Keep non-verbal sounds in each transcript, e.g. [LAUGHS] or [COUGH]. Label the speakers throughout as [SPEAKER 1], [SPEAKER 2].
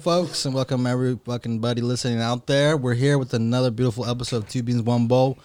[SPEAKER 1] folks, and welcome every fucking buddy listening out there. We're here with another beautiful episode of Two Beans One Bowl.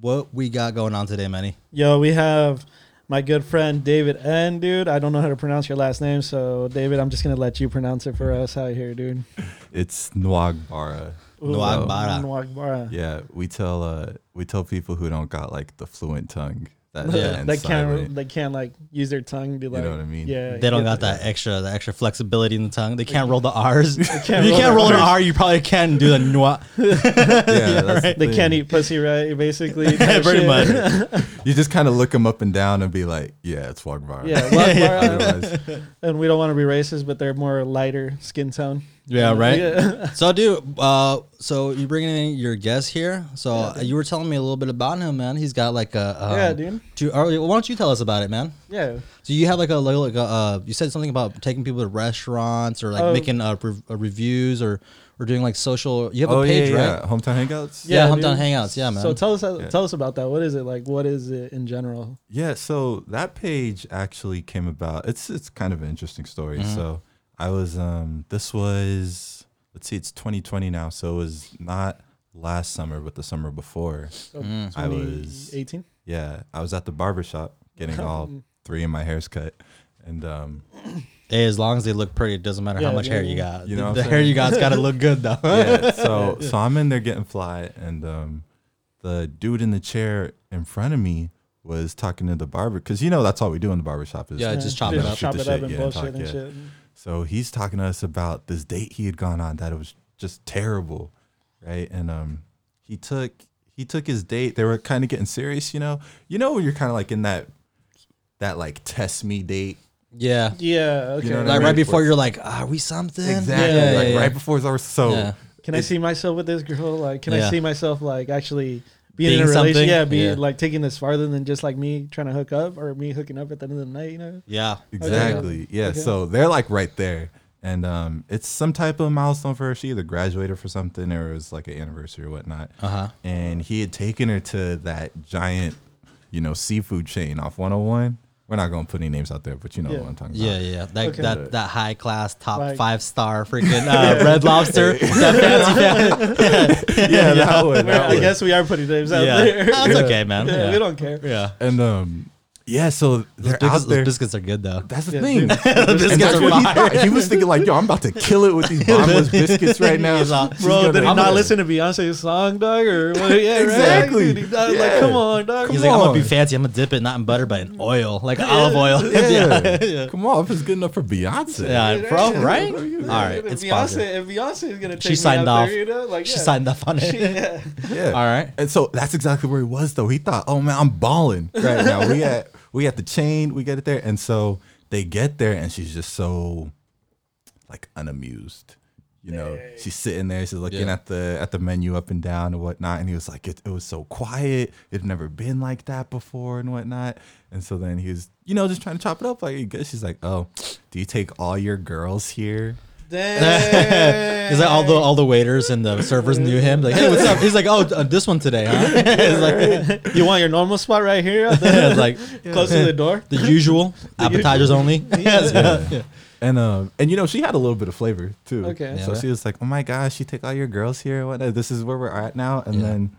[SPEAKER 1] What we got going on today, Manny?
[SPEAKER 2] Yo, we have my good friend David N, dude. I don't know how to pronounce your last name, so David, I'm just gonna let you pronounce it for us out here, dude.
[SPEAKER 3] It's Nwagbara.
[SPEAKER 2] Ooh,
[SPEAKER 1] Nwagbara.
[SPEAKER 2] Nwagbara.
[SPEAKER 3] Yeah, we tell uh we tell people who don't got like the fluent tongue
[SPEAKER 2] [LAUGHS]
[SPEAKER 3] that
[SPEAKER 1] Yeah.
[SPEAKER 3] yeah.
[SPEAKER 2] They can't. They can't like use their tongue. Do
[SPEAKER 3] know
[SPEAKER 2] like,
[SPEAKER 3] what I mean?
[SPEAKER 2] Yeah.
[SPEAKER 1] They don't
[SPEAKER 2] yeah.
[SPEAKER 1] got that extra, the extra flexibility in the tongue. They can't roll the
[SPEAKER 2] [LAUGHS]
[SPEAKER 1] R's.
[SPEAKER 2] can't
[SPEAKER 1] if you
[SPEAKER 2] roll
[SPEAKER 1] can't
[SPEAKER 2] the
[SPEAKER 1] roll an
[SPEAKER 2] Rs.
[SPEAKER 1] R, you probably can do the
[SPEAKER 2] [LAUGHS]
[SPEAKER 1] noir.
[SPEAKER 3] [LAUGHS] yeah, that's the
[SPEAKER 2] They
[SPEAKER 3] thing.
[SPEAKER 2] can't eat pussy, right?
[SPEAKER 1] [LAUGHS]
[SPEAKER 2] Basically.
[SPEAKER 1] Yeah, pretty
[SPEAKER 2] Shit.
[SPEAKER 1] much.
[SPEAKER 3] You just kind of look them up and down and be like, yeah, it's
[SPEAKER 1] [LAUGHS]
[SPEAKER 3] Nwagbara. [LAUGHS]
[SPEAKER 2] Yeah, Nwagbara. [LAUGHS]
[SPEAKER 3] Otherwise,
[SPEAKER 2] and we don't want to be racist, but they're more lighter skin tone.
[SPEAKER 1] Yeah, right.
[SPEAKER 2] Yeah. [LAUGHS]
[SPEAKER 1] So, dude, uh, so you bringing in your guest here? So uh, you were telling me a little bit about him, man. He's got like a um,
[SPEAKER 2] Yeah, dude.
[SPEAKER 1] two- or, why don't you tell us about it, man?
[SPEAKER 2] Yeah.
[SPEAKER 1] So you have like a like, like a, uh, you said something about taking people to restaurants or like
[SPEAKER 2] Oh.
[SPEAKER 1] making uh, re- uh, reviews or or doing like social. You have
[SPEAKER 3] oh
[SPEAKER 1] a page,
[SPEAKER 3] yeah, yeah,
[SPEAKER 1] right?
[SPEAKER 3] hometown hangouts.
[SPEAKER 1] Yeah,
[SPEAKER 2] Yeah,
[SPEAKER 1] hometown
[SPEAKER 2] dude.
[SPEAKER 1] hangouts. Yeah, man.
[SPEAKER 2] So tell us,
[SPEAKER 3] Yeah.
[SPEAKER 2] tell us about that. What is it like? What is it in general?
[SPEAKER 3] Yeah, so that page actually came about. It's it's kind of an interesting story.
[SPEAKER 2] Mm-hmm.
[SPEAKER 3] So I was um this was let's see, it's 2020 now, so it was not last summer, but the summer before.
[SPEAKER 2] So
[SPEAKER 1] Mm.
[SPEAKER 3] I was-
[SPEAKER 2] 18.
[SPEAKER 3] Yeah, I was at the barber shop getting all three of my hairs cut, and um
[SPEAKER 1] hey, as long as they look pretty, it doesn't matter how
[SPEAKER 2] Yeah,
[SPEAKER 1] much
[SPEAKER 2] yeah,
[SPEAKER 1] hair
[SPEAKER 2] yeah.
[SPEAKER 1] you got.
[SPEAKER 3] You
[SPEAKER 1] The-
[SPEAKER 3] know what
[SPEAKER 1] the
[SPEAKER 3] I'm
[SPEAKER 1] hair you
[SPEAKER 3] saying?
[SPEAKER 1] got's got to look good though.
[SPEAKER 3] [LAUGHS] yeah, so so I'm in there getting fly, and um, the dude in the chair in front of me was talking to the barber because you know that's all we do in the barber shop is
[SPEAKER 1] Yeah, just chop it up.
[SPEAKER 2] Chop
[SPEAKER 3] Shoot
[SPEAKER 2] it
[SPEAKER 3] the
[SPEAKER 2] up
[SPEAKER 3] shit,
[SPEAKER 2] and
[SPEAKER 3] yeah,
[SPEAKER 2] bullshit
[SPEAKER 3] talk,
[SPEAKER 2] and
[SPEAKER 3] yeah.
[SPEAKER 2] shit.
[SPEAKER 3] So he's talking to us about this date he had gone on that it was just terrible, right? And um, he took he took his date. They were kind of getting serious, you know. You know, when you're kind of like in that that like test me date,
[SPEAKER 1] [LAUGHS] yeah.
[SPEAKER 2] Yeah. Okay.
[SPEAKER 3] You know what I
[SPEAKER 1] Like
[SPEAKER 3] mean?
[SPEAKER 1] right before you're like, are we something?
[SPEAKER 3] exactly,
[SPEAKER 2] Yeah,
[SPEAKER 3] like
[SPEAKER 1] yeah,
[SPEAKER 3] right
[SPEAKER 1] yeah.
[SPEAKER 3] before it's over. So
[SPEAKER 1] Yeah.
[SPEAKER 2] Can I see myself with this girl? Like, can
[SPEAKER 1] Yeah.
[SPEAKER 2] I see myself like actually being,
[SPEAKER 1] Being
[SPEAKER 2] in a
[SPEAKER 1] something?
[SPEAKER 2] relationship? Yeah, being
[SPEAKER 1] Yeah.
[SPEAKER 2] like taking this farther than just like me trying to hook up or me hooking up at the end of the night. You know?
[SPEAKER 1] Yeah.
[SPEAKER 3] Exactly. Yeah.
[SPEAKER 2] Okay.
[SPEAKER 3] So they're like right there. And um, it's some type of milestone for her. She either graduated for something or it was like an anniversary or whatnot.
[SPEAKER 1] Uh huh.
[SPEAKER 3] And he had taken her to that giant, you know, seafood chain off 101. We're not going to put any names out there, but you know
[SPEAKER 2] Yeah.
[SPEAKER 3] what I'm talking
[SPEAKER 1] Yeah,
[SPEAKER 3] about.
[SPEAKER 1] yeah, that
[SPEAKER 2] Okay.
[SPEAKER 1] that that high class, top
[SPEAKER 2] Like-
[SPEAKER 1] five
[SPEAKER 3] [LAUGHS]
[SPEAKER 1] star, freaking uh, Red Lobster, that fancy fan.
[SPEAKER 3] Yeah. [LAUGHS] yeah, [LAUGHS] that one.
[SPEAKER 2] Well,
[SPEAKER 3] That
[SPEAKER 2] I
[SPEAKER 3] one.
[SPEAKER 2] guess we are putting names out
[SPEAKER 1] Yeah,
[SPEAKER 2] there.
[SPEAKER 1] that's okay, man.
[SPEAKER 2] [LAUGHS] Yeah,
[SPEAKER 1] Yeah,
[SPEAKER 2] We don't care.
[SPEAKER 1] yeah.
[SPEAKER 3] And um, yeah, so
[SPEAKER 1] Those
[SPEAKER 3] they're
[SPEAKER 1] biscuits,
[SPEAKER 3] out there.
[SPEAKER 1] those biscuits are good
[SPEAKER 3] [LAUGHS]
[SPEAKER 1] though.
[SPEAKER 3] That's the
[SPEAKER 2] Yeah,
[SPEAKER 3] thing.
[SPEAKER 2] dude. [LAUGHS]
[SPEAKER 3] And
[SPEAKER 1] biscuits
[SPEAKER 3] that's
[SPEAKER 1] are
[SPEAKER 3] what he
[SPEAKER 1] fire.
[SPEAKER 3] thought. He was thinking like, "Yo, I'm about to kill it with these bombless
[SPEAKER 2] [LAUGHS]
[SPEAKER 3] biscuits right now."
[SPEAKER 1] He's like,
[SPEAKER 3] She's
[SPEAKER 2] Bro,
[SPEAKER 3] gonna-
[SPEAKER 2] did he
[SPEAKER 3] I'm
[SPEAKER 2] not
[SPEAKER 3] gonna-
[SPEAKER 2] listen to Beyonce's song, dog? Or
[SPEAKER 3] [LAUGHS]
[SPEAKER 2] what? Yeah, Right? Like,
[SPEAKER 3] Exactly.
[SPEAKER 2] dude, he not- like,
[SPEAKER 3] Yeah.
[SPEAKER 2] come on, dog.
[SPEAKER 1] He's
[SPEAKER 3] Come
[SPEAKER 1] like, I'm gonna be
[SPEAKER 3] on.
[SPEAKER 1] fancy. I'm gonna dip it not in butter, but in oil, like olive oil. [LAUGHS]
[SPEAKER 3] Yeah.
[SPEAKER 2] [LAUGHS]
[SPEAKER 3] Come on, if it's good enough for Beyonce.
[SPEAKER 1] Yeah, bro, "Oh, right? All
[SPEAKER 3] Yeah.
[SPEAKER 1] right,
[SPEAKER 2] If
[SPEAKER 1] it's
[SPEAKER 2] Beyonce,
[SPEAKER 1] sponsored.
[SPEAKER 2] if Beyonce is gonna take
[SPEAKER 1] She
[SPEAKER 2] me
[SPEAKER 1] signed
[SPEAKER 2] out
[SPEAKER 1] off.
[SPEAKER 2] there, you know, like
[SPEAKER 1] She
[SPEAKER 2] yeah.
[SPEAKER 1] signed up on it.
[SPEAKER 2] Yeah.
[SPEAKER 3] Yeah.
[SPEAKER 1] [LAUGHS] All right.
[SPEAKER 3] And so that's exactly where he was though. He thought, oh man,
[SPEAKER 1] [LAUGHS]
[SPEAKER 3] I'm balling right now. We at we at the chain, we get it there. And so they get there and she's just so like unamused. You know, she's sitting there, she's looking
[SPEAKER 1] Yeah.
[SPEAKER 3] at the at the menu up and down and whatnot. And he was like, it, it was so quiet. It'd never been like that before and whatnot. And so then he was, you know, just trying to chop it up. Like, he goes- she's like, oh, do you take all your girls here?
[SPEAKER 1] [LAUGHS]
[SPEAKER 2] Damn.
[SPEAKER 1] Is that all the all the waiters and the servers knew him? Like, hey, what's up? He's like, oh, uh, this one today, huh? [LAUGHS] It's like,
[SPEAKER 2] [LAUGHS] You want your normal spot right here, at
[SPEAKER 1] [LAUGHS]
[SPEAKER 2] the-
[SPEAKER 1] it's like
[SPEAKER 2] close to the door?
[SPEAKER 1] [LAUGHS] the usual appetizers only. yeah.
[SPEAKER 3] And um, and you know, she had a little bit of flavor too.
[SPEAKER 2] Okay.
[SPEAKER 3] So
[SPEAKER 1] Yeah.
[SPEAKER 3] she was like, "Oh my gosh, you take all your girls here. What? uh, This is where we're at now." And
[SPEAKER 1] Yeah.
[SPEAKER 3] then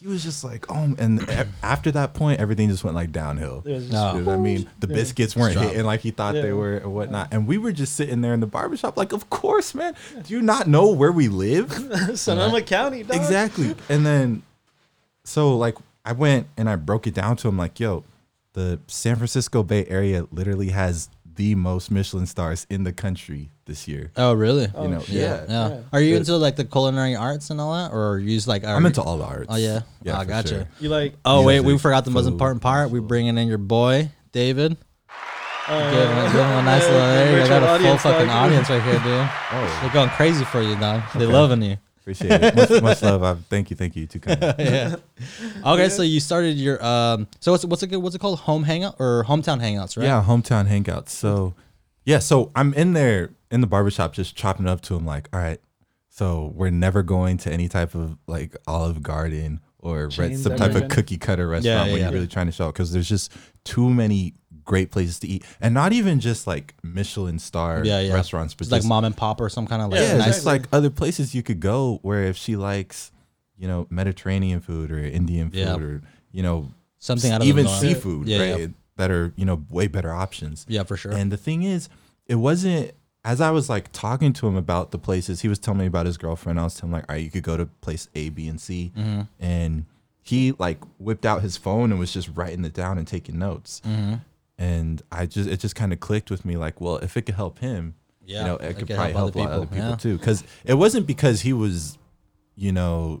[SPEAKER 3] he was just like, "Oh." And e- after that point, everything just went like downhill.
[SPEAKER 2] It was just-
[SPEAKER 1] No.
[SPEAKER 3] You know what I mean, the
[SPEAKER 2] Yeah.
[SPEAKER 3] biscuits weren't
[SPEAKER 1] Stop.
[SPEAKER 3] hitting like he thought
[SPEAKER 2] Yeah.
[SPEAKER 3] they were and whatnot. And we were just sitting there in the barbershop, like, of course, man. Do you not know where we live?
[SPEAKER 2] [LAUGHS] Sonoma County, dog.
[SPEAKER 3] exactly. And then, so like, I went and I broke it down to him, like, yo, the San Francisco Bay Area literally has the most Michelin stars in the country this year.
[SPEAKER 1] [LAUGHS] Oh, really?
[SPEAKER 3] You know,
[SPEAKER 2] shit.
[SPEAKER 3] yeah.
[SPEAKER 1] Yeah.
[SPEAKER 2] Yeah.
[SPEAKER 1] Are you
[SPEAKER 3] The-
[SPEAKER 1] into like the culinary arts and all that, or are you just like?
[SPEAKER 3] I'm into all the arts.
[SPEAKER 1] Oh yeah. Yeah. I
[SPEAKER 3] for
[SPEAKER 1] gotcha.
[SPEAKER 3] sure.
[SPEAKER 2] You like?
[SPEAKER 1] Oh wait, we
[SPEAKER 3] Music,
[SPEAKER 1] forgot the most
[SPEAKER 3] food,
[SPEAKER 1] important part. We're bringing in your boy David.
[SPEAKER 2] uh,
[SPEAKER 1] Give him, give
[SPEAKER 2] [LAUGHS]
[SPEAKER 1] him a nice
[SPEAKER 2] yeah,
[SPEAKER 1] little. There you go.
[SPEAKER 2] virtual
[SPEAKER 1] got a full
[SPEAKER 2] audience,
[SPEAKER 1] fucking
[SPEAKER 2] dog.
[SPEAKER 1] audience right here, dude.
[SPEAKER 3] [LAUGHS] Oh,
[SPEAKER 1] They're going crazy for you, dog. They loving you.
[SPEAKER 3] appreciate it. Much, much love. I, thank you. Thank you. Too kind.
[SPEAKER 1] yeah. Okay, so you started your um. So what's what's it what's it called? Home hangout or hometown hangouts, right?
[SPEAKER 3] Yeah, hometown hangouts. So, yeah, so I'm in there in the barbershop just chopping it up to him like, all right, so we're never going to any type of like Olive Garden or red,
[SPEAKER 2] Chains
[SPEAKER 3] some
[SPEAKER 2] that
[SPEAKER 3] type
[SPEAKER 2] we're
[SPEAKER 3] of
[SPEAKER 2] in.
[SPEAKER 3] cookie cutter restaurant
[SPEAKER 1] Yeah,
[SPEAKER 3] when
[SPEAKER 1] yeah.
[SPEAKER 3] you're really trying to show because there's just too many great places to eat, and not even just like Michelin star
[SPEAKER 1] Yeah, yeah.
[SPEAKER 3] restaurants, but
[SPEAKER 1] It's like
[SPEAKER 3] just-
[SPEAKER 1] mom and pop or some kind of like
[SPEAKER 3] yeah,
[SPEAKER 1] nice.
[SPEAKER 3] just like other places you could go where if she likes, you know, Mediterranean food or Indian food
[SPEAKER 1] Yeah.
[SPEAKER 3] or you know
[SPEAKER 1] Something out of the
[SPEAKER 3] even
[SPEAKER 1] norm.
[SPEAKER 3] seafood,
[SPEAKER 1] Yeah,
[SPEAKER 3] right?
[SPEAKER 1] yeah.
[SPEAKER 3] That are you know way better options.
[SPEAKER 1] Yeah, for sure.
[SPEAKER 3] And the thing is, it wasn't as I was like talking to him about the places, he was telling me about his girlfriend. I was telling him like, all right, you could go to place A, B, and C.
[SPEAKER 1] Mm-hmm.
[SPEAKER 3] And he like whipped out his phone and was just writing it down and taking notes.
[SPEAKER 1] Mm-hmm.
[SPEAKER 3] And I just it just kind of clicked with me like, well, if it could help him,
[SPEAKER 1] Yeah,
[SPEAKER 3] you know,
[SPEAKER 1] it
[SPEAKER 3] it could
[SPEAKER 1] could
[SPEAKER 3] probably
[SPEAKER 1] help
[SPEAKER 3] help,
[SPEAKER 1] other
[SPEAKER 3] a lot of other
[SPEAKER 1] people,
[SPEAKER 3] people
[SPEAKER 1] yeah.
[SPEAKER 3] too. Because it wasn't because he was, you know.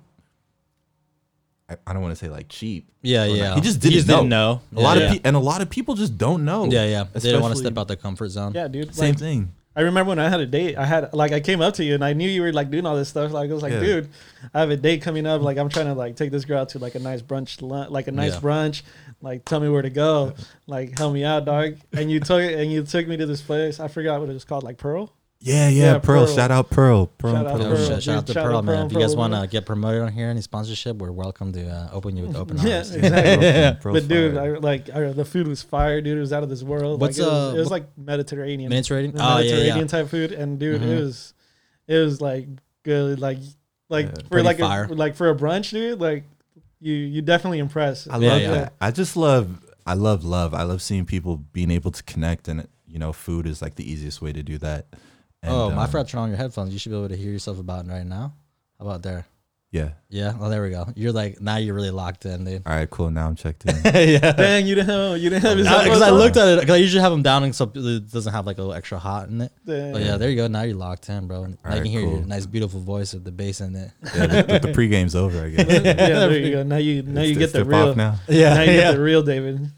[SPEAKER 3] I I don't want to say like cheap.
[SPEAKER 1] Yeah,
[SPEAKER 3] or not.
[SPEAKER 1] yeah.
[SPEAKER 3] He just
[SPEAKER 1] He
[SPEAKER 3] didn't
[SPEAKER 1] just
[SPEAKER 3] know.
[SPEAKER 1] didn't know.
[SPEAKER 3] A lot
[SPEAKER 1] Yeah,
[SPEAKER 3] of
[SPEAKER 1] yeah.
[SPEAKER 3] pe- and a lot of people just don't know.
[SPEAKER 1] yeah, yeah. They don't want to
[SPEAKER 3] Especially-
[SPEAKER 1] step out their comfort zone.
[SPEAKER 2] Oh, Yeah, dude.
[SPEAKER 3] same
[SPEAKER 2] like,
[SPEAKER 3] thing.
[SPEAKER 2] I remember when I had a date, I had like I came up to you and I knew you were like doing all this stuff. Like I was like,
[SPEAKER 3] Yeah.
[SPEAKER 2] dude, I have a date coming up. Like I'm trying to like take this girl out to like a nice brunch, lun- like a nice
[SPEAKER 1] Yeah.
[SPEAKER 2] brunch. Like tell me where to go. Like help me out, dog. And you took and you took me to this place. I forgot what it was called, like Pearl.
[SPEAKER 3] Yeah, yeah,
[SPEAKER 2] Yeah,
[SPEAKER 3] Pearl.
[SPEAKER 2] Pearl.
[SPEAKER 3] Shout out Pearl. Pearl.
[SPEAKER 2] Shout
[SPEAKER 1] Yeah,
[SPEAKER 2] out
[SPEAKER 3] Pearl.
[SPEAKER 2] Pearl.
[SPEAKER 1] shout- Oh, shout, out to
[SPEAKER 2] Shout out
[SPEAKER 1] Pearl, man.
[SPEAKER 2] Pearl,
[SPEAKER 1] if you guys
[SPEAKER 2] Pearl,
[SPEAKER 1] want to
[SPEAKER 2] Pearl.
[SPEAKER 1] get promoted on here, any sponsorship, we're welcome to uh, open you with open
[SPEAKER 2] [LAUGHS] Yeah,
[SPEAKER 1] arms.
[SPEAKER 2] exactly.
[SPEAKER 3] Yeah, [LAUGHS] Pearl
[SPEAKER 2] but dude, I,
[SPEAKER 3] fire.
[SPEAKER 2] like I, the food was fire, dude. It was out of this world.
[SPEAKER 1] What's,
[SPEAKER 2] like, it,
[SPEAKER 1] uh,
[SPEAKER 2] was, it was
[SPEAKER 1] what-
[SPEAKER 2] like Mediterranean,
[SPEAKER 1] Mediterranean?
[SPEAKER 2] the
[SPEAKER 1] Oh, yeah,
[SPEAKER 2] Mediterranean
[SPEAKER 1] yeah.
[SPEAKER 2] type food, and dude,
[SPEAKER 3] Mm-hmm.
[SPEAKER 1] Mhm.
[SPEAKER 2] it was it was like good, like like
[SPEAKER 3] Yeah.
[SPEAKER 2] for
[SPEAKER 1] Pretty
[SPEAKER 2] like
[SPEAKER 1] fire.
[SPEAKER 2] a, like for a brunch, dude. Like you you definitely impressed.
[SPEAKER 3] I
[SPEAKER 1] Yeah,
[SPEAKER 3] love
[SPEAKER 1] yeah.
[SPEAKER 3] that. I just love. I love love. I love seeing people being able to connect, and you know, food is like the easiest way to do that. And,
[SPEAKER 1] oh, my
[SPEAKER 2] uh,
[SPEAKER 3] um,
[SPEAKER 1] friend, turn on your headphones. You should be able to hear yourself about right now. How about there?
[SPEAKER 3] Yeah.
[SPEAKER 1] Yeah. Oh, there we go. You're like now you're really locked in, dude.
[SPEAKER 2] [LAUGHS]
[SPEAKER 3] All right. Cool. Now I'm checked in.
[SPEAKER 1] yeah.
[SPEAKER 2] uh, Dang, you didn't have you didn't have his
[SPEAKER 1] Because I
[SPEAKER 2] headphones
[SPEAKER 1] looked at it because I usually have them down and so it doesn't have like a little extra hot in it.
[SPEAKER 2] on?
[SPEAKER 1] But Oh, yeah, there you go. Now you're locked in, bro. And I
[SPEAKER 3] Alright,
[SPEAKER 1] can hear your
[SPEAKER 3] cool.
[SPEAKER 1] nice, beautiful voice with the bass in
[SPEAKER 2] [LAUGHS]
[SPEAKER 1] it.
[SPEAKER 3] yeah, the, the pregame's over. I guess.
[SPEAKER 2] Dang. yeah,
[SPEAKER 1] [LAUGHS]
[SPEAKER 2] there you go. Now you [LAUGHS] now you
[SPEAKER 3] It's-
[SPEAKER 2] get
[SPEAKER 3] it's
[SPEAKER 2] the
[SPEAKER 3] tip off
[SPEAKER 2] real. Now
[SPEAKER 3] now.
[SPEAKER 2] you get [LAUGHS] the real David.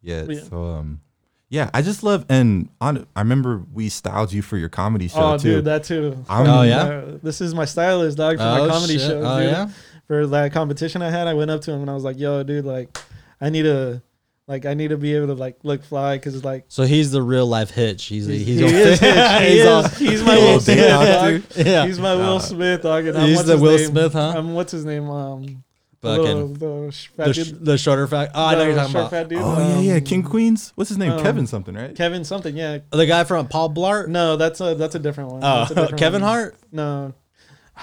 [SPEAKER 3] Yeah.
[SPEAKER 2] Yeah.
[SPEAKER 3] So um, yeah, I just love and on. I remember we styled you for your comedy show
[SPEAKER 2] Oh,
[SPEAKER 3] too.
[SPEAKER 2] dude, that too.
[SPEAKER 3] I'm-
[SPEAKER 1] Oh, yeah?
[SPEAKER 2] Uh, this is my stylist, dog, for my comedy
[SPEAKER 1] shit.
[SPEAKER 2] show.
[SPEAKER 1] Oh
[SPEAKER 2] dude.
[SPEAKER 1] yeah.
[SPEAKER 2] for that competition I had, I went up to him and I was like, "Yo, dude, like, I need to, like, I need to be able to like look fly because like
[SPEAKER 1] So he's the real life Hitch. He's he's,
[SPEAKER 2] [LAUGHS] he
[SPEAKER 1] [LAUGHS]
[SPEAKER 2] is,
[SPEAKER 1] he's,
[SPEAKER 2] he
[SPEAKER 1] all- [LAUGHS]
[SPEAKER 2] is, he's my Will
[SPEAKER 3] He's-
[SPEAKER 2] Smith,
[SPEAKER 3] yeah,
[SPEAKER 2] [LAUGHS] dog.
[SPEAKER 1] yeah.
[SPEAKER 2] He's my Will Smith, dog. And I'm,
[SPEAKER 1] He's
[SPEAKER 2] what's
[SPEAKER 1] the
[SPEAKER 2] his
[SPEAKER 1] Will
[SPEAKER 2] name?
[SPEAKER 1] Smith, huh?
[SPEAKER 2] I'm what's his name? Um, the,
[SPEAKER 1] Fucking
[SPEAKER 2] the sh- fat
[SPEAKER 1] the,
[SPEAKER 2] dude,
[SPEAKER 1] sh- the shorter fact. Oh, I know
[SPEAKER 2] the
[SPEAKER 1] you're talking
[SPEAKER 2] short
[SPEAKER 1] about
[SPEAKER 2] fat dude.
[SPEAKER 3] oh yeah, yeah.
[SPEAKER 2] um,
[SPEAKER 3] King Queens. What's his name?
[SPEAKER 2] um,
[SPEAKER 3] Kevin something, right?
[SPEAKER 2] Kevin something. Yeah,
[SPEAKER 1] the guy from Paul Blart.
[SPEAKER 2] no, that's a that's a different one.
[SPEAKER 1] Oh,
[SPEAKER 2] That's a different
[SPEAKER 1] Kevin
[SPEAKER 2] one.
[SPEAKER 1] Hart.
[SPEAKER 2] No,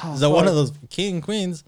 [SPEAKER 2] Oh,
[SPEAKER 1] Is that one
[SPEAKER 2] fuck.
[SPEAKER 1] of those king queens?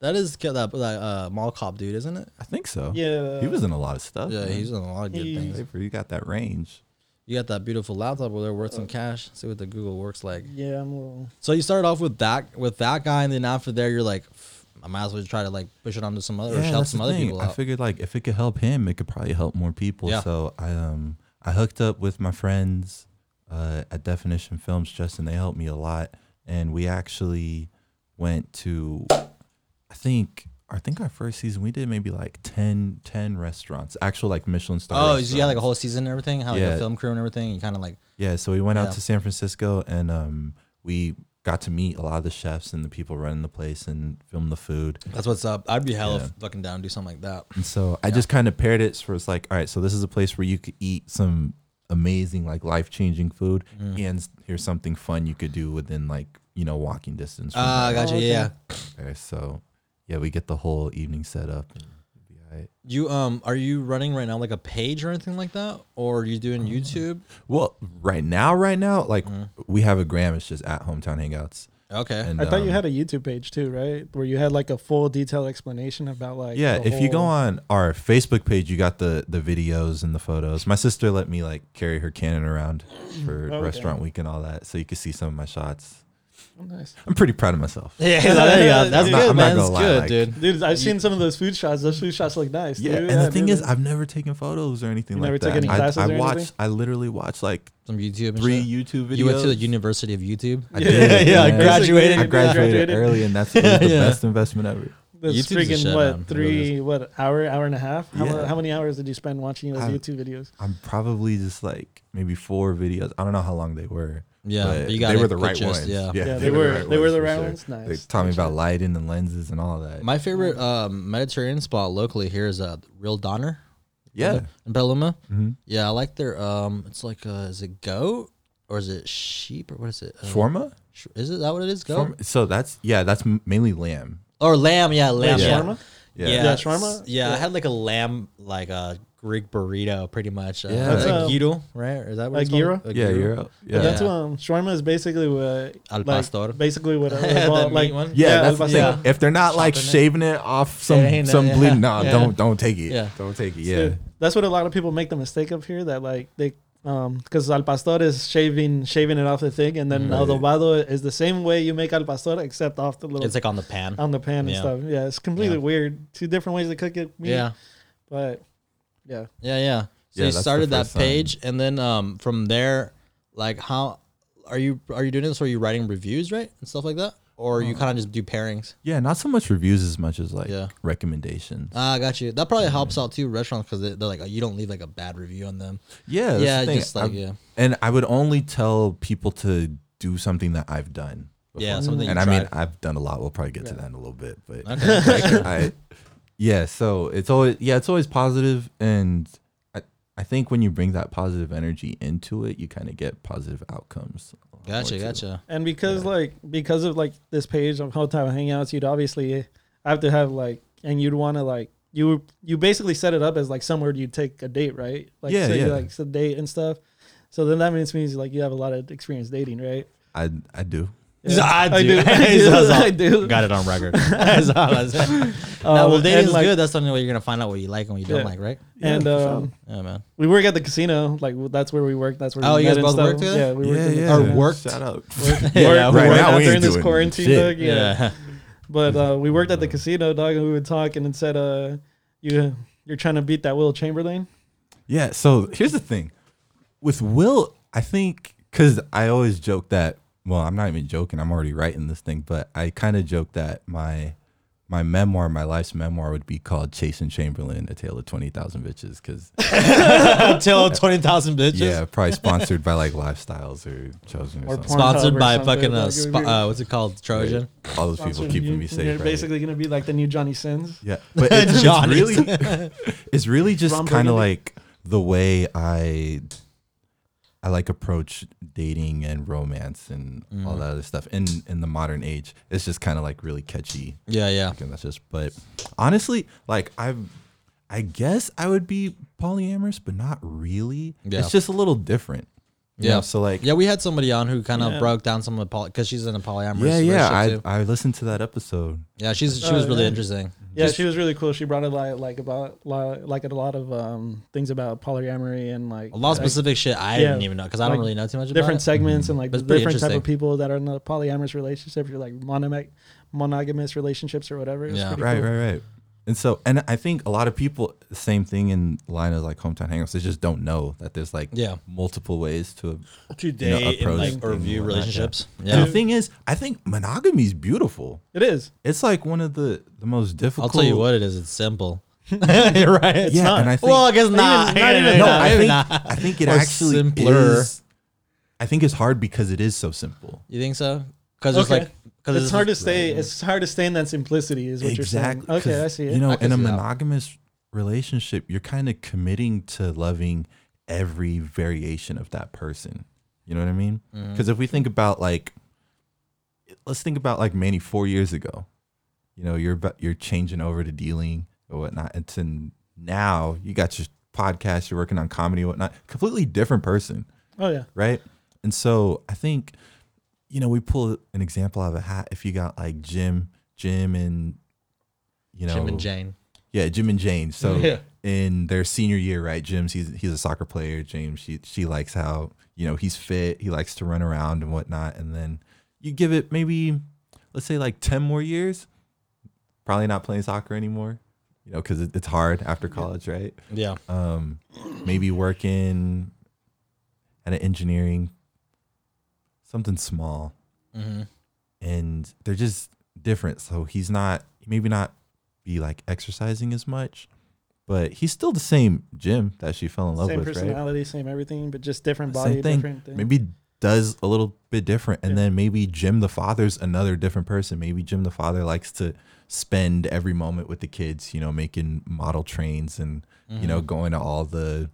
[SPEAKER 1] That is ki- that, that uh, mall cop dude, isn't it?
[SPEAKER 3] I think so.
[SPEAKER 2] Yeah,
[SPEAKER 3] He was in a lot of stuff.
[SPEAKER 1] Yeah,
[SPEAKER 3] man.
[SPEAKER 1] he's done a lot of good
[SPEAKER 2] He-
[SPEAKER 1] things.
[SPEAKER 3] Paper, you got that range.
[SPEAKER 1] You got that beautiful laptop over there, worth
[SPEAKER 3] Uh.
[SPEAKER 1] some cash. See what the Google works like.
[SPEAKER 2] Yeah, I'm a little.
[SPEAKER 1] So you started off with that with that guy, and then after there, you're like, "Pff, I might as well try to like push it onto some other, or help some other people
[SPEAKER 3] I
[SPEAKER 1] out.
[SPEAKER 3] figured like if it could help him, it could probably help more people.
[SPEAKER 1] Yeah.
[SPEAKER 3] So I um I hooked up with my friends uh, at Definition Films, Justin. They helped me a lot, and we actually went to I think I think our first season we did maybe like 10, 10 restaurants, actual like Michelin star.
[SPEAKER 1] Oh, so you had like a
[SPEAKER 3] restaurants.
[SPEAKER 1] whole season and everything, how like a
[SPEAKER 3] uh, Yeah.
[SPEAKER 1] film crew and everything. You kind of like,
[SPEAKER 3] Yeah, so we went
[SPEAKER 1] Yeah.
[SPEAKER 3] out to San Francisco and um, we got to meet a lot of the chefs and the people running the place and film the food.
[SPEAKER 1] that's what's up. I'd be hella
[SPEAKER 3] Yeah.
[SPEAKER 1] fucking down to do something like that.
[SPEAKER 3] And so I just kind of paired it for it's like, all right, so this is a place where you could eat some amazing, like life changing food,
[SPEAKER 2] Mm-hmm.
[SPEAKER 3] and here's something fun you could do within like you know walking distance. From
[SPEAKER 1] Ah,
[SPEAKER 3] there.
[SPEAKER 1] gotcha.
[SPEAKER 2] okay.
[SPEAKER 1] Yeah.
[SPEAKER 3] Oh, Okay, so yeah, we get the whole evening set up. And it'd be all right.
[SPEAKER 1] You um, are you running right now like a page or anything like that, or are you
[SPEAKER 3] Um,
[SPEAKER 1] doing YouTube?
[SPEAKER 3] Well, right now, right now, like we have a gram. It's just at hometown hangouts.
[SPEAKER 1] Okay.
[SPEAKER 3] And
[SPEAKER 2] Mm-hmm. I thought you
[SPEAKER 3] um,
[SPEAKER 2] had a YouTube page too, right? Where you had like a full detailed explanation about like
[SPEAKER 3] yeah
[SPEAKER 2] the
[SPEAKER 3] if you go
[SPEAKER 2] whole-
[SPEAKER 3] on our facebook page you got the the videos and the photos my sister let me like carry her cannon around for
[SPEAKER 2] Okay.
[SPEAKER 3] restaurant week and all that so you could see some of my shots
[SPEAKER 2] Nice.
[SPEAKER 3] i'm pretty proud of myself
[SPEAKER 1] yeah, there you go. That's
[SPEAKER 2] I'm
[SPEAKER 1] good,
[SPEAKER 2] not-
[SPEAKER 3] I'm not
[SPEAKER 1] man.
[SPEAKER 3] gonna
[SPEAKER 1] That's
[SPEAKER 3] lie,
[SPEAKER 1] good,
[SPEAKER 3] like-
[SPEAKER 1] dude.
[SPEAKER 2] Dude, I've seen some of those food shots. Those food shots look nice.
[SPEAKER 3] yeah,
[SPEAKER 2] dude.
[SPEAKER 3] and the thing
[SPEAKER 2] dude.
[SPEAKER 3] is, I've never taken photos or anything
[SPEAKER 2] You
[SPEAKER 3] like
[SPEAKER 2] never took
[SPEAKER 3] that.
[SPEAKER 2] any
[SPEAKER 3] I,
[SPEAKER 2] classes
[SPEAKER 3] I
[SPEAKER 2] or
[SPEAKER 3] watched,
[SPEAKER 2] anything?
[SPEAKER 3] I literally watched like
[SPEAKER 1] Some YouTube. And
[SPEAKER 3] three
[SPEAKER 1] shit.
[SPEAKER 3] YouTube videos.
[SPEAKER 1] You went to the University of YouTube.
[SPEAKER 3] I did,
[SPEAKER 1] yeah, yeah, I
[SPEAKER 3] man.
[SPEAKER 1] graduated.
[SPEAKER 3] I graduated
[SPEAKER 2] Graduated.
[SPEAKER 3] early, and
[SPEAKER 1] [LAUGHS]
[SPEAKER 3] that's it was the
[SPEAKER 1] Yeah.
[SPEAKER 3] best investment ever.
[SPEAKER 2] That's
[SPEAKER 1] YouTube's the
[SPEAKER 2] freaking
[SPEAKER 1] shit,
[SPEAKER 2] what
[SPEAKER 1] man.
[SPEAKER 2] three what hour hour and a half? How, mu-
[SPEAKER 3] Yeah.
[SPEAKER 2] how many hours did you spend watching those
[SPEAKER 1] Uh,
[SPEAKER 3] I-
[SPEAKER 2] YouTube videos?
[SPEAKER 3] I'm probably just like maybe four videos. I don't know how long they were.
[SPEAKER 1] Yeah,
[SPEAKER 3] but
[SPEAKER 1] but you got
[SPEAKER 3] they
[SPEAKER 1] it,
[SPEAKER 3] were the
[SPEAKER 1] good
[SPEAKER 3] right
[SPEAKER 1] gist,
[SPEAKER 3] ones.
[SPEAKER 1] yeah.
[SPEAKER 2] Yeah, they were- they were the right ones?
[SPEAKER 3] Nice. They
[SPEAKER 2] Nice.
[SPEAKER 3] taught me
[SPEAKER 2] Good
[SPEAKER 3] about
[SPEAKER 2] shit.
[SPEAKER 3] lighting and lenses and all that.
[SPEAKER 1] My favorite um, Mediterranean spot locally here is uh, Real Donner.
[SPEAKER 3] yeah,
[SPEAKER 1] in Petaluma.
[SPEAKER 3] Mhm.
[SPEAKER 1] Yeah, I like their um. It's like uh, is it goat or is it sheep or what is it? Uh,
[SPEAKER 3] shawarma.
[SPEAKER 1] sh- Is it that what it is? Goat
[SPEAKER 3] Shawarma- So that's yeah, that's m- mainly lamb.
[SPEAKER 1] or lamb? Yeah, lamb.
[SPEAKER 2] Wait,
[SPEAKER 1] yeah.
[SPEAKER 2] shawarma?
[SPEAKER 1] Yeah.
[SPEAKER 3] Yeah.
[SPEAKER 1] Yeah,
[SPEAKER 2] Yeah, shawarma?
[SPEAKER 1] Yeah, I
[SPEAKER 2] Yeah.
[SPEAKER 1] had like a lamb like uh, Greek burrito, pretty much. Uh,
[SPEAKER 3] Yeah.
[SPEAKER 1] It's like
[SPEAKER 2] Um,
[SPEAKER 1] gyro, right? Or is that what
[SPEAKER 2] a
[SPEAKER 1] it's called?
[SPEAKER 2] gyro?
[SPEAKER 3] yeah, you're out. Yeah.
[SPEAKER 2] That's
[SPEAKER 1] Yeah.
[SPEAKER 2] what um, shawarma is basically what
[SPEAKER 1] Al
[SPEAKER 2] like,
[SPEAKER 1] pastor. [LAUGHS]
[SPEAKER 2] Basically what, what
[SPEAKER 1] The
[SPEAKER 2] well,
[SPEAKER 1] meat
[SPEAKER 2] like
[SPEAKER 1] one?
[SPEAKER 3] Yeah,
[SPEAKER 2] Yeah,
[SPEAKER 3] that's
[SPEAKER 2] I
[SPEAKER 3] the
[SPEAKER 2] was
[SPEAKER 3] thing.
[SPEAKER 2] about to
[SPEAKER 3] If they're not like
[SPEAKER 1] Chopping it.
[SPEAKER 3] shaving it off some
[SPEAKER 1] it ain't
[SPEAKER 3] some
[SPEAKER 1] that-
[SPEAKER 3] bleeding,
[SPEAKER 1] yeah.
[SPEAKER 3] nah,
[SPEAKER 1] Yeah.
[SPEAKER 3] don't don't take it.
[SPEAKER 1] Yeah.
[SPEAKER 3] Don't take it. Yeah.
[SPEAKER 2] Dude, that's what a lot of people make the mistake of here. That like they, um, because al pastor is shaving shaving it off the thing, and then
[SPEAKER 1] Mm.
[SPEAKER 3] Right.
[SPEAKER 2] adobado is the same way you make al pastor, except off the little
[SPEAKER 1] It's like on the pan.
[SPEAKER 2] on the pan and
[SPEAKER 1] Yeah.
[SPEAKER 2] stuff. Yeah, it's completely
[SPEAKER 1] Yeah.
[SPEAKER 2] weird. Two different ways to cook it. meat,
[SPEAKER 1] yeah.
[SPEAKER 2] but yeah,
[SPEAKER 1] Yeah, yeah. So
[SPEAKER 3] Yeah,
[SPEAKER 1] you
[SPEAKER 3] that's the
[SPEAKER 1] started that
[SPEAKER 3] first sign.
[SPEAKER 1] page, and then um, from there, like how are you are you doing this? Or are you writing reviews, right, and stuff like that, or you
[SPEAKER 2] Uh-huh.
[SPEAKER 1] kind of just do pairings?
[SPEAKER 3] Yeah, not so much reviews as much as like
[SPEAKER 1] Yeah.
[SPEAKER 3] recommendations.
[SPEAKER 1] Ah, I got you. That
[SPEAKER 3] Mm-hmm.
[SPEAKER 1] probably helps out too restaurants because they, they're like oh, you don't leave like a bad review on them.
[SPEAKER 3] Yeah, that's
[SPEAKER 1] Yeah,
[SPEAKER 3] the thing.
[SPEAKER 1] just like,
[SPEAKER 3] I-
[SPEAKER 1] yeah.
[SPEAKER 3] And I would only tell people to do something that I've done.
[SPEAKER 1] Yeah, something.
[SPEAKER 3] and
[SPEAKER 1] you
[SPEAKER 3] I mean,
[SPEAKER 1] tried.
[SPEAKER 3] I've done a lot. We'll probably get to that in a little bit,
[SPEAKER 1] [LAUGHS]
[SPEAKER 3] but
[SPEAKER 1] Okay.
[SPEAKER 3] [LAUGHS] like, I, yeah. So it's always yeah, it's always positive, and I I think when you bring that positive energy into it, you kind of get positive outcomes. a lot
[SPEAKER 1] gotcha,
[SPEAKER 3] more, too.
[SPEAKER 1] gotcha.
[SPEAKER 2] and because like because of like this page of hotel hangouts, you'd obviously have to have like, and you'd want to like you you basically set it up as like somewhere you'd take a date, right? Like
[SPEAKER 3] Yeah,
[SPEAKER 2] so you
[SPEAKER 3] yeah.
[SPEAKER 2] like so date and stuff. So then that means means like you have a lot of experience dating, right?
[SPEAKER 3] I I do.
[SPEAKER 1] He's like, [LAUGHS] I do.
[SPEAKER 2] I
[SPEAKER 1] He's
[SPEAKER 2] do.
[SPEAKER 1] like,
[SPEAKER 2] [LAUGHS] I do.
[SPEAKER 1] Got it on record.
[SPEAKER 2] [LAUGHS]
[SPEAKER 1] That's all I said. [LAUGHS] no,
[SPEAKER 2] Um,
[SPEAKER 1] well, dating's
[SPEAKER 2] and, like-
[SPEAKER 1] good. That's the only way you're gonna find out what you like and what you don't
[SPEAKER 2] Yeah.
[SPEAKER 1] like, right?
[SPEAKER 2] And
[SPEAKER 3] Yeah, for
[SPEAKER 2] um,
[SPEAKER 1] Yeah, man.
[SPEAKER 2] we work at the casino. Like w- that's where we work. That's where.
[SPEAKER 1] Oh,
[SPEAKER 2] we
[SPEAKER 1] you
[SPEAKER 2] met
[SPEAKER 1] guys
[SPEAKER 2] and
[SPEAKER 1] both
[SPEAKER 2] stuff.
[SPEAKER 1] worked together?
[SPEAKER 2] Yeah, we worked.
[SPEAKER 3] yeah,
[SPEAKER 2] in the-
[SPEAKER 3] yeah.
[SPEAKER 1] or
[SPEAKER 2] [LAUGHS]
[SPEAKER 1] worked.
[SPEAKER 3] Shout out.
[SPEAKER 1] Yeah,
[SPEAKER 2] Work,
[SPEAKER 1] right
[SPEAKER 2] work
[SPEAKER 1] now
[SPEAKER 2] out
[SPEAKER 3] we
[SPEAKER 2] during
[SPEAKER 3] ain't
[SPEAKER 2] this
[SPEAKER 3] doing
[SPEAKER 2] quarantine,
[SPEAKER 3] shit.
[SPEAKER 2] dog. Yeah. But uh, we worked at the casino, dog, and we would talk, and it said, uh, "You you're trying to beat that Will Chamberlain."
[SPEAKER 3] Yeah. So here's the thing with Will, I think, because I always joke that, well, I'm not even joking. I'm already writing this thing, but I kind of joke that my my memoir, my life's memoir would be called Chasing Chamberlain, A Tale of 20,000 Bitches, [LAUGHS] because,
[SPEAKER 1] [LAUGHS] Until twenty thousand bitches.
[SPEAKER 3] yeah, probably sponsored by like Lifestyles or Chosen
[SPEAKER 2] Or
[SPEAKER 3] or, something.
[SPEAKER 2] porn.
[SPEAKER 1] Sponsored
[SPEAKER 2] Pornhub or
[SPEAKER 1] by
[SPEAKER 2] something,
[SPEAKER 1] fucking uh,
[SPEAKER 2] like,
[SPEAKER 1] spo-
[SPEAKER 2] you're-
[SPEAKER 1] uh, what's it called? Trojan.
[SPEAKER 3] All those people keeping
[SPEAKER 2] You-
[SPEAKER 3] me
[SPEAKER 2] You're
[SPEAKER 3] safe. Right?
[SPEAKER 2] basically gonna be like the new Johnny Sins.
[SPEAKER 3] Yeah, but it's, it's
[SPEAKER 1] John [LAUGHS]
[SPEAKER 3] really, it's really just
[SPEAKER 2] Ron
[SPEAKER 3] kind of
[SPEAKER 2] Burgundy.
[SPEAKER 3] like the way I, I like approach dating and romance and
[SPEAKER 1] Mm.
[SPEAKER 3] all that other stuff in in the modern age. It's just kind of like really catchy.
[SPEAKER 1] Yeah, yeah.
[SPEAKER 3] And that's just. But honestly, like I've, I guess I would be polyamorous, but not really.
[SPEAKER 1] Yeah.
[SPEAKER 3] It's just a little different. you
[SPEAKER 1] Yeah.
[SPEAKER 3] know? So like.
[SPEAKER 1] Yeah, we had somebody on who kind of
[SPEAKER 2] Yeah.
[SPEAKER 1] broke down some of the poly because she's in a polyamorous
[SPEAKER 3] Yeah, yeah. I,
[SPEAKER 1] relationship too.
[SPEAKER 3] I listened to that episode.
[SPEAKER 1] yeah, she's she
[SPEAKER 2] Oh,
[SPEAKER 1] was really
[SPEAKER 2] yeah.
[SPEAKER 1] interesting.
[SPEAKER 2] Yeah, she was really cool. She brought a lot, like about lo- like a lot of um, things about polyamory and like
[SPEAKER 1] A lot of
[SPEAKER 2] like,
[SPEAKER 1] specific shit I
[SPEAKER 2] Yeah.
[SPEAKER 1] didn't even know because I don't
[SPEAKER 2] Like,
[SPEAKER 1] really know too much about
[SPEAKER 2] different
[SPEAKER 1] it.
[SPEAKER 2] segments and like
[SPEAKER 1] But it's
[SPEAKER 2] the
[SPEAKER 1] pretty
[SPEAKER 2] different type of
[SPEAKER 1] interesting.
[SPEAKER 2] people that are in a polyamorous relationship or like monoma- monogamous relationships or whatever. It was
[SPEAKER 1] Yeah.
[SPEAKER 2] pretty
[SPEAKER 3] right
[SPEAKER 2] cool.
[SPEAKER 3] right right and so and i think a lot of people same thing in line of like hometown hangouts they just don't know that there's like
[SPEAKER 1] Yeah.
[SPEAKER 3] multiple ways to
[SPEAKER 1] To
[SPEAKER 3] know, date and, approach like,
[SPEAKER 1] like
[SPEAKER 3] and
[SPEAKER 1] review
[SPEAKER 3] whatnot, yeah.
[SPEAKER 1] Mm, relationships.
[SPEAKER 2] [LAUGHS]
[SPEAKER 3] and
[SPEAKER 1] Yeah,
[SPEAKER 3] the thing is i think monogamy is beautiful
[SPEAKER 2] It is.
[SPEAKER 3] it's like one of the the most
[SPEAKER 1] I'll
[SPEAKER 3] difficult
[SPEAKER 1] tell you what it is. It's
[SPEAKER 2] [LAUGHS]
[SPEAKER 1] simple. right? It's
[SPEAKER 3] yeah
[SPEAKER 1] not.
[SPEAKER 3] and i think
[SPEAKER 1] Well, I guess not.
[SPEAKER 2] even- not even
[SPEAKER 3] no
[SPEAKER 2] that.
[SPEAKER 3] i
[SPEAKER 1] maybe
[SPEAKER 3] think
[SPEAKER 1] not.
[SPEAKER 3] i think it
[SPEAKER 1] Or
[SPEAKER 3] actually
[SPEAKER 1] simpler.
[SPEAKER 3] is i think it's hard because it is so simple
[SPEAKER 1] [LAUGHS] You think so? Because it's
[SPEAKER 2] Okay.
[SPEAKER 1] like because
[SPEAKER 2] It's, hard to stay. It's hard to stay in that simplicity, is what you're saying.
[SPEAKER 3] 'cause,
[SPEAKER 2] Okay, I see it.
[SPEAKER 3] You know,
[SPEAKER 1] I can
[SPEAKER 3] in a
[SPEAKER 1] see that.
[SPEAKER 3] monogamous relationship, you're kind of committing to loving every variation of that person. You know what I mean?
[SPEAKER 2] Mm,
[SPEAKER 3] Because if we think about like, let's think about like Manny four years ago. You know, you're about, you're changing over to dealing or whatnot, and to now you got your podcast, you're working on comedy, and whatnot. Completely different person
[SPEAKER 2] oh yeah,
[SPEAKER 3] right? And so I think, you know, we pull an example out of a hat. If you got like Jim, Jim, and you know,
[SPEAKER 1] Jim and Jane.
[SPEAKER 3] yeah, Jim and Jane.
[SPEAKER 1] [LAUGHS]
[SPEAKER 3] So
[SPEAKER 1] Yeah.
[SPEAKER 3] in their senior year, right? Jim's he's he's a soccer player. James she she likes how you know he's fit. He likes to run around and whatnot. And then you give it maybe let's say like ten more years. Probably not playing soccer anymore, you know, because it, it's hard after college, right?
[SPEAKER 1] Yeah,
[SPEAKER 3] um, maybe working at an engineering, something small,
[SPEAKER 1] Mm-hmm.
[SPEAKER 3] and they're just different. So he's not maybe not be like exercising as much, but he's still the same Jim that she fell in love
[SPEAKER 2] same
[SPEAKER 3] with, right?
[SPEAKER 2] personality, same everything, but just different body,
[SPEAKER 3] Same thing.
[SPEAKER 2] different thing.
[SPEAKER 3] Maybe does a little bit different, and
[SPEAKER 2] Yeah.
[SPEAKER 3] then maybe Jim the father's another different person. Maybe Jim the father likes to spend every moment with the kids, you know, making model trains and you know going to all the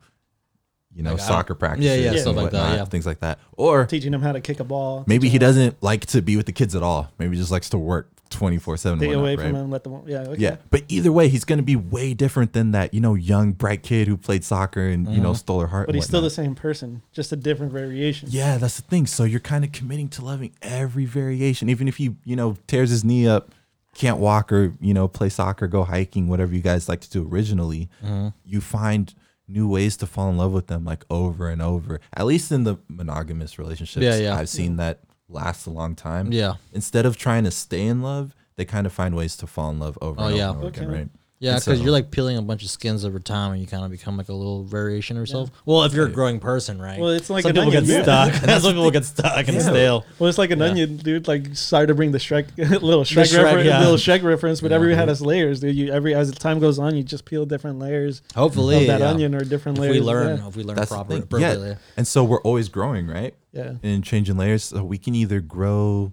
[SPEAKER 3] you know
[SPEAKER 1] Mm-hmm. Like, I-
[SPEAKER 3] soccer practices,
[SPEAKER 1] yeah,
[SPEAKER 3] and
[SPEAKER 1] stuff like that,
[SPEAKER 3] whatnot,
[SPEAKER 1] yeah.
[SPEAKER 3] things like that. Or
[SPEAKER 2] teaching them how to kick a ball.
[SPEAKER 3] maybe he
[SPEAKER 2] teaching them-
[SPEAKER 3] doesn't like to be with the kids at all. Maybe he just likes to work 24 7
[SPEAKER 2] Stay away
[SPEAKER 3] right?
[SPEAKER 2] from him. Let them. Yeah. Okay.
[SPEAKER 3] Yeah, but either way, he's gonna be way different than that, you know, young bright kid who played soccer and you
[SPEAKER 1] Mm-hmm.
[SPEAKER 3] know stole her heart.
[SPEAKER 2] But
[SPEAKER 3] and
[SPEAKER 2] he's still the
[SPEAKER 3] whatnot.
[SPEAKER 2] same person, just a different variation.
[SPEAKER 3] yeah, that's the thing. So you're kind of committing to loving every variation, even if he you know tears his knee up, can't walk or you know play soccer, go hiking, whatever you guys like to do originally.
[SPEAKER 1] Mm-hmm.
[SPEAKER 3] You find new ways to fall in love with them like over and over. At least in the monogamous relationships,
[SPEAKER 1] Yeah, yeah.
[SPEAKER 3] I've seen that last a long time.
[SPEAKER 1] Yeah.
[SPEAKER 3] Instead of trying to stay in love, they kind of find ways to fall in love over
[SPEAKER 1] Oh,
[SPEAKER 3] and
[SPEAKER 1] yeah.
[SPEAKER 3] over again,
[SPEAKER 2] Okay.
[SPEAKER 3] right?
[SPEAKER 1] Yeah,
[SPEAKER 3] And
[SPEAKER 1] because
[SPEAKER 3] so-
[SPEAKER 1] you're like peeling a bunch of skins over time, and you kind of become like a little variation or yourself. Well, if you're a growing person, right?
[SPEAKER 2] Well, it's like
[SPEAKER 1] some
[SPEAKER 2] an
[SPEAKER 1] people get
[SPEAKER 2] onion. [LAUGHS]
[SPEAKER 1] stuck. some people get stuck and
[SPEAKER 3] Yeah.
[SPEAKER 1] stale.
[SPEAKER 2] Well, it's like an onion, dude. Like, sorry to bring the Shrek [LAUGHS] little Shrek,
[SPEAKER 1] Shrek,
[SPEAKER 2] reference,
[SPEAKER 1] yeah.
[SPEAKER 2] little Shrek reference, but every had us layers, dude. You every as time goes on, you just peel different layers
[SPEAKER 1] Hopefully,
[SPEAKER 2] of that
[SPEAKER 1] yeah.
[SPEAKER 2] onion or different
[SPEAKER 1] If
[SPEAKER 2] layers.
[SPEAKER 1] we learn,
[SPEAKER 2] Yeah.
[SPEAKER 1] if we learn
[SPEAKER 3] That's
[SPEAKER 1] properly,
[SPEAKER 3] the thing.
[SPEAKER 1] appropriately.
[SPEAKER 3] Yeah. And so we're always growing, right?
[SPEAKER 2] Yeah.
[SPEAKER 3] And changing layers. So we can either grow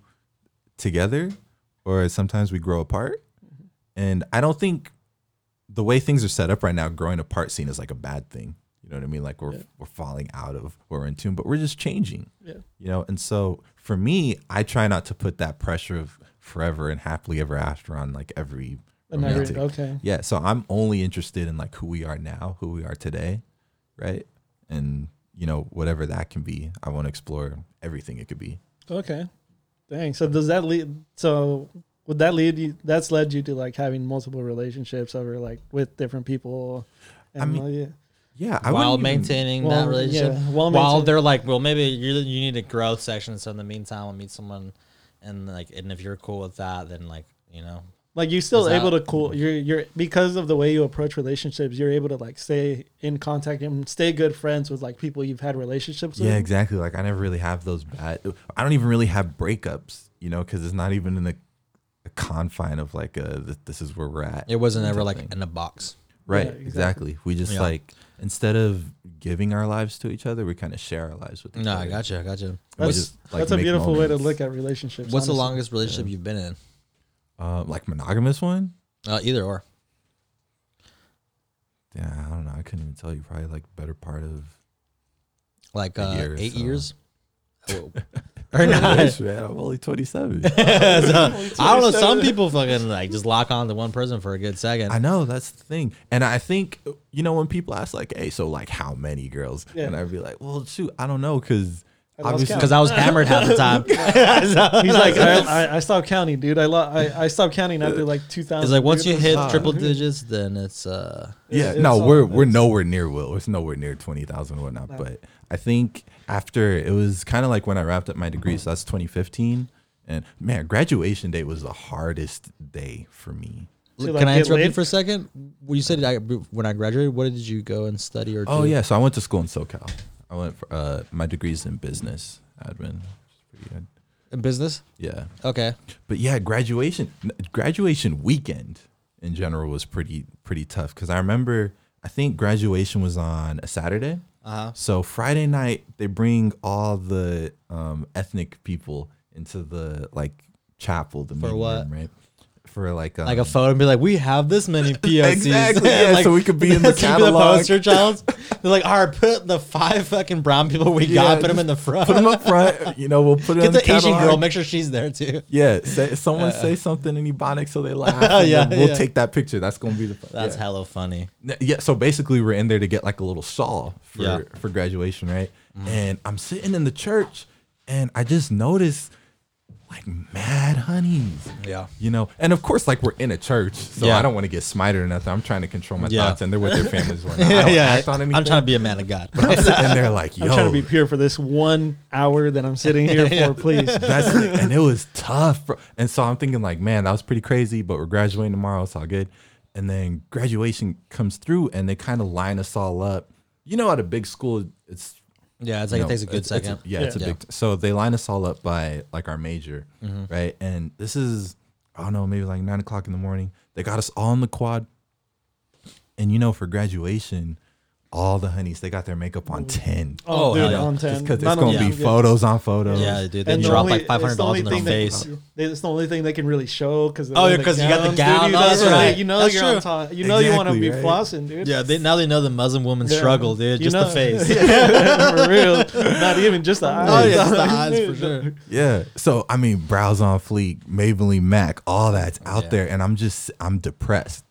[SPEAKER 3] together or sometimes we grow apart. And I don't think the way things are set up right now, growing apart seen as like a bad thing. You know what I mean? Like we're, we're falling out of, we're in tune, but we're just changing.
[SPEAKER 2] Yeah.
[SPEAKER 3] You know, and so for me, I try not to put that pressure of forever and happily ever after on like every
[SPEAKER 2] And I
[SPEAKER 3] romantic.
[SPEAKER 2] read- okay.
[SPEAKER 3] Yeah, so I'm only interested in like who we are now, who we are today, right? And you know whatever that can be, I want to explore everything it could be.
[SPEAKER 2] Okay. Dang. So does that lead? So would that lead you? That's led you to like having multiple relationships over like with different people. And,
[SPEAKER 3] I mean,
[SPEAKER 2] uh, yeah.
[SPEAKER 3] Yeah, I
[SPEAKER 1] while
[SPEAKER 3] wouldn't even-
[SPEAKER 1] maintaining
[SPEAKER 2] Well,
[SPEAKER 1] that relationship,
[SPEAKER 2] yeah,
[SPEAKER 1] while,
[SPEAKER 2] while maintain-
[SPEAKER 1] they're like, well, maybe you you need a growth section. So in the meantime, I'll meet someone, and like, and if you're cool with that, then like, you know,
[SPEAKER 2] like you're
[SPEAKER 1] Is
[SPEAKER 2] still
[SPEAKER 1] that-
[SPEAKER 2] able to cool you're you're because of the way you approach relationships you're able to like stay in contact and stay good friends with like people you've had relationships with
[SPEAKER 3] Yeah, exactly. Like I never really have those bad. I don't even really have breakups, you know, because it's not even in the a confine of like a th- this is where we're at.
[SPEAKER 1] it wasn't
[SPEAKER 3] type
[SPEAKER 1] ever like
[SPEAKER 3] thing.
[SPEAKER 1] in a box.
[SPEAKER 3] right,
[SPEAKER 2] Yeah,
[SPEAKER 3] exactly.
[SPEAKER 2] exactly.
[SPEAKER 3] We just
[SPEAKER 1] Yeah.
[SPEAKER 3] like instead of giving our lives to each other, we kind of share our lives with. Each
[SPEAKER 1] No,
[SPEAKER 3] other.
[SPEAKER 1] I gotcha, I gotcha.
[SPEAKER 3] And we
[SPEAKER 2] that's,
[SPEAKER 3] just, like,
[SPEAKER 2] that's a
[SPEAKER 3] make
[SPEAKER 2] beautiful way to
[SPEAKER 3] moments.
[SPEAKER 2] look at relationships
[SPEAKER 1] What's the
[SPEAKER 2] honestly.
[SPEAKER 1] longest relationship you've been in?
[SPEAKER 3] Um, like monogamous one.
[SPEAKER 1] Uh, either or.
[SPEAKER 3] Yeah, I don't know. I couldn't even tell you. Probably like better part of
[SPEAKER 1] [LAUGHS] like
[SPEAKER 3] A
[SPEAKER 1] uh,
[SPEAKER 3] year or
[SPEAKER 1] eight
[SPEAKER 3] so. [LAUGHS]
[SPEAKER 1] years. Oh, or not.
[SPEAKER 3] man. I'm only 27.
[SPEAKER 1] I don't know. Some people fucking like just lock on to one person for a good second.
[SPEAKER 3] I know that's the thing, and I think you know when people ask like, "Hey, so like how many girls?"
[SPEAKER 2] Yeah.
[SPEAKER 3] and I'd be like, "well, shoot, I don't know," because
[SPEAKER 2] lost
[SPEAKER 3] obviously,
[SPEAKER 2] count.
[SPEAKER 1] because I was hammered half the
[SPEAKER 3] [LAUGHS]
[SPEAKER 1] time. [LAUGHS]
[SPEAKER 2] he's like I, I, I stopped counting dude I, lo- I I stopped counting after like 2000
[SPEAKER 1] It's like once
[SPEAKER 2] dude.
[SPEAKER 1] you hit
[SPEAKER 3] Ah.
[SPEAKER 1] triple digits, then it's uh.
[SPEAKER 3] yeah,
[SPEAKER 2] It's
[SPEAKER 3] no,
[SPEAKER 2] all-
[SPEAKER 3] we're we're nowhere near Will. It's nowhere near 20,000 or whatnot. But I think after it was kind of like when I wrapped up my degree, so that's 2015, and man, graduation day was the hardest day for me.
[SPEAKER 2] So,
[SPEAKER 1] Can
[SPEAKER 2] like,
[SPEAKER 1] I
[SPEAKER 2] get
[SPEAKER 1] interrupt you
[SPEAKER 2] laid?
[SPEAKER 1] for a second? Well, You said I, when I graduated, what did you go and study or?
[SPEAKER 3] Oh
[SPEAKER 1] do?
[SPEAKER 3] yeah, so I went to school in SoCal. I went for uh, my degrees in business admin. It's pretty good.
[SPEAKER 1] in business.
[SPEAKER 3] Yeah,
[SPEAKER 1] Okay,
[SPEAKER 3] but yeah, graduation graduation weekend in general was pretty pretty tough because I remember I think graduation was on a Saturday.
[SPEAKER 1] Uh-huh.
[SPEAKER 3] So Friday night they bring all the um, ethnic people into the like chapel, the meeting
[SPEAKER 1] what?
[SPEAKER 3] room, right? For like um,
[SPEAKER 1] like a photo and be like, we have this
[SPEAKER 3] [LAUGHS]
[SPEAKER 1] many POCs. [LAUGHS]
[SPEAKER 3] Exactly, yeah,
[SPEAKER 1] Like,
[SPEAKER 3] so we could be in the
[SPEAKER 1] so you could
[SPEAKER 3] catalog.
[SPEAKER 1] poster child. They're like, all right, put the five fucking brown people [LAUGHS] we
[SPEAKER 3] Yeah,
[SPEAKER 1] got, put them in the front.
[SPEAKER 3] put them up
[SPEAKER 1] [LAUGHS]
[SPEAKER 3] front. You know, we'll put it
[SPEAKER 1] Get
[SPEAKER 3] on
[SPEAKER 1] the,
[SPEAKER 3] the,
[SPEAKER 1] Asian
[SPEAKER 3] catalog.
[SPEAKER 1] girl. Make sure she's there too.
[SPEAKER 3] Yeah, say,
[SPEAKER 1] [LAUGHS]
[SPEAKER 3] someone say something in Ebonic so they laugh. and
[SPEAKER 1] Yeah,
[SPEAKER 3] then we'll
[SPEAKER 1] yeah.
[SPEAKER 3] take that picture. That's gonna be the.
[SPEAKER 1] That's
[SPEAKER 3] yeah.
[SPEAKER 1] hella
[SPEAKER 2] [LAUGHS]
[SPEAKER 1] funny.
[SPEAKER 3] N- Yeah, so basically we're in there to get like a little shawl for
[SPEAKER 1] Yeah. Mm-hmm.
[SPEAKER 3] for graduation, right? And I'm sitting in the church and I just noticed like mad honeys.
[SPEAKER 1] Yeah.
[SPEAKER 3] You know, and of course, like we're in a church, so
[SPEAKER 1] Yeah.
[SPEAKER 3] I don't want to get smited or nothing. I'm trying to control my
[SPEAKER 1] Yeah.
[SPEAKER 3] thoughts, and
[SPEAKER 1] [LAUGHS]
[SPEAKER 3] they're with their families. Right now. I don't act on anything.
[SPEAKER 1] I'm
[SPEAKER 3] [LAUGHS]
[SPEAKER 1] trying to be a man of God.
[SPEAKER 3] and they're like, "Yo,
[SPEAKER 2] I'm trying to be pure for this one hour that I'm
[SPEAKER 1] [LAUGHS]
[SPEAKER 2] sitting here for please
[SPEAKER 3] That's it. and it was tough, bro. And so I'm thinking like, man, that was pretty crazy, but we're graduating tomorrow, it's all good. And then graduation comes through, and they kind of line us all up. You know, at a big school, it's
[SPEAKER 1] yeah, it's like
[SPEAKER 3] you
[SPEAKER 1] it
[SPEAKER 3] know,
[SPEAKER 1] takes a good
[SPEAKER 3] it's- it's
[SPEAKER 1] second.
[SPEAKER 3] yeah, it's a
[SPEAKER 1] Yeah.
[SPEAKER 3] big. So they line us all up by like our major,
[SPEAKER 1] Mm-hmm.
[SPEAKER 3] right? And this is I don't know, maybe like nine o'clock in the morning. They got us all in the quad, and you know, for graduation, all the honeys. They got their makeup on ten.
[SPEAKER 1] Oh, hell yeah.
[SPEAKER 2] on 10.
[SPEAKER 3] Just because it's
[SPEAKER 2] Not
[SPEAKER 3] gonna
[SPEAKER 2] only-
[SPEAKER 3] be photos on photos.
[SPEAKER 1] Yeah, dude, they
[SPEAKER 2] And the
[SPEAKER 1] drop
[SPEAKER 2] only-
[SPEAKER 1] like
[SPEAKER 2] it's
[SPEAKER 1] five hundred dollars
[SPEAKER 2] only
[SPEAKER 1] on their own
[SPEAKER 2] thing they-
[SPEAKER 1] face.
[SPEAKER 2] It's the only thing they can really show because
[SPEAKER 1] Oh, yeah, 'cause you got the gown. Oh,
[SPEAKER 2] that's
[SPEAKER 1] that's
[SPEAKER 2] right.
[SPEAKER 1] right.
[SPEAKER 2] You know
[SPEAKER 1] That's
[SPEAKER 2] you're on
[SPEAKER 1] true.
[SPEAKER 2] top. You know you want to be
[SPEAKER 3] Exactly, right?
[SPEAKER 2] flossing, dude.
[SPEAKER 1] Yeah, they, now they know the Muslim woman's
[SPEAKER 2] Yeah.
[SPEAKER 1] struggle, dude.
[SPEAKER 2] You
[SPEAKER 1] Just
[SPEAKER 2] know- [LAUGHS]
[SPEAKER 1] the face.
[SPEAKER 2] Yeah, [LAUGHS] for real. Not even just the
[SPEAKER 1] [LAUGHS]
[SPEAKER 2] eyes.
[SPEAKER 1] Oh yeah, just the eyes for sure.
[SPEAKER 3] Yeah. So I mean, brows on fleek, Maybelline Mac, all that's out
[SPEAKER 1] Yeah.
[SPEAKER 3] there, and I'm just
[SPEAKER 1] [LAUGHS]
[SPEAKER 3] I'm depressed.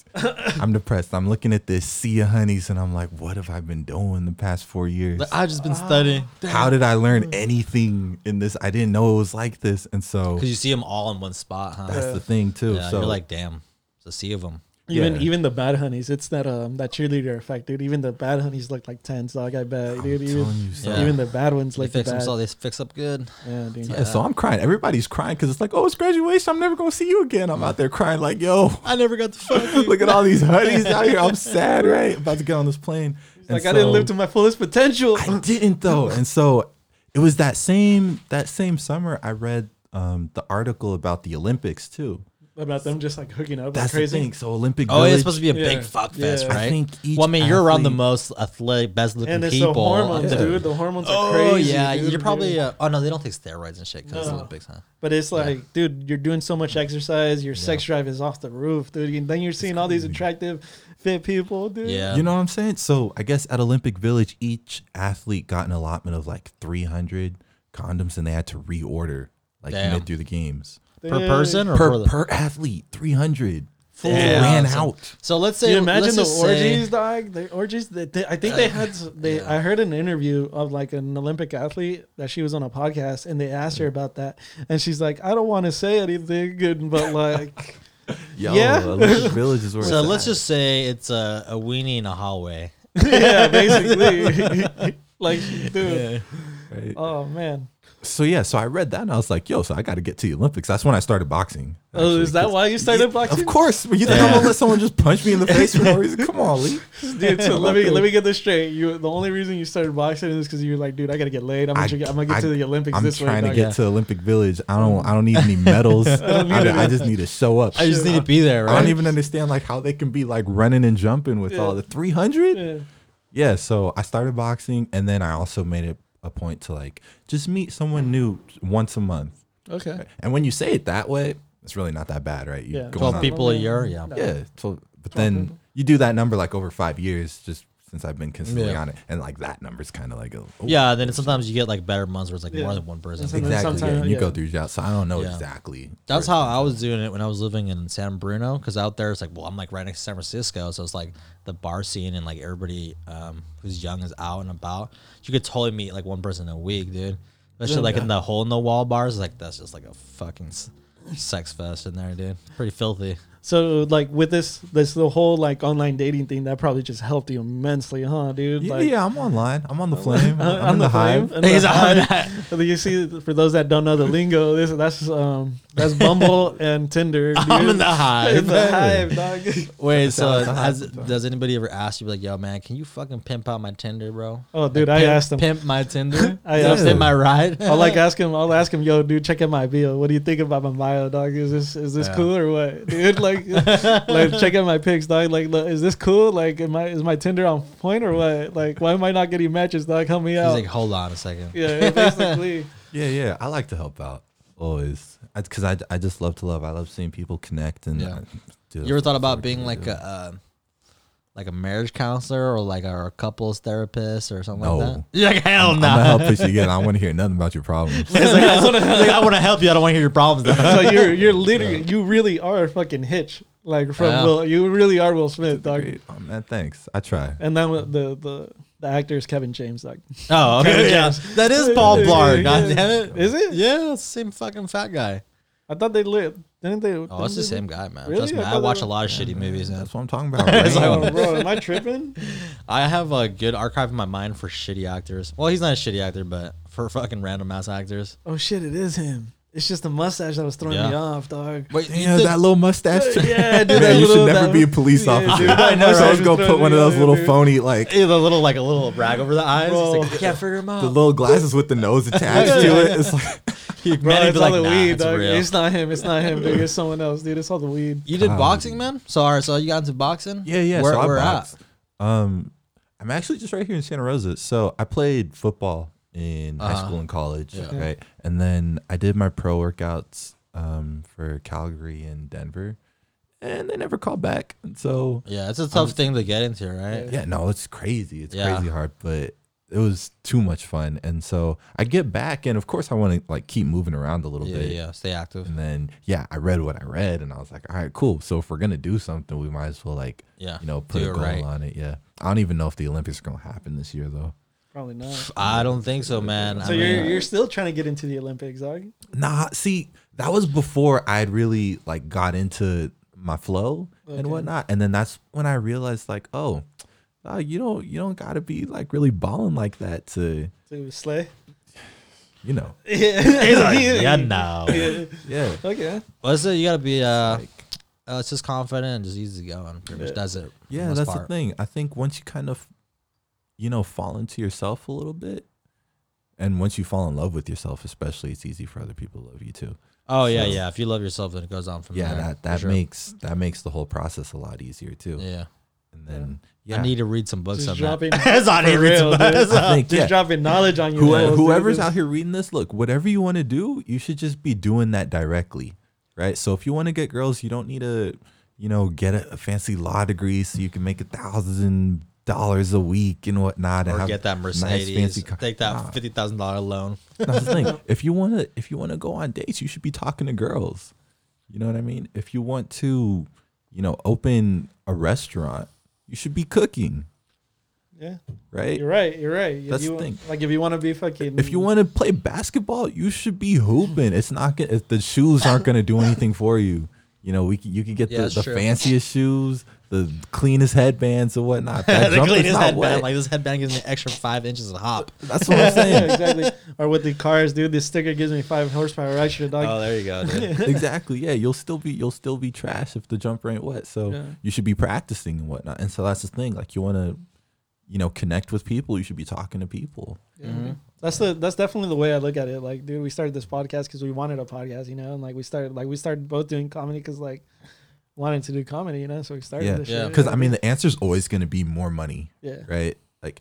[SPEAKER 3] I'm depressed. I'm looking at this sea of honeys, and I'm like, what have I been doing the past four years?
[SPEAKER 1] But I've just been
[SPEAKER 2] Ah.
[SPEAKER 1] studying
[SPEAKER 3] How did I learn
[SPEAKER 1] Mm.
[SPEAKER 3] anything in this? I didn't know it was like this, and so
[SPEAKER 1] because you see them all in one spot, huh?
[SPEAKER 3] that's the thing too.
[SPEAKER 1] yeah,
[SPEAKER 3] so
[SPEAKER 1] you're like, damn, it's a sea of them.
[SPEAKER 2] [LAUGHS] Even
[SPEAKER 3] Yeah.
[SPEAKER 2] even the bad honeys, it's that um that cheerleader effect, dude. Even the bad honeys look like tens, dog. I bet, dude.
[SPEAKER 3] telling
[SPEAKER 2] Even,
[SPEAKER 3] you, so-
[SPEAKER 2] even the bad ones
[SPEAKER 1] They
[SPEAKER 2] look the
[SPEAKER 1] fix
[SPEAKER 2] bad.
[SPEAKER 1] themselves. They fix up good.
[SPEAKER 2] Yeah, dude.
[SPEAKER 3] yeah, so I'm crying. Everybody's crying because it's like, oh, it's graduation. I'm never gonna see you again. I'm out there crying like, yo, [LAUGHS]
[SPEAKER 1] I never [LAUGHS] got the fuck.
[SPEAKER 3] look at all these honeys out here. I'm sad, right? About to get on this plane. And
[SPEAKER 2] Like I didn't
[SPEAKER 3] so-
[SPEAKER 2] live to my fullest potential.
[SPEAKER 3] I didn't though. And so it was that same that same summer I read um, the article about the Olympics too.
[SPEAKER 2] [LAUGHS] About them just like hooking up.
[SPEAKER 3] That's
[SPEAKER 2] like crazy.
[SPEAKER 3] the thing. So Olympic
[SPEAKER 1] Oh,
[SPEAKER 3] Village,
[SPEAKER 1] it's supposed to be a
[SPEAKER 2] Yeah.
[SPEAKER 1] big fuck fest,
[SPEAKER 2] Yeah. I
[SPEAKER 1] right?
[SPEAKER 3] think each
[SPEAKER 1] well, I mean, you're around the
[SPEAKER 3] athlete-
[SPEAKER 1] most athletic, best looking
[SPEAKER 2] And it's
[SPEAKER 1] people.
[SPEAKER 2] the hormones,
[SPEAKER 1] Yeah.
[SPEAKER 2] dude. The hormones are
[SPEAKER 1] Oh
[SPEAKER 2] crazy.
[SPEAKER 1] yeah,
[SPEAKER 2] dude.
[SPEAKER 1] you're probably. Uh, oh no, they don't take steroids and shit because
[SPEAKER 2] No.
[SPEAKER 1] Olympics, huh?
[SPEAKER 2] But it's like, dude, you're doing so much exercise. Your sex drive is off the roof, dude. And then you're seeing all these attractive, fit people, dude.
[SPEAKER 1] Yeah,
[SPEAKER 3] You know what I'm saying? So I guess at Olympic Village, each athlete got an allotment of like 300 condoms, and they had to reorder like
[SPEAKER 1] Damn.
[SPEAKER 3] mid through the games
[SPEAKER 1] per
[SPEAKER 2] Yeah.
[SPEAKER 1] person or per,
[SPEAKER 3] per
[SPEAKER 1] the-
[SPEAKER 3] per athlete 300. Fool
[SPEAKER 1] Damn.
[SPEAKER 3] ran
[SPEAKER 1] Awesome.
[SPEAKER 3] out.
[SPEAKER 1] So let's say
[SPEAKER 2] Dude, imagine
[SPEAKER 1] let's
[SPEAKER 2] the
[SPEAKER 1] just say-
[SPEAKER 2] orgies, dog. The orgies. That they, I think they had. s- They. I heard an interview of like an Olympic athlete that she was on a podcast, and they asked her about that, and she's like, "I don't want to say anything, good, but like,
[SPEAKER 3] Yo,
[SPEAKER 2] Yeah.
[SPEAKER 3] Olympic Village
[SPEAKER 1] [LAUGHS]
[SPEAKER 3] is where.
[SPEAKER 1] So
[SPEAKER 3] it's
[SPEAKER 1] let's
[SPEAKER 3] at.
[SPEAKER 1] just say it's a, a weenie in a hallway.
[SPEAKER 2] yeah, basically, [LAUGHS] like, dude,
[SPEAKER 3] Right?
[SPEAKER 2] oh man,
[SPEAKER 3] So yeah, so I read that and I was like, yo, so I got to get to the Olympics. That's when I started boxing.
[SPEAKER 2] oh, is
[SPEAKER 3] actually.
[SPEAKER 2] that why you started boxing?
[SPEAKER 3] Of course. Well, You think I'm gonna let someone just punch me [LAUGHS] in the face for no reason? Come on, Lee. [LAUGHS]
[SPEAKER 2] dude. So let me let me get this straight. You the only reason you started boxing is because you were like, dude, I gotta get laid. I'm gonna,
[SPEAKER 3] I-
[SPEAKER 2] tr- I'm gonna get
[SPEAKER 3] I-
[SPEAKER 2] to the Olympics
[SPEAKER 3] I'm
[SPEAKER 2] this way.
[SPEAKER 3] trying to
[SPEAKER 2] dog."
[SPEAKER 3] get to Olympic Village. I don't. I don't
[SPEAKER 2] [LAUGHS]
[SPEAKER 3] need any medals. I,
[SPEAKER 2] don't need any-
[SPEAKER 3] I just need to show up.
[SPEAKER 1] I just need to be there,
[SPEAKER 3] I don't
[SPEAKER 1] right?
[SPEAKER 3] even understand like how they can be like running and jumping with all
[SPEAKER 2] Yeah.
[SPEAKER 3] the 300.
[SPEAKER 2] Yeah.
[SPEAKER 3] Yeah, so I started boxing, and then I also made it a point to like just meet someone new once a month.
[SPEAKER 2] Okay.
[SPEAKER 3] And when you say it that way, it's really not that bad, right? You
[SPEAKER 2] Yeah.
[SPEAKER 3] go
[SPEAKER 1] Twelve
[SPEAKER 3] on-
[SPEAKER 1] people a year, yeah.
[SPEAKER 3] Yeah, so but
[SPEAKER 1] Oh,
[SPEAKER 3] then you do that number like over five years, just since I've been consistently
[SPEAKER 1] Yeah.
[SPEAKER 3] on it, and like that number's kind of like a oh,
[SPEAKER 1] Yeah, then sometimes you get like better months where it's like
[SPEAKER 2] Yeah.
[SPEAKER 1] more than one person.
[SPEAKER 2] Sometimes-
[SPEAKER 3] exactly. yeah,
[SPEAKER 2] sometime-
[SPEAKER 3] and you
[SPEAKER 2] yeah.
[SPEAKER 3] go through jobs, so I don't know
[SPEAKER 1] Yeah.
[SPEAKER 3] exactly.
[SPEAKER 1] That's
[SPEAKER 3] where
[SPEAKER 1] how I was doing it when I was living in San Bruno, because out there it's like, well, I'm like right next to San Francisco, so it's like the bar scene and like everybody um, who's young is out and about. You could totally meet like one person a week, dude. Especially like in the hole in the wall bars, like that's just like a fucking s- sex fest in there, dude. Pretty filthy.
[SPEAKER 2] So like with this this the whole like online dating thing that probably just helped you immensely, huh, dude?
[SPEAKER 3] Yeah,
[SPEAKER 2] like,
[SPEAKER 3] yeah, I'm online.
[SPEAKER 1] [LAUGHS]
[SPEAKER 3] I'm on the flame. I'm,
[SPEAKER 2] on
[SPEAKER 3] in the, hive.
[SPEAKER 2] flame, in the
[SPEAKER 1] He's on
[SPEAKER 2] hive. [LAUGHS] You see, for those that don't know the lingo, this that's um that's
[SPEAKER 3] [LAUGHS]
[SPEAKER 2] Bumble and Tinder. Dude.
[SPEAKER 1] I'm in the hive.
[SPEAKER 2] [LAUGHS] In the hive, dog.
[SPEAKER 3] [LAUGHS]
[SPEAKER 1] Wait, so
[SPEAKER 3] Sounds
[SPEAKER 1] has,
[SPEAKER 3] hot.
[SPEAKER 1] does anybody ever ask you like, "Yo, man, can you fucking pimp out my Tinder, bro?"
[SPEAKER 2] Oh, dude,
[SPEAKER 1] Like,
[SPEAKER 2] I
[SPEAKER 1] pimp,
[SPEAKER 2] asked him.
[SPEAKER 1] Pimp my Tinder.
[SPEAKER 2] [LAUGHS] I Oh,
[SPEAKER 1] I asked
[SPEAKER 3] asked
[SPEAKER 1] him
[SPEAKER 3] him.
[SPEAKER 1] my
[SPEAKER 2] [LAUGHS]
[SPEAKER 1] ride. [LAUGHS]
[SPEAKER 2] I'll like ask him. I'll ask him, yo, dude, check out my bio. What do you think about my bio, dog? Is this is this
[SPEAKER 1] Yeah.
[SPEAKER 2] cool or what, [LAUGHS] dude? Like, like check out my pics, dog. Like, look, is this cool? Like, am I is my Tinder on point or what? Like, why am I not getting matches, dog? Help me
[SPEAKER 1] He's
[SPEAKER 2] out.
[SPEAKER 1] like, "Hold on a second.
[SPEAKER 2] [LAUGHS] yeah, basically.
[SPEAKER 1] [LAUGHS]
[SPEAKER 3] Yeah, yeah. I like to help out always because I, I just love to love. I love seeing people connect and.
[SPEAKER 1] Yeah.
[SPEAKER 3] I-
[SPEAKER 1] You
[SPEAKER 3] dude,
[SPEAKER 1] ever
[SPEAKER 3] that's
[SPEAKER 1] thought about
[SPEAKER 3] what I
[SPEAKER 1] being
[SPEAKER 3] do.
[SPEAKER 1] like a uh, like a marriage counselor or like a, or a couples therapist or something
[SPEAKER 3] No.
[SPEAKER 1] like that? [LAUGHS] You're like, hell
[SPEAKER 3] I'm
[SPEAKER 1] no.
[SPEAKER 3] gonna help push you again. I want to hear nothing about your
[SPEAKER 1] [LAUGHS]
[SPEAKER 3] problems.
[SPEAKER 1] It's like, I wanna- it's like, I want to help you. I don't want to hear your problems. though."
[SPEAKER 2] so you're you're literally you really are fucking Hitch, like from
[SPEAKER 1] Yeah.
[SPEAKER 2] Will. You really are Will Smith, dog.
[SPEAKER 3] Great. Oh, man, thanks. I try.
[SPEAKER 2] And then with the the the actor is Kevin James, dog.
[SPEAKER 1] oh, okay,
[SPEAKER 2] Kevin
[SPEAKER 1] [LAUGHS] yeah.
[SPEAKER 2] James.
[SPEAKER 1] That is Paul
[SPEAKER 2] Yeah,
[SPEAKER 1] Blart.
[SPEAKER 2] yeah,
[SPEAKER 1] God
[SPEAKER 2] yeah.
[SPEAKER 1] damn it.
[SPEAKER 2] Is it?
[SPEAKER 1] Yeah, it's the same fucking fat guy.
[SPEAKER 2] I thought they lit. Didn't they?
[SPEAKER 1] Oh, it's the [LAUGHS] same guy, man. Trust
[SPEAKER 2] Really?
[SPEAKER 1] me,
[SPEAKER 2] I
[SPEAKER 1] I,
[SPEAKER 2] thought
[SPEAKER 1] watch
[SPEAKER 2] that-
[SPEAKER 1] a lot of shitty movies. Man.
[SPEAKER 3] That's what I'm talking
[SPEAKER 1] [LAUGHS]
[SPEAKER 3] about.
[SPEAKER 2] Oh,
[SPEAKER 3] Rain.
[SPEAKER 2] bro, am I tripping?
[SPEAKER 1] I have a good archive in my mind for shitty actors. Well, he's not a shitty actor, but for fucking random ass actors.
[SPEAKER 2] Oh shit, it is him. It's just the mustache that was throwing me
[SPEAKER 1] Yeah.
[SPEAKER 2] off,
[SPEAKER 3] [LAUGHS]
[SPEAKER 2] dog.
[SPEAKER 1] Wait,
[SPEAKER 3] Damn, that little mustache.
[SPEAKER 2] yeah, [LAUGHS] dude, that
[SPEAKER 3] Man, you
[SPEAKER 2] little-
[SPEAKER 3] should never
[SPEAKER 2] that-
[SPEAKER 3] be a police
[SPEAKER 2] Yeah,
[SPEAKER 3] officer.
[SPEAKER 2] dude, that
[SPEAKER 3] [LAUGHS] I know. I
[SPEAKER 2] mustache
[SPEAKER 3] was gonna
[SPEAKER 2] was
[SPEAKER 3] put one of
[SPEAKER 2] throwing
[SPEAKER 3] those
[SPEAKER 2] me
[SPEAKER 3] little
[SPEAKER 2] off, dude.
[SPEAKER 3] phony, like
[SPEAKER 1] the little like a little rag over the eyes. He's
[SPEAKER 2] Bro.
[SPEAKER 1] like, I can't figure him out.
[SPEAKER 3] the little glasses with the nose attached to it. It's like,
[SPEAKER 1] he
[SPEAKER 2] Bro,
[SPEAKER 1] meant to
[SPEAKER 2] it's
[SPEAKER 1] be
[SPEAKER 2] all
[SPEAKER 1] like,
[SPEAKER 2] the
[SPEAKER 1] nah,
[SPEAKER 2] weed,
[SPEAKER 1] it's
[SPEAKER 2] dog.
[SPEAKER 1] real.
[SPEAKER 2] It's not him. It's not him, dude.
[SPEAKER 3] [LAUGHS]
[SPEAKER 2] It's someone else, dude. It's all the weed.
[SPEAKER 1] You did
[SPEAKER 3] Um,
[SPEAKER 1] boxing, man. So, all right, so you got into boxing.
[SPEAKER 3] yeah, yeah.
[SPEAKER 1] Where,
[SPEAKER 3] so I
[SPEAKER 1] where
[SPEAKER 3] boxed. Um, I'm actually just right here in Santa Rosa. So I played football in high
[SPEAKER 1] Uh-huh.
[SPEAKER 3] school and college,
[SPEAKER 1] Yeah.
[SPEAKER 2] Okay.
[SPEAKER 3] right? And then I did my pro workouts um, for Calgary and Denver, and they never called back. And so
[SPEAKER 1] Yeah, it's a tough thing to get into, right?
[SPEAKER 3] yeah, no, it's crazy. It's
[SPEAKER 1] Yeah.
[SPEAKER 3] crazy hard, but it was too much fun. And so I get back, and of course I want to like keep moving around a little
[SPEAKER 1] Yeah,
[SPEAKER 3] bit.
[SPEAKER 1] yeah. Stay active.
[SPEAKER 3] And then yeah, I read what I read, and I was like, all right, cool. So if we're gonna do something, we might as well like
[SPEAKER 1] Yeah.
[SPEAKER 3] you know put
[SPEAKER 1] Do
[SPEAKER 3] a
[SPEAKER 1] it
[SPEAKER 3] goal
[SPEAKER 1] right.
[SPEAKER 3] on it. Yeah, I don't even know if the Olympics are gonna happen this year though.
[SPEAKER 2] Probably not. So
[SPEAKER 1] I don't think so, man. I
[SPEAKER 2] you're
[SPEAKER 1] mean,
[SPEAKER 2] you're still trying to get into the Olympics, are you?
[SPEAKER 3] Nah, see, that was before I had really like got into my flow and
[SPEAKER 2] Okay.
[SPEAKER 3] whatnot, and then that's when I realized like, oh, uh, you don't you don't gotta be like really balling like that to
[SPEAKER 2] To
[SPEAKER 3] [LAUGHS]
[SPEAKER 2] slay.
[SPEAKER 3] you know
[SPEAKER 1] [LAUGHS]
[SPEAKER 2] Yeah. [LAUGHS]
[SPEAKER 1] yeah, no.
[SPEAKER 3] yeah
[SPEAKER 2] Okay.
[SPEAKER 1] What's it? You gotta be uh,
[SPEAKER 3] like
[SPEAKER 1] uh, it's just confident and just easy going. Pretty much that's it.
[SPEAKER 3] yeah
[SPEAKER 1] Most
[SPEAKER 3] that's
[SPEAKER 1] part.
[SPEAKER 3] the thing. I think once you kind of you know fall into yourself a little bit, and once you fall in love with yourself, especially, it's easy for other people to love you too.
[SPEAKER 1] Oh yeah,
[SPEAKER 3] So-
[SPEAKER 1] yeah. If you love yourself, then it goes on from
[SPEAKER 3] Yeah,
[SPEAKER 1] there.
[SPEAKER 3] that
[SPEAKER 1] for
[SPEAKER 3] that
[SPEAKER 1] sure.
[SPEAKER 3] makes that makes the whole process a lot easier too.
[SPEAKER 1] yeah.
[SPEAKER 3] And then yeah,
[SPEAKER 1] I need to read some books
[SPEAKER 2] Just
[SPEAKER 1] on [LAUGHS]
[SPEAKER 3] [LAUGHS]
[SPEAKER 2] dropping-
[SPEAKER 1] that. It's on
[SPEAKER 2] for
[SPEAKER 1] here, read some
[SPEAKER 2] real, dude.
[SPEAKER 1] books.
[SPEAKER 3] I think
[SPEAKER 2] Just
[SPEAKER 3] yeah,
[SPEAKER 2] dropping knowledge on you.
[SPEAKER 3] Who,
[SPEAKER 2] though, dude.
[SPEAKER 3] whoever's
[SPEAKER 2] Just-
[SPEAKER 3] out here reading this, look, whatever you want to do, you should just be doing that directly, right? So if you want to get girls, you don't need to, you know, get a, a fancy law degree so you can make a thousand dollars a week and whatnot, and
[SPEAKER 1] Or
[SPEAKER 3] have
[SPEAKER 1] get that
[SPEAKER 3] nice,
[SPEAKER 1] Mercedes.
[SPEAKER 3] car.
[SPEAKER 1] Take
[SPEAKER 3] Nah,
[SPEAKER 1] that fifty thousand dollar loan.
[SPEAKER 3] that's
[SPEAKER 1] [LAUGHS]
[SPEAKER 3] the thing. If you want to, if you want to go on dates, you should be talking to girls. You know what I mean? If you want to, you know, open a restaurant, you should be cooking,
[SPEAKER 2] Yeah.
[SPEAKER 3] right?
[SPEAKER 2] You're right. You're right. If
[SPEAKER 3] That's the
[SPEAKER 2] you-
[SPEAKER 3] thing.
[SPEAKER 2] Like if you want to be fucking.
[SPEAKER 3] If you want to play basketball, you should be hooping. It's not gonna, if the shoes aren't going to do anything for you. You know, we c- you could get
[SPEAKER 1] Yeah,
[SPEAKER 3] the,
[SPEAKER 1] it's
[SPEAKER 3] the
[SPEAKER 1] true.
[SPEAKER 3] fanciest shoes, the cleanest headbands and
[SPEAKER 1] [LAUGHS]
[SPEAKER 3] whatnot. That
[SPEAKER 1] the
[SPEAKER 3] jumper's
[SPEAKER 1] cleanest
[SPEAKER 3] not
[SPEAKER 1] headband.
[SPEAKER 3] wet.
[SPEAKER 1] Like this headband gives me an extra five inches of hop.
[SPEAKER 3] That's what I'm [LAUGHS]
[SPEAKER 1] [LAUGHS]
[SPEAKER 2] yeah,
[SPEAKER 3] saying.
[SPEAKER 2] exactly. [LAUGHS] Or with the cars, dude, this sticker gives me five horsepower extra, dog.
[SPEAKER 1] Oh, there you go,
[SPEAKER 2] [LAUGHS]
[SPEAKER 1] dude.
[SPEAKER 3] exactly. Yeah, you'll still be you'll still be trash if the jumper ain't wet. So
[SPEAKER 2] Yeah.
[SPEAKER 3] you should be practicing and whatnot. And so that's the thing. Like you want to, you know, connect with people. You should be talking to people.
[SPEAKER 2] Yeah, dude. That's the that's definitely the way I look at it. Like, dude, we started this podcast because we wanted a podcast, you know, and like we started like we started both doing comedy because like wanted to do comedy, you know. So we started
[SPEAKER 3] Yeah.
[SPEAKER 2] this.
[SPEAKER 1] Yeah.
[SPEAKER 2] shit,
[SPEAKER 3] Because I mean, the answer is always going to be more money.
[SPEAKER 2] yeah,
[SPEAKER 3] right? Like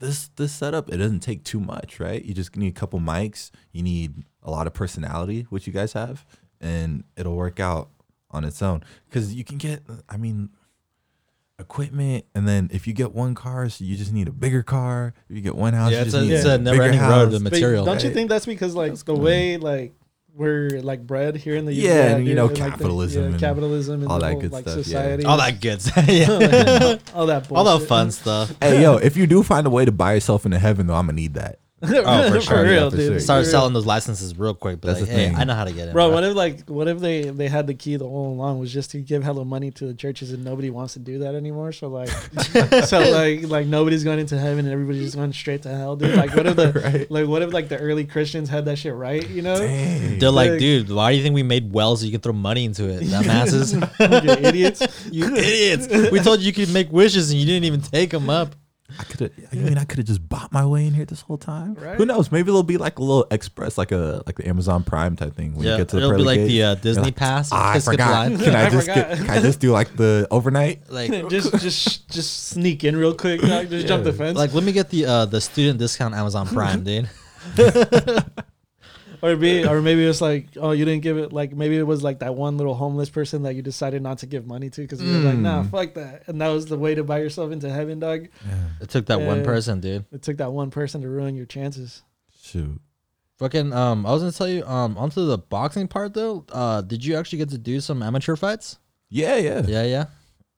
[SPEAKER 3] this this setup, it doesn't take too much, right? You just need a couple mics, you need a lot of personality, which you guys have, and it'll work out on its own. Cause you can get I mean equipment and then if you get one car, so you just need a bigger car. If you get one house,
[SPEAKER 1] yeah,
[SPEAKER 3] you
[SPEAKER 1] it's
[SPEAKER 3] just
[SPEAKER 1] a,
[SPEAKER 3] need
[SPEAKER 1] it's
[SPEAKER 3] a,
[SPEAKER 1] a never
[SPEAKER 3] bigger
[SPEAKER 1] ending
[SPEAKER 3] house.
[SPEAKER 1] road to
[SPEAKER 2] But
[SPEAKER 1] material.
[SPEAKER 2] Don't you
[SPEAKER 3] right?
[SPEAKER 2] think that's because like
[SPEAKER 3] That's
[SPEAKER 2] the
[SPEAKER 3] good.
[SPEAKER 2] way like we're like bred here in the
[SPEAKER 3] Yeah, and, you know,
[SPEAKER 2] and, like, the-
[SPEAKER 3] capitalism and
[SPEAKER 2] capitalism, and
[SPEAKER 3] all
[SPEAKER 2] the
[SPEAKER 3] that
[SPEAKER 2] whole,
[SPEAKER 3] good
[SPEAKER 2] like,
[SPEAKER 3] stuff, yeah.
[SPEAKER 2] Society,
[SPEAKER 1] All that good stuff. [LAUGHS]
[SPEAKER 2] [LAUGHS]
[SPEAKER 1] yeah.
[SPEAKER 2] all that,
[SPEAKER 1] All that
[SPEAKER 2] bullshit.
[SPEAKER 1] fun stuff.
[SPEAKER 3] hey yo, if you do find a way to buy yourself into heaven though, I'm gonna need that.
[SPEAKER 1] Oh, for
[SPEAKER 2] [LAUGHS] for,
[SPEAKER 1] sure.
[SPEAKER 2] real,
[SPEAKER 3] Yeah, for
[SPEAKER 2] dude.
[SPEAKER 3] sure.
[SPEAKER 2] For
[SPEAKER 1] Start
[SPEAKER 2] real.
[SPEAKER 1] selling those licenses real quick. But
[SPEAKER 3] That's
[SPEAKER 1] like,
[SPEAKER 3] the
[SPEAKER 1] hey,
[SPEAKER 3] thing.
[SPEAKER 1] I know how to get in.
[SPEAKER 2] Bro, what if like what if they they had the key the whole along was just to give hella money to the churches and nobody wants to do that anymore?
[SPEAKER 1] [LAUGHS]
[SPEAKER 2] So like, so like like nobody's going into heaven and everybody's just going straight to hell, dude. Like what if
[SPEAKER 1] [LAUGHS]
[SPEAKER 2] the
[SPEAKER 3] Right.
[SPEAKER 2] like what if like the early Christians had that shit right? You know,
[SPEAKER 3] Dang.
[SPEAKER 1] They're like,
[SPEAKER 2] Like-
[SPEAKER 1] dude, why do you think we made wells so you can throw money into
[SPEAKER 2] [LAUGHS]
[SPEAKER 1] it? Dumbasses.
[SPEAKER 2] [LAUGHS]
[SPEAKER 1] [LAUGHS]
[SPEAKER 2] you idiots.
[SPEAKER 1] you
[SPEAKER 2] [LAUGHS]
[SPEAKER 1] idiots. We told you you could make wishes and you didn't even take them up.
[SPEAKER 3] I could have. I mean, I could have just bought my way in here this whole time.
[SPEAKER 2] Right.
[SPEAKER 3] Who knows? Maybe it'll be like a little express, like a like the Amazon Prime type thing. When
[SPEAKER 1] Yeah,
[SPEAKER 3] you get to the
[SPEAKER 1] it'll be
[SPEAKER 3] pearly
[SPEAKER 1] like
[SPEAKER 3] gates,
[SPEAKER 1] the uh,
[SPEAKER 3] you're
[SPEAKER 1] Disney
[SPEAKER 3] like,
[SPEAKER 1] Pass.
[SPEAKER 3] "Ah, I
[SPEAKER 1] Just skip the
[SPEAKER 3] forgot.
[SPEAKER 1] line.
[SPEAKER 3] [LAUGHS]
[SPEAKER 2] [LAUGHS]
[SPEAKER 3] Can I,
[SPEAKER 2] I
[SPEAKER 3] just
[SPEAKER 2] forgot."
[SPEAKER 3] get, can I just do like the overnight?
[SPEAKER 1] [LAUGHS] Like,
[SPEAKER 2] just just just sneak in real quick. Like, just jump the
[SPEAKER 3] Yeah.
[SPEAKER 2] fence
[SPEAKER 1] like, let me get the uh, the student discount Amazon
[SPEAKER 2] [LAUGHS]
[SPEAKER 1] Prime, dude.
[SPEAKER 2] or be or maybe it's like oh you didn't give it like maybe it was like that one little homeless person that you decided not to give money to because you were
[SPEAKER 1] Mm.
[SPEAKER 2] like nah fuck that and that was the way to buy yourself into heaven, dog.
[SPEAKER 1] It took that one
[SPEAKER 2] Yeah.
[SPEAKER 1] person, dude.
[SPEAKER 2] It took that one person to ruin your chances.
[SPEAKER 3] Shoot.
[SPEAKER 1] Fucking, um, I was gonna tell you, um, onto the boxing part though. Uh, did you actually get to do some amateur
[SPEAKER 3] [LAUGHS]
[SPEAKER 1] fights?
[SPEAKER 3] Yeah, yeah.
[SPEAKER 1] Yeah, yeah.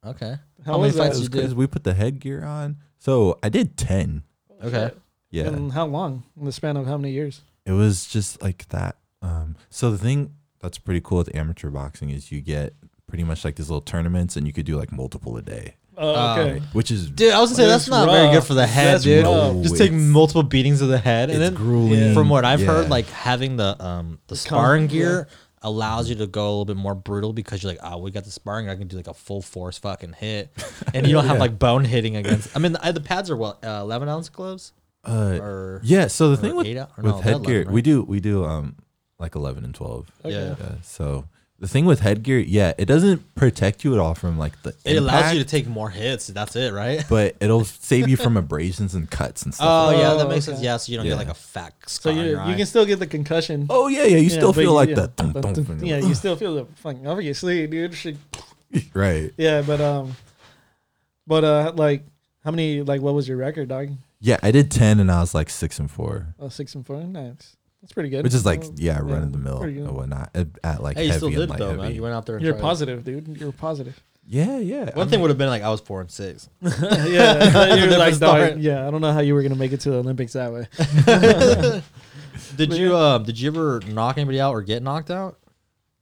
[SPEAKER 1] Okay. How
[SPEAKER 2] How,
[SPEAKER 1] many
[SPEAKER 2] was
[SPEAKER 3] That
[SPEAKER 1] fights
[SPEAKER 2] that?
[SPEAKER 3] was
[SPEAKER 1] you did.
[SPEAKER 3] crazy. We put the headgear on. So I did ten.
[SPEAKER 1] Okay.
[SPEAKER 3] Yeah.
[SPEAKER 2] And how long? In the span of how many years?
[SPEAKER 3] it was just like that. Um, so the thing that's pretty cool with amateur boxing is you get pretty much like these little tournaments, and you could do like multiple a day,
[SPEAKER 2] Oh,
[SPEAKER 1] okay.
[SPEAKER 2] okay.
[SPEAKER 3] which is
[SPEAKER 1] Dude, I was gonna say that's
[SPEAKER 2] That's
[SPEAKER 1] not very good
[SPEAKER 2] rough.
[SPEAKER 1] for the head,
[SPEAKER 2] That's
[SPEAKER 1] dude.
[SPEAKER 2] rough.
[SPEAKER 1] Just take
[SPEAKER 3] It's-
[SPEAKER 1] multiple beatings of the head, and
[SPEAKER 3] it's
[SPEAKER 1] then
[SPEAKER 3] grueling.
[SPEAKER 2] Yeah.
[SPEAKER 1] from what I've heard,
[SPEAKER 3] Yeah.
[SPEAKER 1] like having the um the
[SPEAKER 2] com-
[SPEAKER 1] sparring gear allows you to go a little bit more brutal because you're like, oh, we got the sparring, I can do like a full force fucking
[SPEAKER 3] [LAUGHS]
[SPEAKER 1] hit, and you don't have
[SPEAKER 3] Yeah.
[SPEAKER 1] like bone hitting against. I mean, the, the pads are what uh, eleven ounce gloves
[SPEAKER 3] uh,
[SPEAKER 1] or
[SPEAKER 3] Yeah. So the
[SPEAKER 1] or
[SPEAKER 3] thing with,
[SPEAKER 1] eight out- or
[SPEAKER 3] with
[SPEAKER 1] no, they're
[SPEAKER 3] headgear,
[SPEAKER 1] 11,
[SPEAKER 3] we
[SPEAKER 1] right?
[SPEAKER 3] do we do um like eleven and twelve.
[SPEAKER 1] Oh, yeah.
[SPEAKER 3] Yeah. So The thing with headgear, yeah, it doesn't protect you at all from like the
[SPEAKER 1] It allows you to
[SPEAKER 3] impact,
[SPEAKER 1] take more hits. That's it, right?
[SPEAKER 3] but
[SPEAKER 1] [LAUGHS]
[SPEAKER 3] it'll save you from abrasions and cuts and stuff.
[SPEAKER 1] Oh, yeah, that
[SPEAKER 2] Oh,
[SPEAKER 1] makes
[SPEAKER 2] okay.
[SPEAKER 1] sense. Yeah, so you don't
[SPEAKER 3] Yeah.
[SPEAKER 1] get like a fat
[SPEAKER 2] So
[SPEAKER 1] scar
[SPEAKER 2] you,
[SPEAKER 1] on your
[SPEAKER 2] you
[SPEAKER 1] eye.
[SPEAKER 2] can still get the concussion.
[SPEAKER 3] Oh yeah, yeah. You
[SPEAKER 2] Yeah,
[SPEAKER 3] still
[SPEAKER 2] but
[SPEAKER 3] feel
[SPEAKER 2] you-
[SPEAKER 3] like
[SPEAKER 2] yeah.
[SPEAKER 3] that. Dum,
[SPEAKER 2] But
[SPEAKER 3] dum,
[SPEAKER 2] th-
[SPEAKER 3] dum.
[SPEAKER 2] yeah, you still feel the fucking obviously, dude. Shit.
[SPEAKER 3] [LAUGHS] right.
[SPEAKER 2] Yeah, but um, but uh, like how many? Like, what was your record, dog?
[SPEAKER 3] Yeah, I did ten, and I was like six and four,
[SPEAKER 2] Oh, six and four. Nice. That's pretty good.
[SPEAKER 3] which is like
[SPEAKER 2] Oh,
[SPEAKER 3] yeah, run of the mill
[SPEAKER 2] pretty good.
[SPEAKER 3] and whatnot. At, at like
[SPEAKER 1] hey, you
[SPEAKER 3] heavy
[SPEAKER 1] still
[SPEAKER 3] and
[SPEAKER 1] did
[SPEAKER 3] light
[SPEAKER 1] though,
[SPEAKER 3] heavy.
[SPEAKER 1] man. You went out there. and
[SPEAKER 2] You're
[SPEAKER 1] tried.
[SPEAKER 2] positive, dude. You're positive.
[SPEAKER 3] Yeah, yeah. I
[SPEAKER 1] One thing would have been like I was four and six.
[SPEAKER 2] [LAUGHS] yeah, you're
[SPEAKER 1] Different
[SPEAKER 2] like,
[SPEAKER 1] story.
[SPEAKER 2] dog, yeah. I don't know how you were gonna make it to the Olympics that way.
[SPEAKER 1] [LAUGHS] Did you um? Did you ever knock anybody out or get knocked out?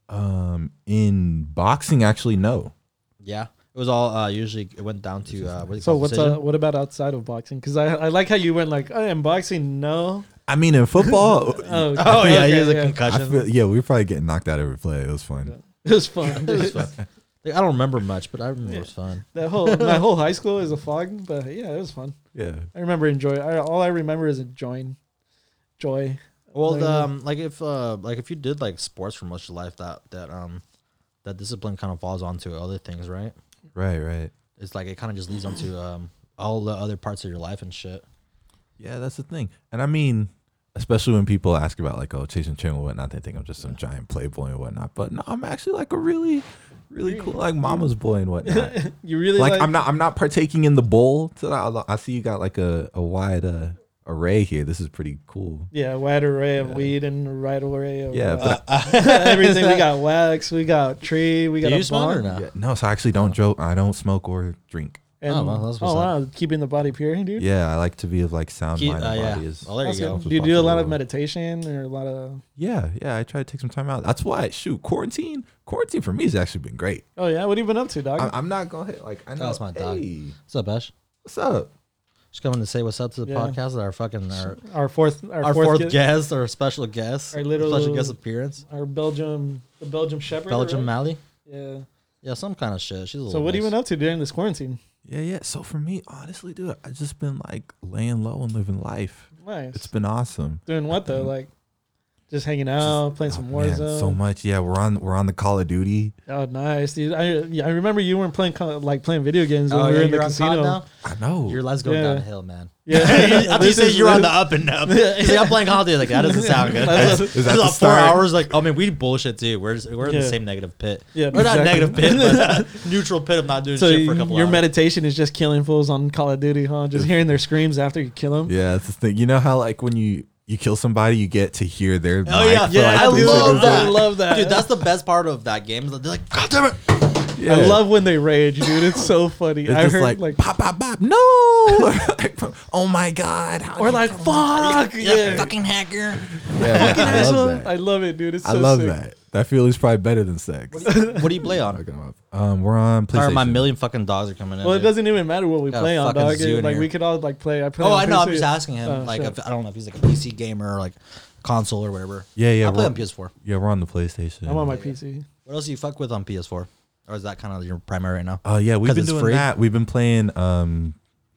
[SPEAKER 3] Um, in boxing, actually, no.
[SPEAKER 1] Yeah, it was all uh, usually it went down to uh, what do you
[SPEAKER 2] So
[SPEAKER 1] call it,
[SPEAKER 2] what's
[SPEAKER 1] decision?
[SPEAKER 2] uh, what about outside of boxing? Because I, I like how you went like oh, in boxing no.
[SPEAKER 3] I mean, in
[SPEAKER 1] [LAUGHS]
[SPEAKER 3] football,
[SPEAKER 2] Oh,
[SPEAKER 1] Oh yeah, he
[SPEAKER 2] okay,
[SPEAKER 1] has a
[SPEAKER 3] I
[SPEAKER 1] concussion.
[SPEAKER 3] feel, yeah, we were probably getting knocked out every play. It was fun.
[SPEAKER 2] It
[SPEAKER 1] [LAUGHS]
[SPEAKER 2] was
[SPEAKER 1] It
[SPEAKER 2] fun.
[SPEAKER 1] was
[SPEAKER 2] dude.
[SPEAKER 1] fun. Like, I don't remember much, but I remember it was fun.
[SPEAKER 2] That whole my whole high school is a fog, but yeah, it was fun.
[SPEAKER 3] Yeah.
[SPEAKER 2] I remember enjoy. I, all I remember is enjoying joy.
[SPEAKER 1] Well, the,
[SPEAKER 2] Like,
[SPEAKER 1] um, like if uh, like if you did like sports for most of your life, that that um, that discipline kind of falls onto other things, right?
[SPEAKER 3] Right. Right.
[SPEAKER 1] It's like it kind of just leads onto um all the other parts of your life and shit.
[SPEAKER 3] Yeah, that's the thing. And I mean, especially when people ask about like, oh, chasing chin and whatnot, they think I'm just some giant playboy and whatnot. But no, I'm actually like a really, really cool like mama's boy and
[SPEAKER 1] [LAUGHS]
[SPEAKER 3] whatnot.
[SPEAKER 2] you really
[SPEAKER 3] like,
[SPEAKER 2] like,
[SPEAKER 3] I'm not, I'm not partaking in the bowl. So I, I see you got like a a wide uh, array here. This is pretty cool.
[SPEAKER 2] yeah, wide array of weed and right array of
[SPEAKER 3] Yeah,
[SPEAKER 2] uh, [LAUGHS]
[SPEAKER 3] but I-
[SPEAKER 2] everything.
[SPEAKER 1] [LAUGHS]
[SPEAKER 2] We got wax, we got tree, we
[SPEAKER 1] Do
[SPEAKER 2] got
[SPEAKER 1] you
[SPEAKER 2] a
[SPEAKER 1] smoke or
[SPEAKER 2] bong,
[SPEAKER 1] not?
[SPEAKER 3] yeah, no. So I actually don't joke. I don't smoke or drink.
[SPEAKER 2] And,
[SPEAKER 1] Oh, well, that's what's
[SPEAKER 2] oh, wow, keeping the body pure, dude.
[SPEAKER 3] Yeah, I like to be of like sound
[SPEAKER 1] Keep-
[SPEAKER 3] mind
[SPEAKER 1] uh,
[SPEAKER 3] and
[SPEAKER 1] yeah.
[SPEAKER 3] body. Is,
[SPEAKER 1] Well, there
[SPEAKER 2] That's
[SPEAKER 1] you go.
[SPEAKER 2] good. Do you do a lot of
[SPEAKER 3] Responsible.
[SPEAKER 2] meditation or a lot of?
[SPEAKER 3] yeah, yeah. I try to take some time out. That's why. Shoot, quarantine, quarantine for me has actually been great.
[SPEAKER 2] Oh yeah, what have you been up to, dog?
[SPEAKER 3] I, I'm not gonna hit like I know.
[SPEAKER 1] That's my dog.
[SPEAKER 3] hey,
[SPEAKER 1] What's up, Ash?
[SPEAKER 3] What's up?
[SPEAKER 1] Just coming to say what's up to the
[SPEAKER 2] Yeah.
[SPEAKER 1] podcast. Our fucking our,
[SPEAKER 2] our fourth, our,
[SPEAKER 1] our, fourth,
[SPEAKER 2] guest,
[SPEAKER 1] guest, our special guest,
[SPEAKER 2] Our little-
[SPEAKER 1] special guest appearance,
[SPEAKER 2] our Belgium, the Belgium Shepherd,
[SPEAKER 1] Belgium
[SPEAKER 2] right?
[SPEAKER 1] Mally.
[SPEAKER 2] Yeah.
[SPEAKER 1] Yeah, some kind of shit. She's a
[SPEAKER 2] So
[SPEAKER 1] little
[SPEAKER 2] what have you
[SPEAKER 1] mixed.
[SPEAKER 2] been up to during this quarantine?
[SPEAKER 3] Yeah, yeah. So for me, honestly, dude, I just been like laying low and living life.
[SPEAKER 2] Nice.
[SPEAKER 3] It's been awesome.
[SPEAKER 2] doing what though? Like, just hanging out, playing some
[SPEAKER 3] Oh, man,
[SPEAKER 2] Warzone.
[SPEAKER 3] so much. Yeah, we're on we're on the Call of Duty.
[SPEAKER 2] Oh, nice, dude. I yeah, I remember you weren't playing co- like playing video games when
[SPEAKER 1] Oh,
[SPEAKER 2] we were
[SPEAKER 1] yeah,
[SPEAKER 2] in the
[SPEAKER 1] you're on COD
[SPEAKER 2] casino.
[SPEAKER 1] now.
[SPEAKER 3] I know.
[SPEAKER 1] Your life's going
[SPEAKER 2] Yeah.
[SPEAKER 1] downhill, man. [LAUGHS]
[SPEAKER 2] Yeah,
[SPEAKER 1] I thought you
[SPEAKER 2] [LAUGHS] This
[SPEAKER 1] said
[SPEAKER 2] is
[SPEAKER 1] you're on the
[SPEAKER 2] lit-
[SPEAKER 1] up and up. He's like, I'm playing Call of Duty. Like that doesn't sound good.
[SPEAKER 2] That's-
[SPEAKER 1] It's
[SPEAKER 3] is that
[SPEAKER 1] about
[SPEAKER 3] the
[SPEAKER 1] four
[SPEAKER 3] start?
[SPEAKER 1] hours. Like, oh man, we negative too. We're just, we're in
[SPEAKER 2] Yeah.
[SPEAKER 1] the same negative pit.
[SPEAKER 2] Yeah,
[SPEAKER 1] we're not
[SPEAKER 2] exactly.
[SPEAKER 1] negative pit, but
[SPEAKER 2] [LAUGHS]
[SPEAKER 1] neutral pit. of not doing
[SPEAKER 2] [LAUGHS] So
[SPEAKER 1] shit for a couple
[SPEAKER 2] your
[SPEAKER 1] hours.
[SPEAKER 2] meditation is just killing fools on Call of Duty, huh? Just hearing their screams after you kill them.
[SPEAKER 3] yeah, that's the thing. You know how like when you you kill somebody, you get to hear their.
[SPEAKER 1] Oh yeah,
[SPEAKER 3] for,
[SPEAKER 1] yeah!
[SPEAKER 3] like,
[SPEAKER 1] I
[SPEAKER 3] three
[SPEAKER 1] love
[SPEAKER 3] seconds?
[SPEAKER 1] that.
[SPEAKER 2] I love that.
[SPEAKER 1] dude. That's the best part of that game. They're like, God damn it!
[SPEAKER 3] Yeah.
[SPEAKER 2] I love when they rage, dude. It's so funny.
[SPEAKER 3] It's
[SPEAKER 2] I
[SPEAKER 3] just
[SPEAKER 2] heard
[SPEAKER 3] like,
[SPEAKER 2] like,
[SPEAKER 3] pop pop pop. No. [LAUGHS] oh my god. How
[SPEAKER 2] or
[SPEAKER 3] did
[SPEAKER 1] [LAUGHS]
[SPEAKER 2] like
[SPEAKER 3] you-
[SPEAKER 2] fuck,
[SPEAKER 1] Yeah,
[SPEAKER 2] yeah.
[SPEAKER 1] fucking hacker.
[SPEAKER 3] Yeah, I love
[SPEAKER 2] [LAUGHS] I
[SPEAKER 3] that.
[SPEAKER 2] love it, dude. It's so
[SPEAKER 3] I love
[SPEAKER 2] sick.
[SPEAKER 3] that. That feeling is probably better than sex.
[SPEAKER 1] What do you play on?
[SPEAKER 3] Um, we're on PlayStation.
[SPEAKER 1] Sorry, my million fucking dogs are coming in.
[SPEAKER 2] Well, it
[SPEAKER 1] dude.
[SPEAKER 2] doesn't even matter what we
[SPEAKER 1] Got a
[SPEAKER 2] play on,
[SPEAKER 1] fucking
[SPEAKER 2] dog.
[SPEAKER 1] zoo in
[SPEAKER 2] Like
[SPEAKER 1] here.
[SPEAKER 2] we could all like play. I play.
[SPEAKER 1] Oh,
[SPEAKER 2] on
[SPEAKER 1] I know. I'm
[SPEAKER 2] PC.
[SPEAKER 1] just asking him.
[SPEAKER 2] Oh,
[SPEAKER 1] like,
[SPEAKER 2] sure.
[SPEAKER 1] if, I don't know if he's like a PC gamer or like console or whatever.
[SPEAKER 3] Yeah, yeah.
[SPEAKER 1] I play
[SPEAKER 3] we're-
[SPEAKER 1] on PS4.
[SPEAKER 3] Yeah, we're on the PlayStation.
[SPEAKER 2] I'm on my PC.
[SPEAKER 1] What else do you fuck with on PS4? Or is that kind of your primary right now?
[SPEAKER 3] Oh yeah, we've
[SPEAKER 1] 'Cause
[SPEAKER 3] been
[SPEAKER 1] it's
[SPEAKER 3] doing
[SPEAKER 1] free?
[SPEAKER 3] that. We've been playing um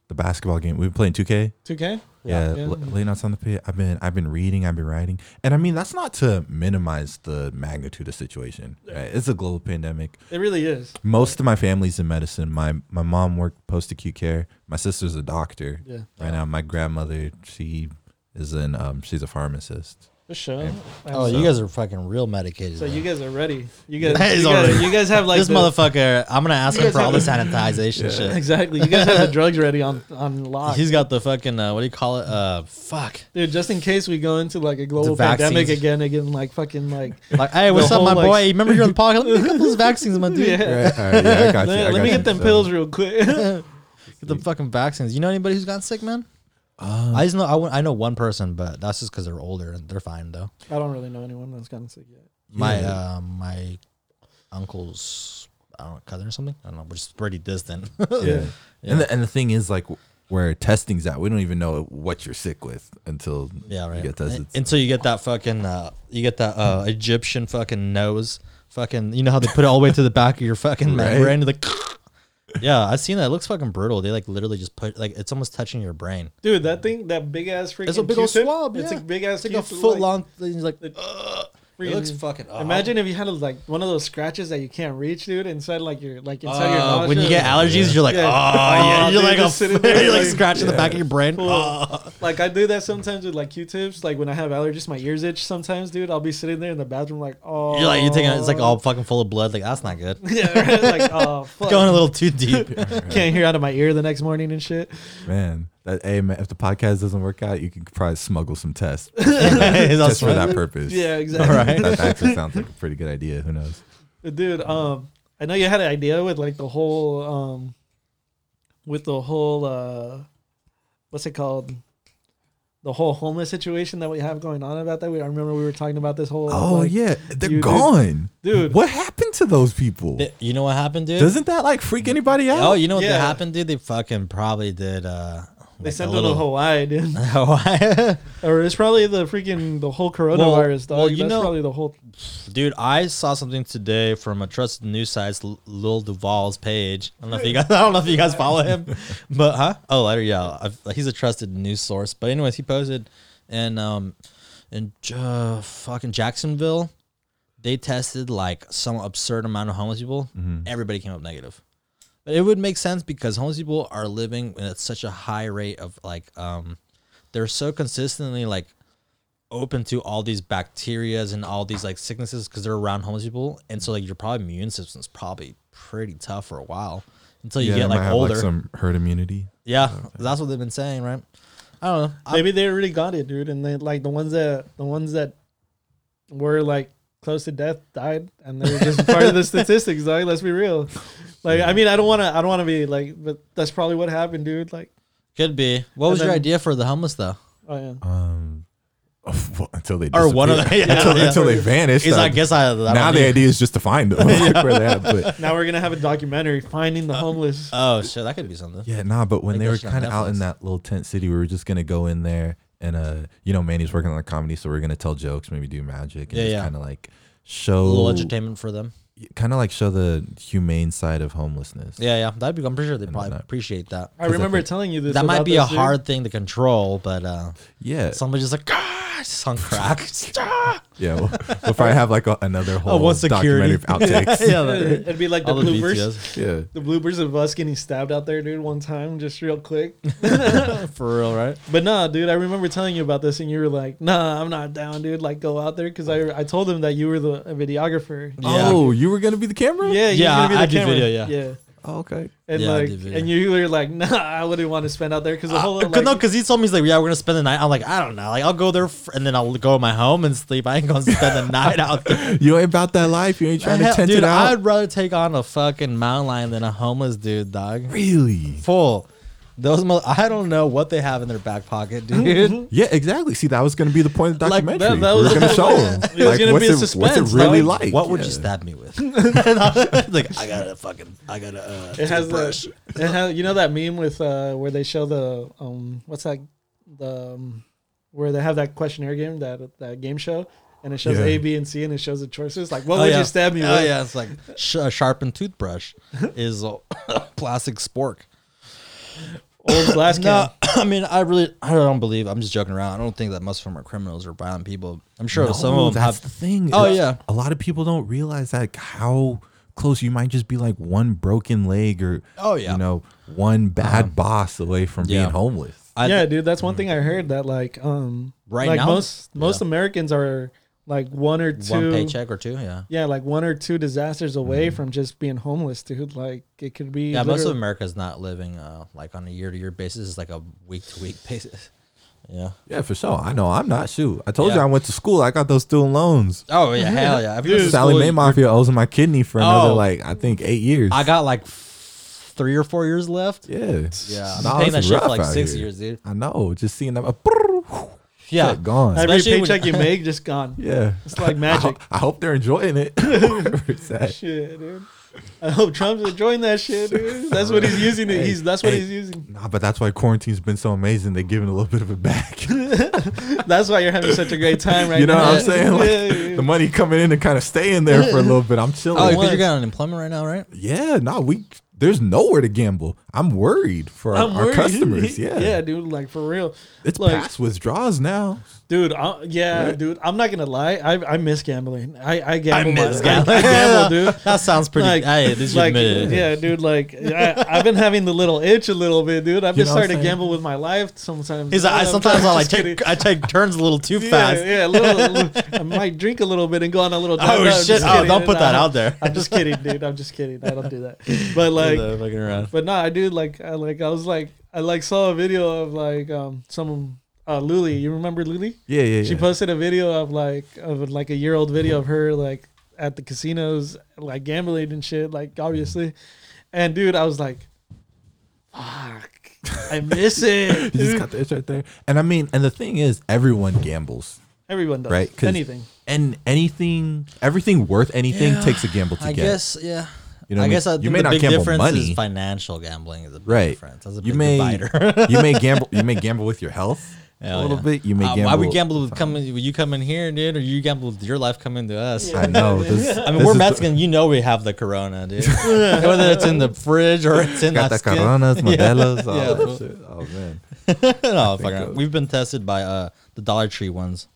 [SPEAKER 3] the basketball game. We've been playing 2K.
[SPEAKER 2] 2K.
[SPEAKER 3] Yeah,
[SPEAKER 2] Yeah.
[SPEAKER 3] l- laying outs on the pit. I've been I've been reading. I've been writing, and I mean that's not to minimize the magnitude of situation. Right? It's a global pandemic.
[SPEAKER 2] It really is.
[SPEAKER 3] Most of my family's in medicine. My my mom worked post acute care. My sister's a doctor.
[SPEAKER 2] Yeah.
[SPEAKER 3] Right now, my grandmother she is in um she's a pharmacist.
[SPEAKER 2] For sure.
[SPEAKER 1] Oh, you guys are fucking real medicated.
[SPEAKER 2] So
[SPEAKER 1] man.
[SPEAKER 2] you guys are ready. You guys,
[SPEAKER 1] That is
[SPEAKER 2] you,
[SPEAKER 1] already-
[SPEAKER 2] guys you guys have like
[SPEAKER 1] this
[SPEAKER 2] the-
[SPEAKER 1] motherfucker, I'm gonna ask him for all the sanitization shit.
[SPEAKER 2] [LAUGHS] Exactly. You
[SPEAKER 1] [LAUGHS]
[SPEAKER 2] guys have the drugs ready on on lock.
[SPEAKER 1] He's got the fucking uh, what do you call it? Uh, fuck.
[SPEAKER 2] Dude, just in case we go into like a global
[SPEAKER 1] vaccines.
[SPEAKER 2] pandemic again, again, like fucking like.
[SPEAKER 1] [LAUGHS] Like, hey, what's up,
[SPEAKER 2] whole,
[SPEAKER 1] my
[SPEAKER 2] like-
[SPEAKER 1] boy? Remember you're on the podcast? Let me get those vaccines, my dude.
[SPEAKER 2] Yeah.
[SPEAKER 3] Right, all right, yeah, I got you, I
[SPEAKER 2] [LAUGHS] Let,
[SPEAKER 3] got
[SPEAKER 2] let me
[SPEAKER 3] you.
[SPEAKER 2] get them
[SPEAKER 3] So-
[SPEAKER 2] pills
[SPEAKER 1] [LAUGHS]
[SPEAKER 2] real quick.
[SPEAKER 1] Get the fucking vaccines. You know anybody who's gotten sick, man?
[SPEAKER 3] Um,
[SPEAKER 1] I just know I, went- I know one person, but that's just because they're older and they're fine though.
[SPEAKER 2] I don't really know anyone that's gotten sick yet.
[SPEAKER 1] My
[SPEAKER 3] Yeah.
[SPEAKER 1] uh, my uncle's I don't know, cousin or something. I don't know. We're just pretty distant. [LAUGHS]
[SPEAKER 3] yeah.
[SPEAKER 1] Yeah.
[SPEAKER 3] And the, and the thing is, like, where testing's at, we don't even know what you're sick with until
[SPEAKER 1] Yeah, right.
[SPEAKER 3] you get tested.
[SPEAKER 1] Un- Until you get that fucking, uh, you get that uh, Egyptian fucking nose, fucking. You know how they put it all the way to the back of your fucking
[SPEAKER 3] [LAUGHS] Right.
[SPEAKER 1] membrane, like. [LAUGHS] yeah, I've seen that. It looks fucking brutal. They like literally just put like it's almost touching your brain.
[SPEAKER 2] Dude, that thing, that big ass freaking.
[SPEAKER 1] It's a big old
[SPEAKER 2] Q-tip,
[SPEAKER 1] swab.
[SPEAKER 2] It's
[SPEAKER 1] yeah.
[SPEAKER 2] a big ass.
[SPEAKER 1] It's like a
[SPEAKER 2] Q-tip,
[SPEAKER 1] foot
[SPEAKER 2] like-
[SPEAKER 1] long. Thing. He's like,
[SPEAKER 2] It-
[SPEAKER 1] "Ugh." It looks
[SPEAKER 2] freaking-
[SPEAKER 1] fucking. Oh,
[SPEAKER 2] Imagine if you had like one of those scratches that you can't reach, dude, inside like your like inside your
[SPEAKER 1] Uh,
[SPEAKER 2] nostril.
[SPEAKER 1] when you get allergies,
[SPEAKER 3] Yeah.
[SPEAKER 1] you're like,
[SPEAKER 2] Yeah.
[SPEAKER 1] oh, yeah.
[SPEAKER 2] Oh,
[SPEAKER 1] You're
[SPEAKER 2] dude,
[SPEAKER 1] like, a,
[SPEAKER 2] just sitting there,
[SPEAKER 1] [LAUGHS] you're like
[SPEAKER 2] like-
[SPEAKER 1] scratching the back of your brain.
[SPEAKER 2] Cool.
[SPEAKER 1] Oh.
[SPEAKER 2] Like I do that sometimes with like Q-tips. Like when I have allergies, my ears itch sometimes, dude. I'll be sitting there in the bathroom, like oh. [LAUGHS]
[SPEAKER 1] You're like, you're taking it's like all fucking full of blood. Like, that's not good.
[SPEAKER 2] yeah, right? like oh fuck.
[SPEAKER 1] [LAUGHS] Going a little too
[SPEAKER 2] [LAUGHS]
[SPEAKER 1] deep.
[SPEAKER 2] Can't hear out of my ear the next morning and shit.
[SPEAKER 3] Man, that hey man, if the podcast doesn't work out, you could probably smuggle some tests
[SPEAKER 1] [LAUGHS] That's
[SPEAKER 3] just for that purpose.
[SPEAKER 2] Yeah, exactly.
[SPEAKER 1] All right. [LAUGHS]
[SPEAKER 3] that actually sounds like a pretty good idea. Who knows?
[SPEAKER 2] dude um i know you had an idea with like the whole um with the whole uh what's it called the whole homeless situation that we have going on about that we i remember we were talking about this whole
[SPEAKER 3] Oh
[SPEAKER 2] like-
[SPEAKER 3] yeah, they're
[SPEAKER 2] you did-
[SPEAKER 3] gone,
[SPEAKER 2] Dude.
[SPEAKER 3] What happened to those people?
[SPEAKER 1] You know what happened, dude?
[SPEAKER 3] Doesn't that like freak anybody out?
[SPEAKER 1] oh, you know what
[SPEAKER 2] Yeah.
[SPEAKER 1] happened, dude? They fucking probably did. uh
[SPEAKER 2] they
[SPEAKER 1] like
[SPEAKER 2] sent
[SPEAKER 1] a
[SPEAKER 2] them to
[SPEAKER 1] [LAUGHS]
[SPEAKER 2] hawaii dude
[SPEAKER 1] Hawaii.
[SPEAKER 2] or it's probably the freaking the whole coronavirus dog
[SPEAKER 1] well, you
[SPEAKER 2] that's
[SPEAKER 1] know-
[SPEAKER 2] probably the whole
[SPEAKER 1] Dude, I saw something today from a trusted news site's L- Lil Duval's page. I don't know if you guys, [LAUGHS] I don't know if you guys follow him, but huh? Oh, later, yeah, I've, he's a trusted news source. But anyways, he posted, and um, in uh, fucking Jacksonville, they tested like some absurd amount of homeless people.
[SPEAKER 3] Mm-hmm.
[SPEAKER 1] Everybody came up negative. But it would make sense because homeless people are living at such a high rate of like um they're so consistently like open to all these bacterias and all these like sicknesses because they're around homeless people and so like your probably immune system's probably pretty tough for a while until you
[SPEAKER 3] yeah, they
[SPEAKER 1] get
[SPEAKER 3] might
[SPEAKER 1] like
[SPEAKER 3] have
[SPEAKER 1] older
[SPEAKER 3] like some Oh, herd immunity.
[SPEAKER 1] yeah that's what they've been saying right i don't know I-
[SPEAKER 2] maybe they already got it dude and they like the ones that the ones that were like close to death died and they were [LAUGHS] just part of the statistics dog let's be real like i mean i don't want to i don't want to be like but that's probably what happened dude like
[SPEAKER 1] could be what was
[SPEAKER 2] And
[SPEAKER 1] your
[SPEAKER 2] then-
[SPEAKER 1] idea for the homeless though
[SPEAKER 2] oh yeah
[SPEAKER 1] Uh,
[SPEAKER 3] Um, [LAUGHS] until they
[SPEAKER 1] Or one of
[SPEAKER 3] disappear.
[SPEAKER 1] the- [LAUGHS] yeah,
[SPEAKER 3] until,
[SPEAKER 1] yeah.
[SPEAKER 3] until they vanish.
[SPEAKER 1] is i
[SPEAKER 3] that-
[SPEAKER 1] guess i, I don't
[SPEAKER 3] now the
[SPEAKER 1] need-
[SPEAKER 3] idea is just to find them [LAUGHS] like, where they at,
[SPEAKER 1] [LAUGHS]
[SPEAKER 3] But
[SPEAKER 2] now we're gonna have a documentary finding the homeless
[SPEAKER 1] oh shit that could be something
[SPEAKER 3] yeah, nah. But when
[SPEAKER 1] Like
[SPEAKER 3] they
[SPEAKER 1] that
[SPEAKER 3] were
[SPEAKER 1] shit on
[SPEAKER 3] kind of out in
[SPEAKER 1] Netflix.
[SPEAKER 3] that little tent city, we were just gonna go in there and uh, you know, Manny's working on a comedy, so we're gonna tell jokes, maybe do magic, and
[SPEAKER 1] Yeah,
[SPEAKER 3] just
[SPEAKER 1] yeah.
[SPEAKER 3] kind of like
[SPEAKER 1] a little
[SPEAKER 3] show,
[SPEAKER 1] entertainment for them
[SPEAKER 3] kind of like show the humane side of homelessness.
[SPEAKER 1] Yeah, yeah, that'd be. I'm pretty sure they probably
[SPEAKER 3] not-
[SPEAKER 1] appreciate that.
[SPEAKER 2] i
[SPEAKER 3] 'cause I
[SPEAKER 2] remember
[SPEAKER 3] think-
[SPEAKER 2] telling you this
[SPEAKER 1] That might
[SPEAKER 2] about
[SPEAKER 1] be a
[SPEAKER 2] this, dude.
[SPEAKER 1] hard thing to control, but uh,
[SPEAKER 3] yeah,
[SPEAKER 1] somebody's just like, ah, just on crack.
[SPEAKER 3] [LAUGHS]
[SPEAKER 1] [LAUGHS] Ah. [LAUGHS]
[SPEAKER 3] yeah. We'll, we'll probably have like a, another whole
[SPEAKER 1] one
[SPEAKER 3] documentary
[SPEAKER 1] [LAUGHS] security.
[SPEAKER 3] of outtakes.
[SPEAKER 1] yeah,
[SPEAKER 2] Yeah,
[SPEAKER 1] that-
[SPEAKER 2] [LAUGHS] it'd be like the
[SPEAKER 1] all the
[SPEAKER 2] bloopers
[SPEAKER 1] BTS
[SPEAKER 3] yeah.
[SPEAKER 2] the bloopers of us getting stabbed out there dude one time just real quick
[SPEAKER 1] [LAUGHS] for real, right?
[SPEAKER 2] But nah, dude, I remember telling you about this, and you were like, "Nah, I'm not down, dude. Like, go out there," because I I told him that you were the a videographer.
[SPEAKER 1] Yeah.
[SPEAKER 3] Oh, you were gonna be the camera?
[SPEAKER 2] Yeah, you
[SPEAKER 1] Yeah,
[SPEAKER 2] were gonna
[SPEAKER 1] I
[SPEAKER 2] be
[SPEAKER 1] do
[SPEAKER 2] the camera.
[SPEAKER 1] video, yeah.
[SPEAKER 2] yeah.
[SPEAKER 3] Oh, okay.
[SPEAKER 2] And
[SPEAKER 1] Yeah, I
[SPEAKER 2] like,
[SPEAKER 1] do video.
[SPEAKER 2] and you were like, "Nah, I wouldn't want to spend out there because the whole
[SPEAKER 1] Uh,
[SPEAKER 2] like,
[SPEAKER 1] no, because he told me he's like, yeah, we're gonna spend the night. I'm like, I don't know, like I'll go there f- and then I'll go to my home and sleep. I ain't gonna spend
[SPEAKER 3] [LAUGHS]
[SPEAKER 1] the night out there.
[SPEAKER 3] You ain't about that life. You ain't trying
[SPEAKER 1] Hell,
[SPEAKER 3] to tent
[SPEAKER 1] dude,
[SPEAKER 3] it out.
[SPEAKER 1] I'd rather take on a fucking mountain lion than a homeless dude, dog.
[SPEAKER 3] Really?
[SPEAKER 1] Full. Those, mo- I don't know what they have in their back
[SPEAKER 2] [LAUGHS]
[SPEAKER 1] pocket, dude.
[SPEAKER 3] Yeah, exactly. See, that was gonna be the point of the
[SPEAKER 1] Like,
[SPEAKER 3] documentary.
[SPEAKER 2] that- that was-
[SPEAKER 3] we were gonna show them.
[SPEAKER 2] It was gonna be a suspense,
[SPEAKER 3] What's it really
[SPEAKER 2] like,
[SPEAKER 3] like?
[SPEAKER 1] what would
[SPEAKER 3] Yeah.
[SPEAKER 1] you stab me [LAUGHS] with? And I'm like, I gotta fucking, I gotta. Uh,
[SPEAKER 2] it has
[SPEAKER 1] toothbrush.
[SPEAKER 2] the, it has you know that meme with uh where they show the um what's that the um, where they have that questionnaire game that that game show and it shows
[SPEAKER 3] Yeah.
[SPEAKER 2] A, B, and C and it shows the choices like what
[SPEAKER 1] Oh,
[SPEAKER 2] would
[SPEAKER 1] yeah.
[SPEAKER 2] you stab me
[SPEAKER 1] Oh
[SPEAKER 2] with?
[SPEAKER 1] yeah, it's like sh- a sharpened toothbrush
[SPEAKER 2] [LAUGHS]
[SPEAKER 1] is a [LAUGHS] plastic spork.
[SPEAKER 2] Old glass can.
[SPEAKER 1] [LAUGHS] No, [COUGHS] I mean I really I don't believe I'm just joking around. I don't think that most of them are criminals or violent people. I'm sure
[SPEAKER 3] No,
[SPEAKER 1] some of them
[SPEAKER 3] that's
[SPEAKER 1] have.
[SPEAKER 3] the thing.
[SPEAKER 1] Oh,
[SPEAKER 3] It's-
[SPEAKER 1] yeah.
[SPEAKER 3] a lot of people don't realize that how close you might just be like one broken leg or
[SPEAKER 1] Oh, yeah.
[SPEAKER 3] you know one bad boss away from
[SPEAKER 1] yeah.
[SPEAKER 3] being homeless.
[SPEAKER 1] [LAUGHS] I,
[SPEAKER 2] yeah, dude, that's one thing I heard that like um
[SPEAKER 1] Right
[SPEAKER 2] like
[SPEAKER 1] now?
[SPEAKER 2] most most
[SPEAKER 1] Yeah.
[SPEAKER 2] Americans are like one or two
[SPEAKER 1] one paycheck or two. Yeah,
[SPEAKER 2] Yeah, like one or two disasters away from just being homeless, dude. Like it could be
[SPEAKER 1] yeah. Most of
[SPEAKER 2] literally-
[SPEAKER 1] America is not living uh, like on a year to year basis. It's like a week to week [LAUGHS] basis. Yeah.
[SPEAKER 3] Yeah, for sure. I know. I'm not shoot. I told
[SPEAKER 1] Yeah.
[SPEAKER 3] you I went to school. I got those student loans.
[SPEAKER 1] Oh yeah, hell yeah. If you go to
[SPEAKER 3] Sally
[SPEAKER 1] school,
[SPEAKER 3] Mae
[SPEAKER 1] you-
[SPEAKER 3] Mafia owes my kidney for another
[SPEAKER 1] Oh.
[SPEAKER 3] like I think eight years.
[SPEAKER 1] I got like f- three or four years left.
[SPEAKER 3] yeah.
[SPEAKER 1] Yeah, I'm
[SPEAKER 3] Nah,
[SPEAKER 1] paying that
[SPEAKER 3] it's
[SPEAKER 1] shit for
[SPEAKER 3] rough
[SPEAKER 1] like
[SPEAKER 3] out
[SPEAKER 1] six
[SPEAKER 3] here.
[SPEAKER 1] years, dude.
[SPEAKER 3] I know. Just seeing them. uh,
[SPEAKER 1] Yeah,
[SPEAKER 3] shit gone.
[SPEAKER 2] every
[SPEAKER 1] Especially when-
[SPEAKER 2] paycheck you make just gone.
[SPEAKER 3] Yeah.
[SPEAKER 2] It's like magic.
[SPEAKER 3] [LAUGHS] I, hope they're enjoying
[SPEAKER 1] [LAUGHS]
[SPEAKER 3] it. [LAUGHS] Wherever it's at.
[SPEAKER 2] shit, dude. I hope Trump's enjoying that shit, dude. That's what he's using. It. He's that's what
[SPEAKER 3] Hey.
[SPEAKER 2] he's using.
[SPEAKER 3] Nah, but that's why quarantine's been so amazing. They're giving a little bit of it back. [LAUGHS] you
[SPEAKER 2] That's why you're having such a great time right
[SPEAKER 3] know
[SPEAKER 2] now.
[SPEAKER 3] what I'm saying?
[SPEAKER 2] [LAUGHS]
[SPEAKER 3] Like,
[SPEAKER 2] Yeah, yeah, yeah.
[SPEAKER 3] The money coming in and kind of staying there for a little bit. I'm chilling.
[SPEAKER 1] Oh,
[SPEAKER 2] Once.
[SPEAKER 1] because you got unemployment right now, right?
[SPEAKER 3] yeah, nah, we there's nowhere to gamble. I'm worried for our,
[SPEAKER 2] I'm
[SPEAKER 3] our
[SPEAKER 1] [LAUGHS]
[SPEAKER 2] worried.
[SPEAKER 3] customers.
[SPEAKER 2] [LAUGHS]
[SPEAKER 3] Yeah.
[SPEAKER 2] yeah, dude. Like for real,
[SPEAKER 3] It's
[SPEAKER 2] like-
[SPEAKER 3] past withdrawals now.
[SPEAKER 2] dude. I, yeah, dude. I'm not gonna lie. I, I miss gambling. I I gamble. my-
[SPEAKER 1] miss
[SPEAKER 2] I,
[SPEAKER 1] [LAUGHS]
[SPEAKER 2] I gamble,
[SPEAKER 3] [LAUGHS]
[SPEAKER 2] dude.
[SPEAKER 1] uh, that sounds pretty.
[SPEAKER 2] Like,
[SPEAKER 1] hey, at least you
[SPEAKER 2] like,
[SPEAKER 1] admitted it.
[SPEAKER 2] yeah, dude.
[SPEAKER 1] [LAUGHS]
[SPEAKER 2] Like, I, I've been having the little itch a little bit, dude. I've
[SPEAKER 3] You
[SPEAKER 2] just
[SPEAKER 3] know what
[SPEAKER 2] started
[SPEAKER 3] I'm
[SPEAKER 2] to
[SPEAKER 3] saying?
[SPEAKER 2] gamble with my life sometimes.
[SPEAKER 1] He's like,
[SPEAKER 3] [LAUGHS]
[SPEAKER 1] I,
[SPEAKER 2] I'm
[SPEAKER 1] sometimes I like
[SPEAKER 2] just kidding.
[SPEAKER 1] take I take turns a little too [LAUGHS] fast.
[SPEAKER 2] Yeah, yeah, a little, a little- I might drink a little bit and go on a little. diet.
[SPEAKER 1] Oh,
[SPEAKER 2] No, I'm
[SPEAKER 1] shit.
[SPEAKER 2] just
[SPEAKER 1] Oh,
[SPEAKER 2] kidding.
[SPEAKER 1] don't put that
[SPEAKER 2] No,
[SPEAKER 1] out
[SPEAKER 3] [LAUGHS]
[SPEAKER 1] there.
[SPEAKER 2] I'm just kidding, dude. I'm just kidding. I don't do that. But
[SPEAKER 1] Like,
[SPEAKER 2] like,
[SPEAKER 1] fucking around.
[SPEAKER 2] but no, I do like. I like. I was like. I like saw a video of like um some uh Luli. You remember Luli?
[SPEAKER 3] Yeah, yeah, yeah.
[SPEAKER 2] She posted a video of like of like a year old video of her like at the casinos like gambling and shit like obviously, and dude, I was like, fuck, I
[SPEAKER 3] [LAUGHS]
[SPEAKER 2] miss it.
[SPEAKER 3] You just
[SPEAKER 2] dude.
[SPEAKER 3] got the itch right there. And I mean, and the thing is, everyone gambles,
[SPEAKER 2] Everyone does
[SPEAKER 3] right? 'Cause-
[SPEAKER 2] anything.
[SPEAKER 3] And anything, everything worth anything takes a gamble to
[SPEAKER 1] I
[SPEAKER 3] get.
[SPEAKER 1] guess yeah.
[SPEAKER 3] You know
[SPEAKER 1] I
[SPEAKER 3] what I mean?
[SPEAKER 1] guess I
[SPEAKER 3] You
[SPEAKER 1] think
[SPEAKER 3] may
[SPEAKER 1] the
[SPEAKER 3] not
[SPEAKER 1] big
[SPEAKER 3] gamble
[SPEAKER 1] difference is
[SPEAKER 3] money.
[SPEAKER 1] financial gambling is a big
[SPEAKER 3] Right.
[SPEAKER 1] difference. That's a big
[SPEAKER 3] You may, [LAUGHS]
[SPEAKER 1] divider.
[SPEAKER 3] you
[SPEAKER 1] [LAUGHS]
[SPEAKER 3] may gamble. You may gamble with your health a
[SPEAKER 1] Hell
[SPEAKER 3] little
[SPEAKER 1] yeah.
[SPEAKER 3] bit. You may
[SPEAKER 1] Uh,
[SPEAKER 3] gamble.
[SPEAKER 1] why we gamble with coming? Will you come in here, dude, or you gamble with your life coming to us?
[SPEAKER 3] I know.
[SPEAKER 1] [LAUGHS]
[SPEAKER 3] This,
[SPEAKER 1] I mean,
[SPEAKER 3] this
[SPEAKER 1] we're
[SPEAKER 3] is the-
[SPEAKER 1] Mexican. you know, we have the Corona,
[SPEAKER 2] [LAUGHS]
[SPEAKER 1] dude. Whether it's in the fridge or it's in
[SPEAKER 3] Got
[SPEAKER 1] our
[SPEAKER 3] the
[SPEAKER 1] skin.
[SPEAKER 2] [LAUGHS]
[SPEAKER 3] Coronas, Modelos, all
[SPEAKER 1] Yeah.
[SPEAKER 3] that shit. Oh man,
[SPEAKER 1] [LAUGHS] no,
[SPEAKER 3] think
[SPEAKER 1] fucker.
[SPEAKER 3] of-
[SPEAKER 1] We've been tested by uh the Dollar Tree ones.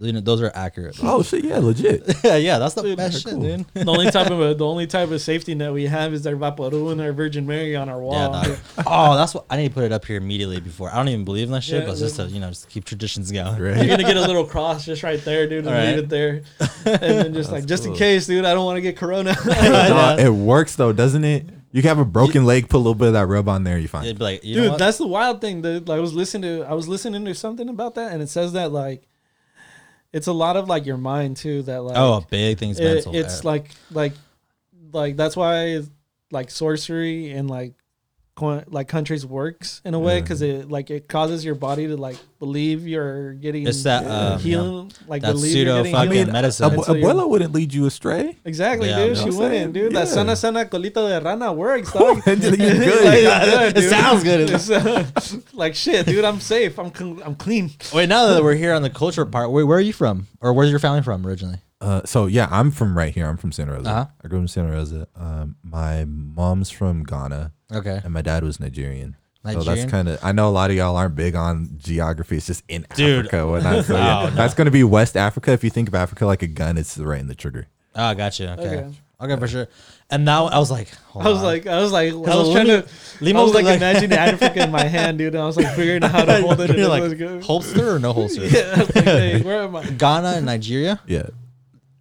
[SPEAKER 1] You know, those are accurate.
[SPEAKER 3] oh shit, yeah, legit.
[SPEAKER 2] [LAUGHS]
[SPEAKER 1] yeah, yeah, that's the best
[SPEAKER 3] they're
[SPEAKER 1] shit,
[SPEAKER 3] cool.
[SPEAKER 1] dude.
[SPEAKER 2] The only type of the only type of safety net we have is our Vaporu and our Virgin Mary on our wall.
[SPEAKER 1] Yeah, dog. oh, that's what I need to put it up here immediately before. I don't even believe in that shit,
[SPEAKER 2] Yeah,
[SPEAKER 1] but it's just to you know just to keep traditions going.
[SPEAKER 3] [LAUGHS]
[SPEAKER 2] You're
[SPEAKER 3] Right?
[SPEAKER 2] gonna get a little cross just right there, dude, and
[SPEAKER 1] All right.
[SPEAKER 2] leave it there,
[SPEAKER 1] [LAUGHS]
[SPEAKER 2] and then just like just in
[SPEAKER 3] cool.
[SPEAKER 2] case, dude, I don't want to get corona.
[SPEAKER 3] Dog, it works though, doesn't it? You can have a broken leg, put a little bit of that rub on there, you find.
[SPEAKER 1] It'd be like, [LAUGHS] you know
[SPEAKER 2] dude
[SPEAKER 1] what?
[SPEAKER 2] that's the wild thing dude i was listening to i was listening to something about that and it says that like it's a lot of like your mind too that like
[SPEAKER 1] oh, a big thing's
[SPEAKER 2] it-
[SPEAKER 1] mental.
[SPEAKER 2] it's
[SPEAKER 1] uh,
[SPEAKER 2] like like like that's why like sorcery and like co- like countries works in a way because
[SPEAKER 1] Mm-hmm.
[SPEAKER 2] it like it causes your body to like believe you're getting
[SPEAKER 1] It's that, um,
[SPEAKER 2] healing like
[SPEAKER 1] that
[SPEAKER 2] believe
[SPEAKER 1] pseudo
[SPEAKER 2] you're getting
[SPEAKER 1] fucking
[SPEAKER 2] healed.
[SPEAKER 1] medicine.
[SPEAKER 3] Abu-
[SPEAKER 2] So you-
[SPEAKER 3] Abuela wouldn't lead you astray.
[SPEAKER 2] exactly
[SPEAKER 1] Yeah, you
[SPEAKER 2] dude she
[SPEAKER 1] know
[SPEAKER 3] what I'm
[SPEAKER 2] wouldn't
[SPEAKER 3] saying?
[SPEAKER 2] dude that
[SPEAKER 3] Yeah.
[SPEAKER 2] sana sana colita de rana [LAUGHS] works [LAUGHS] dog
[SPEAKER 3] And [LAUGHS] you're
[SPEAKER 2] Like, [LAUGHS]
[SPEAKER 3] good.
[SPEAKER 2] yeah,
[SPEAKER 1] It
[SPEAKER 2] dude.
[SPEAKER 1] sounds good.
[SPEAKER 2] It's, uh, like shit, dude. I'm safe. I'm cl- I'm clean.
[SPEAKER 1] Wait, now that we're
[SPEAKER 2] [LAUGHS]
[SPEAKER 1] here on the culture part, wait, where are you from, or where's your family from originally?
[SPEAKER 3] Uh, so yeah, I'm from right here. I'm from Santa Rosa.
[SPEAKER 1] Uh-huh.
[SPEAKER 3] I grew up in Santa Rosa. Um, my mom's from Ghana,
[SPEAKER 1] Okay,
[SPEAKER 3] and my dad was Nigerian. So
[SPEAKER 1] Nigerian?
[SPEAKER 3] that's kind of. I know a lot of y'all aren't big on geography. It's just in
[SPEAKER 1] Dude.
[SPEAKER 3] Africa, and [LAUGHS] whatnot. So yeah,
[SPEAKER 1] Oh, no.
[SPEAKER 3] that's gonna be West Africa. If you think of Africa like a gun, it's right in the trigger.
[SPEAKER 1] oh, gotcha. Okay, okay,
[SPEAKER 2] Okay.
[SPEAKER 1] for sure. And now I was like, hold
[SPEAKER 2] I was
[SPEAKER 1] on.
[SPEAKER 2] like, I was like, I
[SPEAKER 1] Hello,
[SPEAKER 2] was trying
[SPEAKER 1] Lima-
[SPEAKER 2] to.
[SPEAKER 1] Lima
[SPEAKER 2] I was
[SPEAKER 1] was [LAUGHS]
[SPEAKER 2] like,
[SPEAKER 1] like-
[SPEAKER 2] imagining Africa in my hand, dude. And I was like figuring out
[SPEAKER 1] [LAUGHS]
[SPEAKER 2] how [LAUGHS] to hold it.
[SPEAKER 1] You're
[SPEAKER 2] and
[SPEAKER 1] like,
[SPEAKER 2] it was good.
[SPEAKER 1] holster or no holster?
[SPEAKER 2] Yeah, [LAUGHS] I was like, hey, [LAUGHS] where am I?
[SPEAKER 1] Ghana and Nigeria
[SPEAKER 3] Yeah,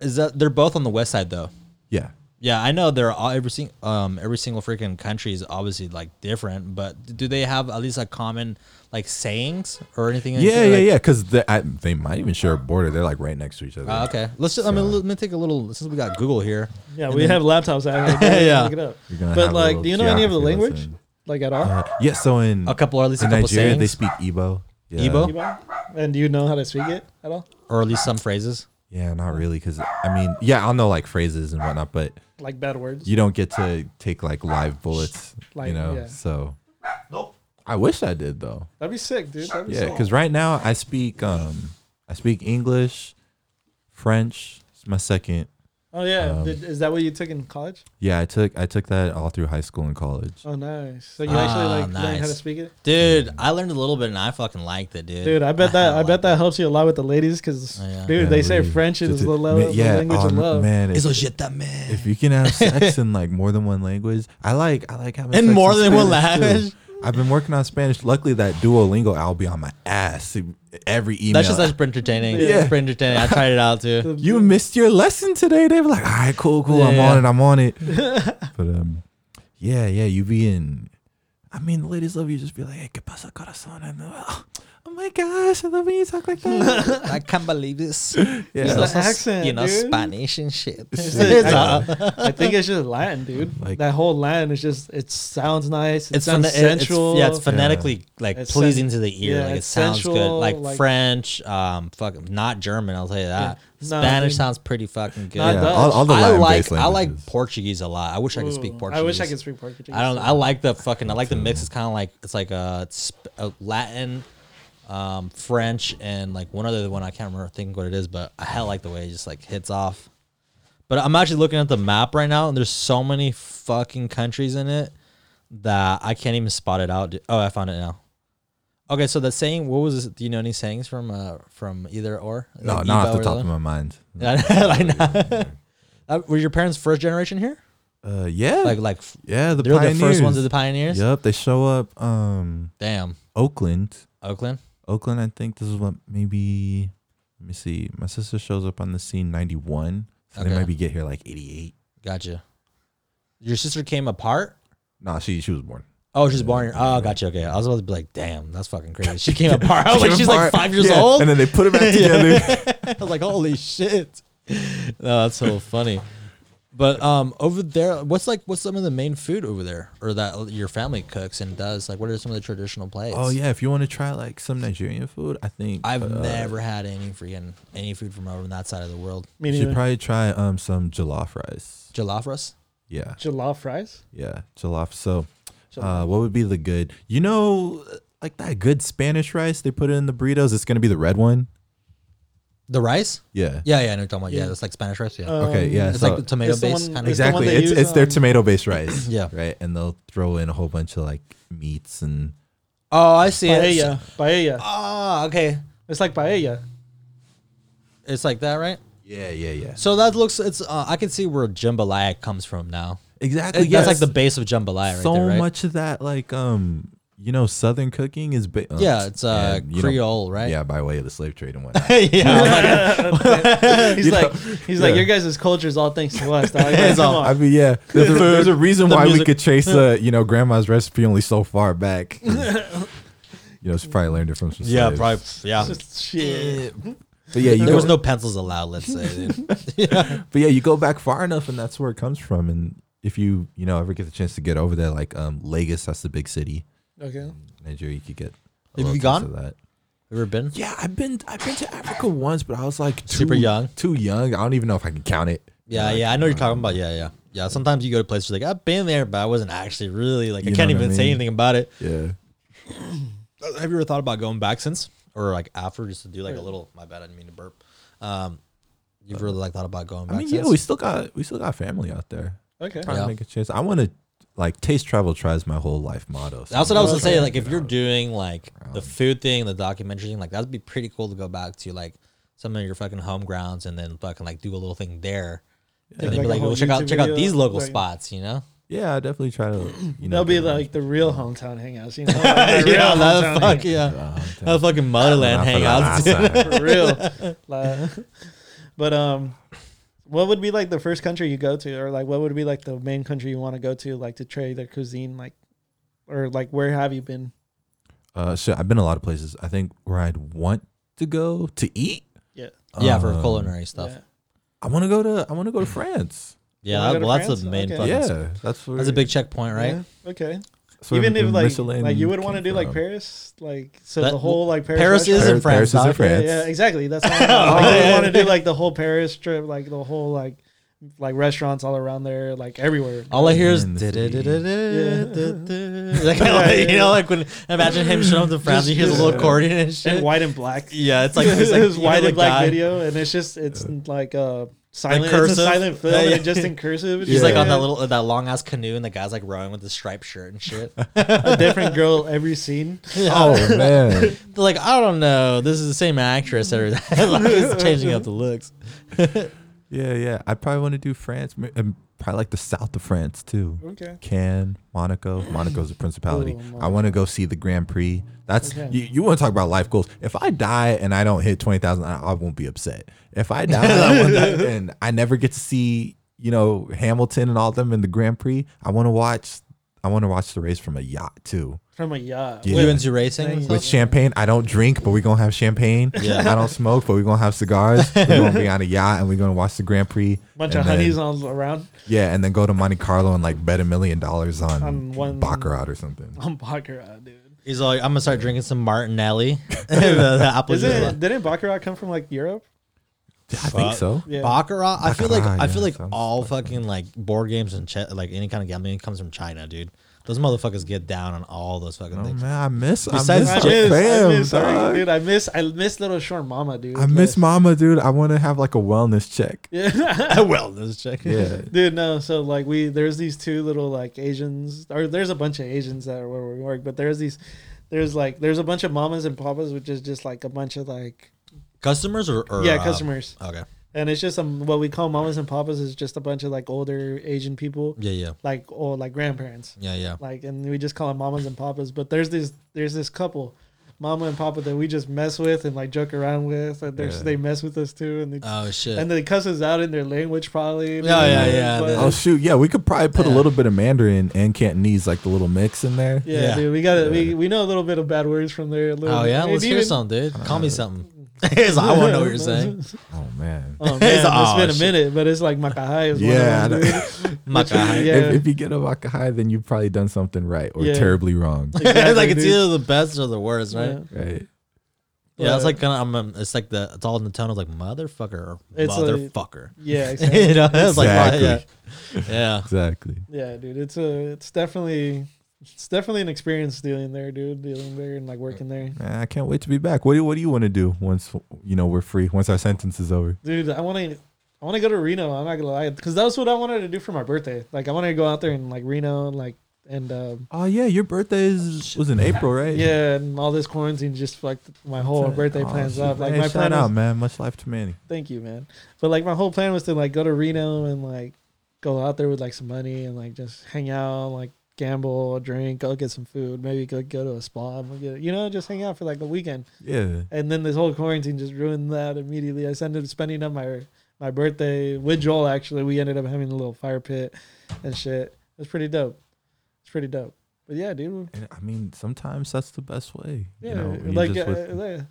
[SPEAKER 1] is that they're both on the west side though.
[SPEAKER 3] yeah.
[SPEAKER 1] Yeah, I know they're all every sing, um every single freaking country is obviously like different, but do they have at least like common like sayings or anything? like-
[SPEAKER 3] Yeah, yeah,
[SPEAKER 1] like-
[SPEAKER 3] yeah. Because they, I- they might even share a border. They're like right next to each other.
[SPEAKER 2] Ah,
[SPEAKER 1] Uh, okay, let's. Just, I mean, let me take a little since we got Google here.
[SPEAKER 2] Yeah,
[SPEAKER 1] And
[SPEAKER 2] we
[SPEAKER 1] then-
[SPEAKER 2] have laptops out
[SPEAKER 3] [LAUGHS]
[SPEAKER 2] here. dude.
[SPEAKER 1] Yeah.
[SPEAKER 2] Look it up.
[SPEAKER 3] You're gonna
[SPEAKER 2] But
[SPEAKER 3] have a
[SPEAKER 2] like,
[SPEAKER 3] little
[SPEAKER 2] do you know any of the
[SPEAKER 3] geography
[SPEAKER 2] language?
[SPEAKER 3] lesson.
[SPEAKER 2] Like at all?
[SPEAKER 3] Uh, yeah. So in
[SPEAKER 1] a couple, or at least a
[SPEAKER 3] in
[SPEAKER 1] couple
[SPEAKER 3] Nigeria, they
[SPEAKER 1] sayings,
[SPEAKER 3] speak Igbo. Yeah.
[SPEAKER 1] Igbo?
[SPEAKER 2] Yoruba? and do you know how to speak it at all?
[SPEAKER 1] or at least some phrases.
[SPEAKER 3] Yeah, not really. Because I mean, yeah, I'll know like phrases and whatnot, but
[SPEAKER 2] Like bad words?
[SPEAKER 3] you don't get to take like live bullets,
[SPEAKER 2] Like,
[SPEAKER 3] you know.
[SPEAKER 2] yeah.
[SPEAKER 3] So, I wish I did though.
[SPEAKER 2] That'd be sick, dude. That'd be
[SPEAKER 3] Yeah,
[SPEAKER 2] sick.
[SPEAKER 3] because right now I speak um I speak English, French. It's my second.
[SPEAKER 2] Oh yeah,
[SPEAKER 3] Um,
[SPEAKER 2] Did, is that what you took in college?
[SPEAKER 3] Yeah, I took I took that all through high school and college.
[SPEAKER 2] Oh nice. So you
[SPEAKER 1] Ah,
[SPEAKER 2] actually like learned how
[SPEAKER 1] nice.
[SPEAKER 2] to speak it?
[SPEAKER 1] Dude, I learned a little bit and I fucking liked it, dude.
[SPEAKER 2] Dude, I bet that
[SPEAKER 1] hella
[SPEAKER 2] I bet
[SPEAKER 1] liked
[SPEAKER 2] that helps you a lot with the ladies because,
[SPEAKER 1] Oh, yeah.
[SPEAKER 2] dude,
[SPEAKER 3] Yeah,
[SPEAKER 2] they say
[SPEAKER 3] really.
[SPEAKER 2] French is
[SPEAKER 3] Just-
[SPEAKER 2] the, lo- the language
[SPEAKER 3] oh,
[SPEAKER 2] of love. [LAUGHS]
[SPEAKER 3] man.
[SPEAKER 1] it. It's
[SPEAKER 3] If,
[SPEAKER 1] legit that man.
[SPEAKER 3] if you can have sex in like more than one language, I like I like having
[SPEAKER 1] In
[SPEAKER 3] sex
[SPEAKER 1] more
[SPEAKER 3] in
[SPEAKER 1] than one
[SPEAKER 3] Spanish, too.
[SPEAKER 1] language?
[SPEAKER 3] I've been working on Spanish. Luckily, that Duolingo I'll be on my ass e, every email.
[SPEAKER 1] That's just that's pretty entertaining.
[SPEAKER 3] Yeah.
[SPEAKER 1] It's pretty entertaining. I tried it out too.
[SPEAKER 3] you missed your lesson today. They were like, all right, cool, cool. I'm
[SPEAKER 1] Yeah.
[SPEAKER 3] on it. I'm
[SPEAKER 1] [LAUGHS]
[SPEAKER 3] on it. but um, yeah, yeah, you be in. I mean, the ladies love you. Just be like, hey, que pasa, corazón? And they're like, oh, oh my gosh, I love when you talk like that.
[SPEAKER 1] [LAUGHS] I can't believe this.
[SPEAKER 3] yeah.
[SPEAKER 1] You know,
[SPEAKER 2] the
[SPEAKER 1] so-
[SPEAKER 2] accent,
[SPEAKER 1] you know,
[SPEAKER 2] dude.
[SPEAKER 1] Spanish and
[SPEAKER 2] [LAUGHS]
[SPEAKER 1] shit.
[SPEAKER 3] It's
[SPEAKER 2] the
[SPEAKER 1] It's
[SPEAKER 2] accent.
[SPEAKER 1] all-
[SPEAKER 3] [LAUGHS]
[SPEAKER 2] I think it's just Latin, dude.
[SPEAKER 3] Like-
[SPEAKER 2] that whole Latin is just it sounds nice. It
[SPEAKER 1] it's
[SPEAKER 2] sounds
[SPEAKER 1] phon- it- it's-
[SPEAKER 2] sensual.
[SPEAKER 1] yeah, it's phonetically like
[SPEAKER 2] It's sen-
[SPEAKER 1] pleasing to the ear.
[SPEAKER 2] yeah,
[SPEAKER 1] like it
[SPEAKER 2] it's
[SPEAKER 1] sounds good.
[SPEAKER 2] sensual,
[SPEAKER 1] Like,
[SPEAKER 2] like-
[SPEAKER 1] French, um, fuck, not German. I'll tell you that.
[SPEAKER 2] Yeah. No,
[SPEAKER 1] Spanish
[SPEAKER 2] dude.
[SPEAKER 1] sounds pretty fucking good.
[SPEAKER 2] Not Yeah, Dutch.
[SPEAKER 3] all, all the
[SPEAKER 1] I
[SPEAKER 3] Latin
[SPEAKER 1] like I like
[SPEAKER 3] languages.
[SPEAKER 1] Portuguese a lot. I wish I could speak
[SPEAKER 2] Ooh,
[SPEAKER 1] Portuguese.
[SPEAKER 2] I wish I could speak Portuguese.
[SPEAKER 1] I don't. I like the fucking. I like the mix. It's kind of like it's like a, sp- a Latin, um, French, and like one other one. I can't remember. Think what it is, but I hell like the way it just like hits off. But I'm actually looking at the map right now, and there's so many fucking countries in it that I can't even spot it out. Oh, I found it now. Okay, so that saying, what was it? Do you know any sayings from uh from either or?
[SPEAKER 3] No,
[SPEAKER 1] Like
[SPEAKER 3] not
[SPEAKER 1] Ebo
[SPEAKER 3] off
[SPEAKER 1] or
[SPEAKER 3] the top
[SPEAKER 1] [LAUGHS]
[SPEAKER 3] of
[SPEAKER 1] other?
[SPEAKER 3] my mind.
[SPEAKER 1] Yeah, like, [LAUGHS] uh, were your parents first generation here?
[SPEAKER 3] Uh, yeah,
[SPEAKER 1] Like like f-
[SPEAKER 3] yeah, the
[SPEAKER 1] they were
[SPEAKER 3] pioneers.
[SPEAKER 1] the first ones of the pioneers.
[SPEAKER 3] Yep, they show up. Um,
[SPEAKER 1] Damn,
[SPEAKER 3] Oakland,
[SPEAKER 1] Oakland.
[SPEAKER 3] Oakland. I think this is what maybe. Let me see. My sister shows up on the scene ninety one. So
[SPEAKER 1] Okay.
[SPEAKER 3] they maybe get here like eighty eight.
[SPEAKER 1] Gotcha. Your sister came apart.
[SPEAKER 3] No, she she was born.
[SPEAKER 1] Oh, she's born. Oh, gotcha. Okay, I was about to be like, damn, that's fucking crazy. She
[SPEAKER 3] [LAUGHS]
[SPEAKER 1] came apart. I was Oh, like,
[SPEAKER 3] Kevin
[SPEAKER 1] she's
[SPEAKER 3] Hart.
[SPEAKER 1] like five years
[SPEAKER 3] Yeah,
[SPEAKER 1] old.
[SPEAKER 3] and then they put it back together.
[SPEAKER 1] [LAUGHS]
[SPEAKER 3] [LAUGHS]
[SPEAKER 1] I was like, holy shit. No, that's so funny. But um, over there, what's like what's some of the main food over there, or that your family cooks and does? Like, what are some of the traditional plates?
[SPEAKER 3] Oh yeah, if you want to try like some Nigerian food, I think
[SPEAKER 1] I've
[SPEAKER 3] uh,
[SPEAKER 1] never had any freaking any food from over on that side of the world.
[SPEAKER 2] Me
[SPEAKER 3] You should
[SPEAKER 2] neither.
[SPEAKER 3] probably try um some jollof rice.
[SPEAKER 1] Jollof rice.
[SPEAKER 3] Yeah,
[SPEAKER 2] Jollof rice.
[SPEAKER 3] yeah, jollof. So, uh, what would be the good? You know, like that good Spanish rice they put in the burritos. It's gonna be the red one.
[SPEAKER 1] The rice?
[SPEAKER 3] Yeah.
[SPEAKER 1] Yeah, yeah, I know what you're talking about. Yeah,
[SPEAKER 2] Yeah.
[SPEAKER 1] it's like Spanish rice. Yeah,
[SPEAKER 3] Okay.
[SPEAKER 2] Um,
[SPEAKER 3] Yeah.
[SPEAKER 1] it's
[SPEAKER 3] so-
[SPEAKER 1] like tomato
[SPEAKER 2] it's the
[SPEAKER 1] based
[SPEAKER 2] one-
[SPEAKER 1] kind of.
[SPEAKER 2] it's the
[SPEAKER 3] exactly.
[SPEAKER 2] they
[SPEAKER 3] It's
[SPEAKER 2] use
[SPEAKER 3] it's their
[SPEAKER 2] on-
[SPEAKER 3] tomato based rice.
[SPEAKER 1] [CLEARS THROAT] Yeah.
[SPEAKER 3] Right, and they'll throw in a whole bunch of like meats and
[SPEAKER 1] Oh, I see. it.
[SPEAKER 2] Paella.
[SPEAKER 1] [LAUGHS]
[SPEAKER 2] Paella.
[SPEAKER 1] Ah, okay.
[SPEAKER 2] It's
[SPEAKER 1] [LAUGHS]
[SPEAKER 2] like paella.
[SPEAKER 1] It's like that, right?
[SPEAKER 3] yeah, yeah, yeah.
[SPEAKER 1] So that looks. It's. Uh, I can see where jambalaya comes from now.
[SPEAKER 3] Exactly. yes.
[SPEAKER 1] That's like the base of jambalaya, right
[SPEAKER 3] so
[SPEAKER 1] there, right?
[SPEAKER 3] much of that like um you know southern cooking is ba- uh,
[SPEAKER 1] Yeah, it's uh,
[SPEAKER 3] and, you know,
[SPEAKER 1] Creole, right?
[SPEAKER 3] yeah by way of the slave trade and whatnot
[SPEAKER 1] [LAUGHS] yeah.
[SPEAKER 2] [LAUGHS] He's like, he's like,
[SPEAKER 3] yeah.
[SPEAKER 2] your guys' culture is all thanks to us.
[SPEAKER 1] [LAUGHS]
[SPEAKER 2] dog." Like, come
[SPEAKER 3] [LAUGHS] I
[SPEAKER 2] on.
[SPEAKER 3] mean, yeah. There's a, there's a reason
[SPEAKER 1] The
[SPEAKER 3] why we
[SPEAKER 1] music.
[SPEAKER 3] could chase, uh, you know, grandma's recipe only so
[SPEAKER 1] [LAUGHS]
[SPEAKER 3] far back. 'cause, you know, she probably learned it from some.
[SPEAKER 1] yeah,
[SPEAKER 3] [LAUGHS] slaves.
[SPEAKER 1] probably. Yeah. [LAUGHS]
[SPEAKER 2] Shit.
[SPEAKER 3] But yeah, you
[SPEAKER 1] There
[SPEAKER 3] go,
[SPEAKER 1] was no pencils allowed. Let's say.
[SPEAKER 3] [LAUGHS]
[SPEAKER 1] dude.
[SPEAKER 3] But yeah, you go back far enough, and that's where it comes from. And if you, you know, ever get the chance to get over there, like um, Lagos, that's the big city,
[SPEAKER 2] Okay.
[SPEAKER 3] Nigeria, you could get. a
[SPEAKER 1] Have you
[SPEAKER 3] little taste
[SPEAKER 1] gone?
[SPEAKER 3] of That.
[SPEAKER 1] Ever been?
[SPEAKER 3] Yeah, I've been I've been to Africa once, but I was like too,
[SPEAKER 1] Super young.
[SPEAKER 3] too young. I don't even know if I can count it.
[SPEAKER 1] Yeah,
[SPEAKER 3] Like,
[SPEAKER 1] yeah. I know what you're talking
[SPEAKER 3] um,
[SPEAKER 1] about. Yeah, yeah, yeah. Sometimes you go to places like I've been there, but I wasn't actually really like.
[SPEAKER 3] You
[SPEAKER 1] I
[SPEAKER 3] know
[SPEAKER 1] can't
[SPEAKER 3] what I
[SPEAKER 1] even say
[SPEAKER 3] mean?
[SPEAKER 1] anything about it.
[SPEAKER 3] Yeah.
[SPEAKER 1] Uh, Have you ever thought about going back since, or like after, just to do like a little? My bad, I didn't mean to burp. Um, you've really like thought about going back
[SPEAKER 3] I mean, yeah,
[SPEAKER 1] since?
[SPEAKER 3] we still got we still got family out there.
[SPEAKER 2] Okay.
[SPEAKER 3] Trying
[SPEAKER 1] Yeah.
[SPEAKER 3] to make a chance. I want to like taste travel tries my whole life motto. so
[SPEAKER 1] That's what I
[SPEAKER 3] I'm
[SPEAKER 1] was gonna
[SPEAKER 3] gonna
[SPEAKER 1] say.
[SPEAKER 3] try
[SPEAKER 1] Like,
[SPEAKER 3] it
[SPEAKER 1] if you're
[SPEAKER 3] out.
[SPEAKER 1] doing like the food thing, the documentary thing, like that'd be pretty cool to go back to like some of your fucking home grounds and then fucking like do a little thing there. And then
[SPEAKER 2] Like
[SPEAKER 1] be
[SPEAKER 2] a
[SPEAKER 1] like,
[SPEAKER 2] whole
[SPEAKER 1] well, check out
[SPEAKER 2] YouTube
[SPEAKER 1] check out
[SPEAKER 2] video,
[SPEAKER 1] these local
[SPEAKER 2] like-
[SPEAKER 1] spots,
[SPEAKER 2] [LAUGHS]
[SPEAKER 1] you know?
[SPEAKER 3] yeah, I definitely try to. You know,
[SPEAKER 2] That'll be
[SPEAKER 3] do that.
[SPEAKER 2] like the real hometown
[SPEAKER 1] [LAUGHS]
[SPEAKER 2] hangouts, you know? Like, the real
[SPEAKER 1] yeah, that
[SPEAKER 2] hometown
[SPEAKER 1] fuck yeah,
[SPEAKER 3] Uh,
[SPEAKER 1] that fucking
[SPEAKER 3] not
[SPEAKER 1] motherland
[SPEAKER 3] for the
[SPEAKER 1] [LAUGHS] hangouts. dude.
[SPEAKER 3] [LAUGHS] outside.
[SPEAKER 2] for
[SPEAKER 1] [LAUGHS]
[SPEAKER 2] real. Like, but um, what would be like the first country you go to, or like what would be like the main country you want to go to, like to try their cuisine, like, or like where have you been?
[SPEAKER 3] uh, so I've been a lot of places. I think where I'd want to go to eat.
[SPEAKER 2] Yeah.
[SPEAKER 1] Yeah, for
[SPEAKER 3] Um,
[SPEAKER 1] culinary stuff.
[SPEAKER 2] Yeah.
[SPEAKER 3] I want to go to. I want to go
[SPEAKER 1] [LAUGHS]
[SPEAKER 3] to France.
[SPEAKER 1] Yeah,
[SPEAKER 2] Wanna go
[SPEAKER 1] that-
[SPEAKER 2] to
[SPEAKER 1] well, that's
[SPEAKER 2] France?
[SPEAKER 1] the main
[SPEAKER 2] Okay.
[SPEAKER 1] fucking.
[SPEAKER 3] yeah,
[SPEAKER 1] spot.
[SPEAKER 3] that's where,
[SPEAKER 1] that's a big checkpoint, right?
[SPEAKER 2] Yeah, Okay.
[SPEAKER 3] that's where
[SPEAKER 2] Even if
[SPEAKER 3] the
[SPEAKER 2] like
[SPEAKER 3] Michelin
[SPEAKER 2] like you would want to
[SPEAKER 3] came
[SPEAKER 2] do like
[SPEAKER 3] from.
[SPEAKER 2] Paris, like so
[SPEAKER 1] That-
[SPEAKER 2] the whole like Paris.
[SPEAKER 1] Paris is
[SPEAKER 2] restaurant-
[SPEAKER 1] in France.
[SPEAKER 3] Paris is in
[SPEAKER 1] dog.
[SPEAKER 3] France.
[SPEAKER 2] Yeah, yeah, exactly. That's
[SPEAKER 1] [LAUGHS]
[SPEAKER 2] why
[SPEAKER 1] Oh,
[SPEAKER 2] I want to do like the whole Paris trip, like the whole like like restaurants all around there, like everywhere.
[SPEAKER 1] All I hear is
[SPEAKER 3] In the
[SPEAKER 1] "Da- da- da-
[SPEAKER 3] city.
[SPEAKER 1] da-
[SPEAKER 2] Yeah.
[SPEAKER 1] da- da- da." Like, like, you know, like when imagine him showing up to France, he hears a
[SPEAKER 2] just-
[SPEAKER 1] little accordion and shit.
[SPEAKER 2] And white and black.
[SPEAKER 1] Yeah, it's like
[SPEAKER 2] [LAUGHS]
[SPEAKER 1] it's like
[SPEAKER 2] this
[SPEAKER 1] you know
[SPEAKER 2] white
[SPEAKER 1] the
[SPEAKER 2] and black
[SPEAKER 1] guy-
[SPEAKER 2] video, and it's just it's like uh silent, it's
[SPEAKER 1] cursive?
[SPEAKER 2] a silent film,
[SPEAKER 1] Yeah, yeah.
[SPEAKER 2] and just in cursive.
[SPEAKER 1] He's
[SPEAKER 3] Yeah.
[SPEAKER 1] like on that little that long ass canoe, and the guy's like rowing with the striped shirt and shit. [LAUGHS]
[SPEAKER 2] a different girl every scene.
[SPEAKER 3] Oh
[SPEAKER 2] [LAUGHS]
[SPEAKER 3] man,
[SPEAKER 1] They're like, I don't know, this is the same actress [LAUGHS] or like, it's changing up the looks.
[SPEAKER 3] yeah, yeah. I probably want to do France. ma- and Probably like the south of France too.
[SPEAKER 2] Okay.
[SPEAKER 3] Cannes, Monaco. Monaco's a principality.
[SPEAKER 2] Ooh,
[SPEAKER 3] I want to go see the Grand Prix. That's
[SPEAKER 2] Okay.
[SPEAKER 3] you, you want to talk about life goals. If I die and I don't hit twenty thousand, I, I won't be upset. If I die and I,
[SPEAKER 2] [LAUGHS]
[SPEAKER 3] want that- and I never get to see you know Hamilton and all of them in the Grand Prix, I want to watch. I want to watch the race from a yacht too.
[SPEAKER 2] From a yacht.
[SPEAKER 3] Yeah.
[SPEAKER 1] You into racing? and
[SPEAKER 2] With
[SPEAKER 1] stuff?
[SPEAKER 3] With champagne, I don't drink, but we're gonna have champagne.
[SPEAKER 1] Yeah.
[SPEAKER 3] I don't smoke, but we're gonna have cigars. We're gonna be on a yacht and we're gonna watch the Grand Prix.
[SPEAKER 2] Bunch
[SPEAKER 3] and
[SPEAKER 2] of
[SPEAKER 3] then-
[SPEAKER 2] honeys on around
[SPEAKER 3] yeah, and then go to Monte Carlo and like bet a million dollars on,
[SPEAKER 2] On one-
[SPEAKER 3] baccarat or something.
[SPEAKER 2] on Baccarat, dude.
[SPEAKER 1] He's like, I'm gonna start drinking some Martinelli. [LAUGHS] the, the apple
[SPEAKER 2] Isn't
[SPEAKER 1] juice.
[SPEAKER 2] it, didn't Baccarat come from like Europe?
[SPEAKER 3] I think
[SPEAKER 1] Fuck.
[SPEAKER 3] so.
[SPEAKER 2] Yeah.
[SPEAKER 1] Baccarat. I feel like
[SPEAKER 3] Baccarat,
[SPEAKER 1] I feel
[SPEAKER 3] yeah,
[SPEAKER 1] like
[SPEAKER 3] sounds
[SPEAKER 1] all
[SPEAKER 3] fucking-
[SPEAKER 1] fucking like board games and che- like any kind of gambling comes from China, dude. Those motherfuckers get down on all those fucking
[SPEAKER 3] Oh
[SPEAKER 1] things. [LAUGHS]
[SPEAKER 3] man, I miss.
[SPEAKER 1] Besides
[SPEAKER 3] I
[SPEAKER 2] I
[SPEAKER 3] miss
[SPEAKER 1] Japan,
[SPEAKER 2] miss, I
[SPEAKER 3] Japan,
[SPEAKER 2] miss, sorry,
[SPEAKER 3] dog.
[SPEAKER 2] dude. I miss, I miss little short mama, dude.
[SPEAKER 3] I miss
[SPEAKER 2] Like-
[SPEAKER 3] Mama, dude. I want to have like a wellness check.
[SPEAKER 2] [LAUGHS] Yeah.
[SPEAKER 1] well, let's check.
[SPEAKER 3] Yeah.
[SPEAKER 2] Dude, no. So like we there's these two little like Asians or there's a bunch of Asians that are where we work, but there's these there's like there's a bunch of mamas and papas, which is just like a bunch of like
[SPEAKER 1] [LAUGHS] Customers or, or
[SPEAKER 2] yeah
[SPEAKER 1] uh,
[SPEAKER 2] customers,
[SPEAKER 1] Okay.
[SPEAKER 2] and it's just um what we call mamas and papas is just a bunch of like older Asian people,
[SPEAKER 1] Yeah, yeah,
[SPEAKER 2] like or like grandparents,
[SPEAKER 1] yeah, yeah.
[SPEAKER 2] like and we just call them mamas and papas. But there's this there's this couple, mama and papa that we just mess with and like joke around with, and they're
[SPEAKER 3] Yeah.
[SPEAKER 2] they mess with us too, and they,
[SPEAKER 1] Oh shit.
[SPEAKER 2] and they cuss us out in their language probably.
[SPEAKER 1] Yeah, yeah, yeah,
[SPEAKER 2] But-
[SPEAKER 1] the-
[SPEAKER 3] Oh shoot, yeah, we could probably put a
[SPEAKER 1] Yeah.
[SPEAKER 3] little bit of Mandarin and Cantonese, like the little mix in there.
[SPEAKER 2] Yeah,
[SPEAKER 1] Yeah.
[SPEAKER 2] dude, we got to
[SPEAKER 3] Yeah.
[SPEAKER 2] we, we know a little bit of bad words from there. A little
[SPEAKER 1] oh
[SPEAKER 2] bit.
[SPEAKER 1] yeah.
[SPEAKER 2] And
[SPEAKER 1] Let's hear
[SPEAKER 2] even-
[SPEAKER 1] something, dude. Call me something. [LAUGHS] It's like, I want to know what you're
[SPEAKER 2] [LAUGHS]
[SPEAKER 1] saying.
[SPEAKER 3] Oh man,
[SPEAKER 2] Oh man,
[SPEAKER 1] [LAUGHS] It's
[SPEAKER 2] it's
[SPEAKER 1] like, "Aw,
[SPEAKER 2] been a
[SPEAKER 1] shit."
[SPEAKER 2] minute, but it's like Makahay is
[SPEAKER 3] Yeah,
[SPEAKER 2] yeah,
[SPEAKER 3] I
[SPEAKER 2] one
[SPEAKER 3] know.
[SPEAKER 2] of
[SPEAKER 1] [LAUGHS]
[SPEAKER 2] those, dude.
[SPEAKER 1] My [LAUGHS] guy.
[SPEAKER 2] Yeah.
[SPEAKER 3] if, if you get a waka high, then you've probably done something right or
[SPEAKER 2] Yeah.
[SPEAKER 3] terribly wrong.
[SPEAKER 1] it's like it's
[SPEAKER 2] dude.
[SPEAKER 1] either the best or the worst, right?
[SPEAKER 2] Yeah.
[SPEAKER 3] Right?
[SPEAKER 1] Yeah, it's
[SPEAKER 2] But-
[SPEAKER 1] like kind of. I'm. um, It's like the. It's all in the tone of like motherfucker, or
[SPEAKER 2] It's like-
[SPEAKER 1] motherfucker. [LAUGHS]
[SPEAKER 2] Yeah, exactly.
[SPEAKER 1] you know, it's like yeah,
[SPEAKER 3] Exactly.
[SPEAKER 1] yeah.
[SPEAKER 3] Exactly.
[SPEAKER 2] yeah, dude. It's a it's definitely it's definitely an experience dealing there, dude. Dealing there and like working there,
[SPEAKER 3] Man, I can't wait to be back. What do What do you want to do once you know we're free? Once our sentence is over?
[SPEAKER 2] dude. I want to. I want to go to Reno. I'm not gonna lie, because that was what I wanted to do for my birthday. Like, I wanted to go out there and like Reno, and like, and uh,
[SPEAKER 3] Oh yeah, your birthday is was in April, right?
[SPEAKER 2] yeah, and all this quarantine just fucked my whole birthday
[SPEAKER 3] Oh,
[SPEAKER 2] plans
[SPEAKER 3] shit.
[SPEAKER 2] up. Like,
[SPEAKER 3] Hey,
[SPEAKER 2] my
[SPEAKER 3] shout
[SPEAKER 2] plan was,
[SPEAKER 3] out, man. Much life to Manny.
[SPEAKER 2] thank you, man. But like my whole plan was to like go to Reno and like go out there with like some money and like just hang out, like gamble, drink, go get some food, maybe go go to a spa, and get, you know, just hang out for like the weekend.
[SPEAKER 3] Yeah.
[SPEAKER 2] And then this whole quarantine just ruined that immediately. I ended up spending up my my birthday with Joel. Actually, we ended up having a little fire pit and shit. It was pretty dope. It's pretty dope. But yeah, dude,
[SPEAKER 3] And, I mean, sometimes that's the best way.
[SPEAKER 2] yeah,
[SPEAKER 3] you know, when you're
[SPEAKER 2] like
[SPEAKER 3] just
[SPEAKER 2] uh,
[SPEAKER 3] with-
[SPEAKER 2] like-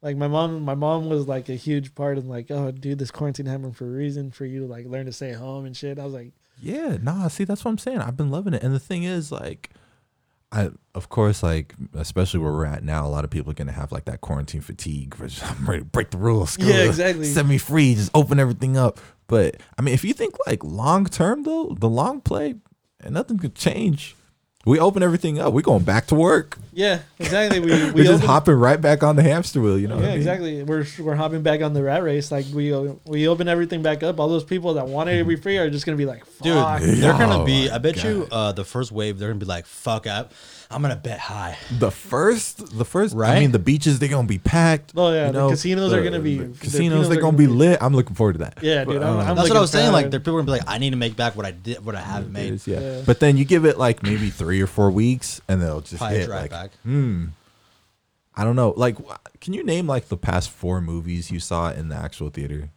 [SPEAKER 2] like my mom, my mom was like a huge part of like, oh, dude, this quarantine happened for a reason for you to like learn to stay home and shit. I was like,
[SPEAKER 3] Yeah, nah, see, that's what I'm saying. I've been loving it. And the thing is, like, I, of course, like, especially where we're at now, a lot of people are going to have, like, that quarantine fatigue. where it's, [LAUGHS] I'm ready to break the rules.
[SPEAKER 2] Yeah,
[SPEAKER 3] Ugh,
[SPEAKER 2] exactly.
[SPEAKER 3] Set me free. Just open everything up. But, I mean, if you think, like, long term, though, the long play, and nothing could change. We open everything up. we going back to work.
[SPEAKER 2] yeah, exactly.
[SPEAKER 3] [LAUGHS]
[SPEAKER 2] We we
[SPEAKER 3] We are just
[SPEAKER 2] opened-
[SPEAKER 3] hopping right back on the hamster wheel, you know? what I
[SPEAKER 2] Yeah,
[SPEAKER 3] mean?
[SPEAKER 2] exactly. We're we're hopping back on the rat race. Like we o- we open everything back up. All those people that wanted to be
[SPEAKER 3] Mm-hmm.
[SPEAKER 2] free are just gonna be like,
[SPEAKER 1] Dude,
[SPEAKER 2] fuck.
[SPEAKER 1] they're gonna
[SPEAKER 3] Oh
[SPEAKER 1] be.
[SPEAKER 3] my
[SPEAKER 1] I bet you, uh, the first wave, they're gonna be like, "Fuck up," I'm gonna bet high.
[SPEAKER 3] The first, the first, I
[SPEAKER 1] Right?
[SPEAKER 3] mean, the beaches they're gonna be packed.
[SPEAKER 2] Oh, yeah, the casinos are
[SPEAKER 3] the-
[SPEAKER 2] gonna be-
[SPEAKER 3] the
[SPEAKER 2] the
[SPEAKER 3] casinos.
[SPEAKER 2] casinos
[SPEAKER 3] They're
[SPEAKER 2] are
[SPEAKER 3] gonna
[SPEAKER 2] gonna
[SPEAKER 3] be
[SPEAKER 2] be-
[SPEAKER 3] lit. I'm looking forward to that.
[SPEAKER 2] Yeah, dude, I'm- I'm-
[SPEAKER 1] That's what I was
[SPEAKER 2] looking
[SPEAKER 1] saying. Like,
[SPEAKER 2] proud.
[SPEAKER 1] the people are gonna be like, "I need to make back what I did, what I haven't
[SPEAKER 3] it
[SPEAKER 1] made."
[SPEAKER 3] is, yeah.
[SPEAKER 2] Yeah.
[SPEAKER 3] But then you give it like maybe three or four weeks, and they'll just
[SPEAKER 1] Probably
[SPEAKER 3] hit.
[SPEAKER 1] drive
[SPEAKER 3] Like, hmm.
[SPEAKER 1] back.
[SPEAKER 3] I don't know. Like, wh- can you name like the past four movies you saw in the actual theater?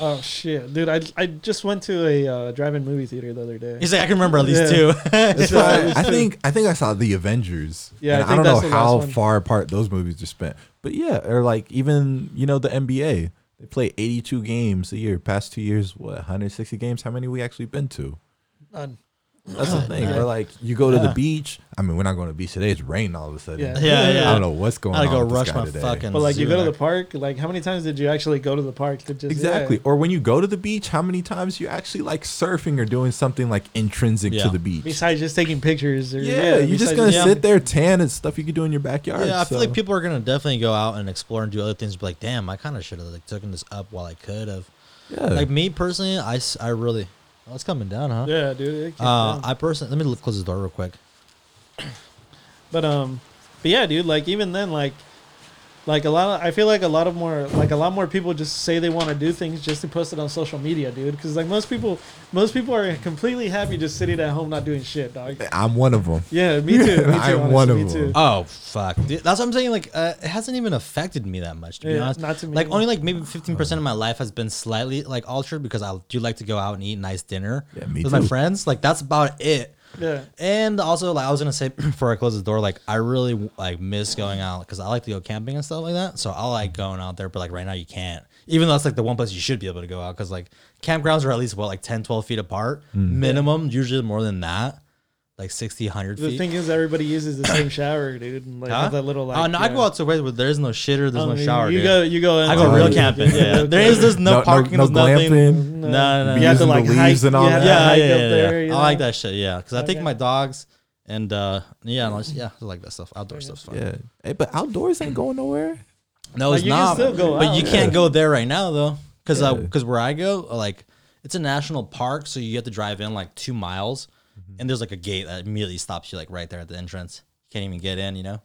[SPEAKER 2] Oh shit, dude. I I just went to a uh, drive-in movie theater the other day.
[SPEAKER 1] He's like, "I can remember at least [LAUGHS] two.
[SPEAKER 2] Yeah.
[SPEAKER 3] That's
[SPEAKER 2] Yeah,
[SPEAKER 3] why [LAUGHS]
[SPEAKER 2] it's
[SPEAKER 3] I
[SPEAKER 2] true.
[SPEAKER 3] think I think I saw the Avengers.
[SPEAKER 2] Yeah, I
[SPEAKER 3] and I,
[SPEAKER 2] think
[SPEAKER 3] don't
[SPEAKER 2] that's
[SPEAKER 3] know
[SPEAKER 2] the last
[SPEAKER 3] how
[SPEAKER 2] one.
[SPEAKER 3] far apart those movies are spent. But yeah, or like even you know the NBA, they play 82 games a year. Past two years, what 160 games? How many we actually been to?
[SPEAKER 2] None.
[SPEAKER 3] That's the thing. Or like you go to the beach. I mean, we're not going to the beach today. It's raining all of a sudden.
[SPEAKER 2] Yeah.
[SPEAKER 1] yeah, yeah.
[SPEAKER 3] I don't know what's going
[SPEAKER 1] I
[SPEAKER 3] on.
[SPEAKER 1] gotta go
[SPEAKER 3] with this
[SPEAKER 1] rush
[SPEAKER 3] guy
[SPEAKER 1] my
[SPEAKER 3] today.
[SPEAKER 1] fucking.
[SPEAKER 2] But like you
[SPEAKER 1] zoo
[SPEAKER 2] go to
[SPEAKER 1] back.
[SPEAKER 2] the park, like how many times did you actually go to the park to just
[SPEAKER 3] Exactly.
[SPEAKER 2] Yeah.
[SPEAKER 3] Or when you go to the beach, how many times you actually like surfing or doing something like intrinsic
[SPEAKER 1] Yeah.
[SPEAKER 3] to the beach?
[SPEAKER 2] Besides just taking pictures, or,
[SPEAKER 3] yeah, you're just
[SPEAKER 2] besides
[SPEAKER 3] gonna
[SPEAKER 1] yeah.
[SPEAKER 3] sit there tan and stuff you could do in your backyard.
[SPEAKER 1] Yeah, I feel
[SPEAKER 3] so-
[SPEAKER 1] like people are gonna definitely go out and explore and do other things. But like, damn, I kind of should have like taken this up while I could have.
[SPEAKER 3] Yeah.
[SPEAKER 1] Like me personally, I, s- I really. Oh, it's coming down, huh?
[SPEAKER 2] Yeah, dude. It can't
[SPEAKER 1] Uh,
[SPEAKER 2] be.
[SPEAKER 1] I personally let me close this door real quick.
[SPEAKER 2] But um, but yeah, dude. Like even then, like, like a lot. Of, I feel like a lot of more, like a lot more people just say they want to do things just to post it on social media, dude. Because like most people, most people are completely happy just sitting at home not doing shit, dog.
[SPEAKER 3] I'm one of them.
[SPEAKER 1] [LAUGHS]
[SPEAKER 2] Yeah, me too. Me too.
[SPEAKER 3] I'm
[SPEAKER 2] honestly,
[SPEAKER 3] one of
[SPEAKER 2] me
[SPEAKER 3] them.
[SPEAKER 2] too.
[SPEAKER 1] Oh fuck, Dude, that's what I'm saying. Like, uh, it hasn't even affected me that much, to be
[SPEAKER 2] Yeah,
[SPEAKER 1] honest.
[SPEAKER 2] not to me.
[SPEAKER 1] Like, only like maybe 15 percent of my life has been slightly like altered because I do like to go out and eat nice dinner
[SPEAKER 3] Yeah, me
[SPEAKER 1] with
[SPEAKER 3] too.
[SPEAKER 1] my friends. Like, that's about it.
[SPEAKER 2] Yeah.
[SPEAKER 1] And also, like I was gonna say [CLEARS THROAT] before I close the door, like I really like miss going out because I like to go camping and stuff like that. So I like going out there, but like right now you can't. Even though that's like the one place you should be able to go out
[SPEAKER 3] Mm.
[SPEAKER 1] because like campgrounds are at least what like 10, 12 feet apart minimum, usually more than that. like 60, 100
[SPEAKER 2] The
[SPEAKER 1] feet.
[SPEAKER 2] thing is, everybody uses the same shower, dude. and, Like
[SPEAKER 1] Huh?
[SPEAKER 2] that little like.
[SPEAKER 1] oh no, I
[SPEAKER 2] yeah.
[SPEAKER 1] go out to places where there's no shitter, there's
[SPEAKER 2] I
[SPEAKER 1] no
[SPEAKER 2] mean,
[SPEAKER 1] shower.
[SPEAKER 2] You
[SPEAKER 1] dude.
[SPEAKER 2] go, you go. In
[SPEAKER 1] I go real
[SPEAKER 3] Right.
[SPEAKER 1] camping.
[SPEAKER 2] [LAUGHS] Yeah,
[SPEAKER 1] Yeah,
[SPEAKER 2] real
[SPEAKER 1] there is.
[SPEAKER 2] camping.
[SPEAKER 1] There's no, parking.
[SPEAKER 3] no
[SPEAKER 1] there's nothing.
[SPEAKER 3] glamping.
[SPEAKER 1] No, no, no.
[SPEAKER 3] Be
[SPEAKER 2] You have to
[SPEAKER 3] using the
[SPEAKER 2] like
[SPEAKER 3] leaves
[SPEAKER 2] hike,
[SPEAKER 3] and all
[SPEAKER 2] you have to
[SPEAKER 3] that.
[SPEAKER 1] yeah,
[SPEAKER 2] hike
[SPEAKER 1] yeah,
[SPEAKER 2] up
[SPEAKER 1] yeah.
[SPEAKER 2] there, you
[SPEAKER 1] I like
[SPEAKER 2] know?
[SPEAKER 1] that shit. Yeah, because I take
[SPEAKER 2] Okay.
[SPEAKER 1] my dogs and uh, yeah, and I just- yeah, I like that stuff. Outdoor stuff's fun.
[SPEAKER 3] Yeah. Hey, but outdoors ain't going nowhere.
[SPEAKER 1] No,
[SPEAKER 2] Like,
[SPEAKER 1] it's
[SPEAKER 2] you can
[SPEAKER 1] not.
[SPEAKER 2] still go
[SPEAKER 1] but
[SPEAKER 2] out,
[SPEAKER 1] you can't go there right now though, because
[SPEAKER 3] Yeah.
[SPEAKER 1] because where I go, like it's a national park, so you have to drive in like two miles, and there's like a gate that immediately stops you like right there at the entrance. You can't even get in. You know,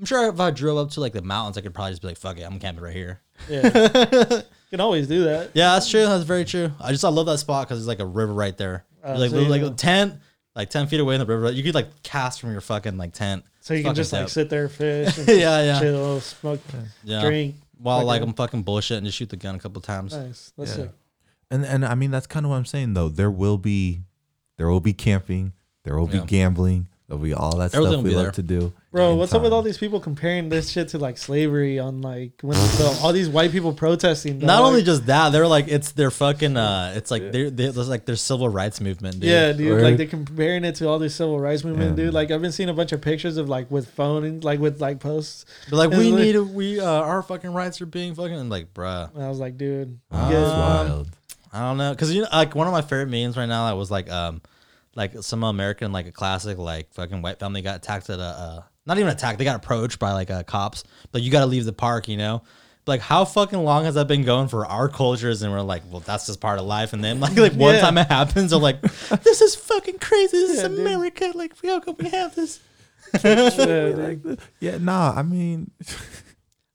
[SPEAKER 1] I'm sure if I drove up to like the mountains, I could probably just be like, "Fuck it, I'm camping right here."
[SPEAKER 2] Yeah. you can always do that.
[SPEAKER 1] Yeah, that's true. That's very true. I just I love that spot because it's like a river right there.
[SPEAKER 2] Oh,
[SPEAKER 1] like
[SPEAKER 2] so
[SPEAKER 1] li-
[SPEAKER 2] you
[SPEAKER 1] like
[SPEAKER 2] know.
[SPEAKER 1] a tent, like ten feet away in the river. You could like cast from your fucking like tent.
[SPEAKER 2] So you
[SPEAKER 1] It's
[SPEAKER 2] can
[SPEAKER 1] fucking
[SPEAKER 2] just like
[SPEAKER 1] dope.
[SPEAKER 2] sit
[SPEAKER 1] [LAUGHS]
[SPEAKER 2] there, fish, and
[SPEAKER 1] yeah, yeah,
[SPEAKER 2] chill, smoke,
[SPEAKER 1] yeah.
[SPEAKER 2] drink.
[SPEAKER 1] While like
[SPEAKER 2] fucking-
[SPEAKER 1] I'm fucking bullshit and just shoot the gun a couple times.
[SPEAKER 2] nice. That's
[SPEAKER 3] Yeah.
[SPEAKER 2] sick.
[SPEAKER 3] And and I mean that's kind of what I'm saying though. There will be, there will be camping. There will
[SPEAKER 1] Yeah.
[SPEAKER 3] be gambling. There'll be all that
[SPEAKER 1] Everything will
[SPEAKER 3] stuff we
[SPEAKER 1] be
[SPEAKER 3] love
[SPEAKER 1] there.
[SPEAKER 3] to do.
[SPEAKER 2] Bro,
[SPEAKER 3] in
[SPEAKER 2] what's up with
[SPEAKER 3] time.
[SPEAKER 2] all these people comparing this shit to like slavery on like when the, all these white people protesting?
[SPEAKER 1] Not
[SPEAKER 2] dog?
[SPEAKER 1] only just that, they're like it's their fucking uh, it's like they're, they're it's like their civil rights movement. Dude.
[SPEAKER 2] Yeah, dude.
[SPEAKER 3] Word.
[SPEAKER 2] Like they're comparing it to all this civil rights movement,
[SPEAKER 3] Yeah.
[SPEAKER 2] dude. Like I've been seeing a bunch of pictures of like with phone and like with like posts.
[SPEAKER 1] but like we
[SPEAKER 2] It's like-
[SPEAKER 1] need a, we uh, our fucking rights are being fucking and like bruh.
[SPEAKER 2] And I was like, dude,
[SPEAKER 3] Wow,
[SPEAKER 2] yeah.
[SPEAKER 3] Ah, that's wild.
[SPEAKER 1] I don't know, cause you know, like one of my favorite memes right now. That was like, um, like some American, like a classic, like fucking white family got attacked at a, uh, not even attacked. They got approached by like uh, cops. But you got to leave the park, you know. Like how fucking long has that been going for our cultures? And we're like, well, that's just part of life. And then [LAUGHS] like, like one
[SPEAKER 2] Yeah.
[SPEAKER 1] time it happens, I'm like, [LAUGHS] this is fucking crazy. This
[SPEAKER 2] Yeah,
[SPEAKER 1] is
[SPEAKER 2] dude.
[SPEAKER 1] America. Like, how come we have this?
[SPEAKER 2] Yeah, dude.
[SPEAKER 3] Yeah, nah. I mean,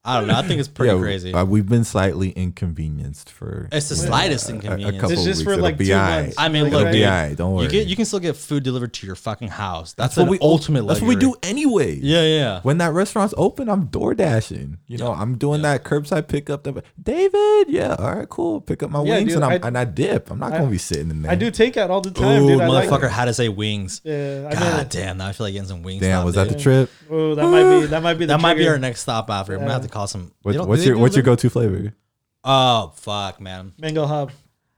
[SPEAKER 1] I don't know. I think it's pretty
[SPEAKER 3] yeah,
[SPEAKER 1] crazy.
[SPEAKER 3] uh, we've been slightly inconvenienced for.
[SPEAKER 1] it's the slightest
[SPEAKER 3] a- a
[SPEAKER 1] inconvenience.
[SPEAKER 3] couple
[SPEAKER 2] It's just
[SPEAKER 3] weeks.
[SPEAKER 2] for,
[SPEAKER 3] It'll
[SPEAKER 2] like,
[SPEAKER 3] be
[SPEAKER 2] two
[SPEAKER 3] all right.
[SPEAKER 2] months.
[SPEAKER 1] I mean,
[SPEAKER 2] Like,
[SPEAKER 1] look,
[SPEAKER 3] It'll be
[SPEAKER 1] dude,
[SPEAKER 3] all right. Don't worry.
[SPEAKER 1] you get you can still get food delivered to your fucking house. That's,
[SPEAKER 3] what
[SPEAKER 1] an
[SPEAKER 3] we-
[SPEAKER 1] ultimate.
[SPEAKER 3] That's what we
[SPEAKER 1] luxury.
[SPEAKER 3] do anyway.
[SPEAKER 1] Yeah, yeah.
[SPEAKER 3] When that restaurant's open, I'm door dashing. You know, I'm doing that curbside pickup. That David, yeah, all right, cool. Pick up my
[SPEAKER 2] Yeah,
[SPEAKER 3] wings
[SPEAKER 2] dude,
[SPEAKER 3] and I'm,
[SPEAKER 2] I-
[SPEAKER 3] and I dip. I'm not
[SPEAKER 2] I-
[SPEAKER 3] gonna be sitting in there.
[SPEAKER 2] I do takeout all the time,
[SPEAKER 1] Ooh,
[SPEAKER 2] dude. I
[SPEAKER 1] motherfucker,
[SPEAKER 2] like it.
[SPEAKER 1] how to say wings?
[SPEAKER 2] Yeah, I mean,
[SPEAKER 1] God damn, now I feel like getting some wings.
[SPEAKER 3] Damn,
[SPEAKER 1] now,
[SPEAKER 3] was that
[SPEAKER 1] dude.
[SPEAKER 3] the trip?
[SPEAKER 2] oh, that might be that might be the
[SPEAKER 1] that might be
[SPEAKER 2] trigger.
[SPEAKER 1] our next stop after. I'm gonna have to call some.
[SPEAKER 3] What,
[SPEAKER 1] they don't-
[SPEAKER 3] what's
[SPEAKER 1] do they
[SPEAKER 3] your
[SPEAKER 1] do
[SPEAKER 3] What's your
[SPEAKER 1] them?
[SPEAKER 3] go to flavor?
[SPEAKER 1] Oh fuck, man.
[SPEAKER 2] mango hub.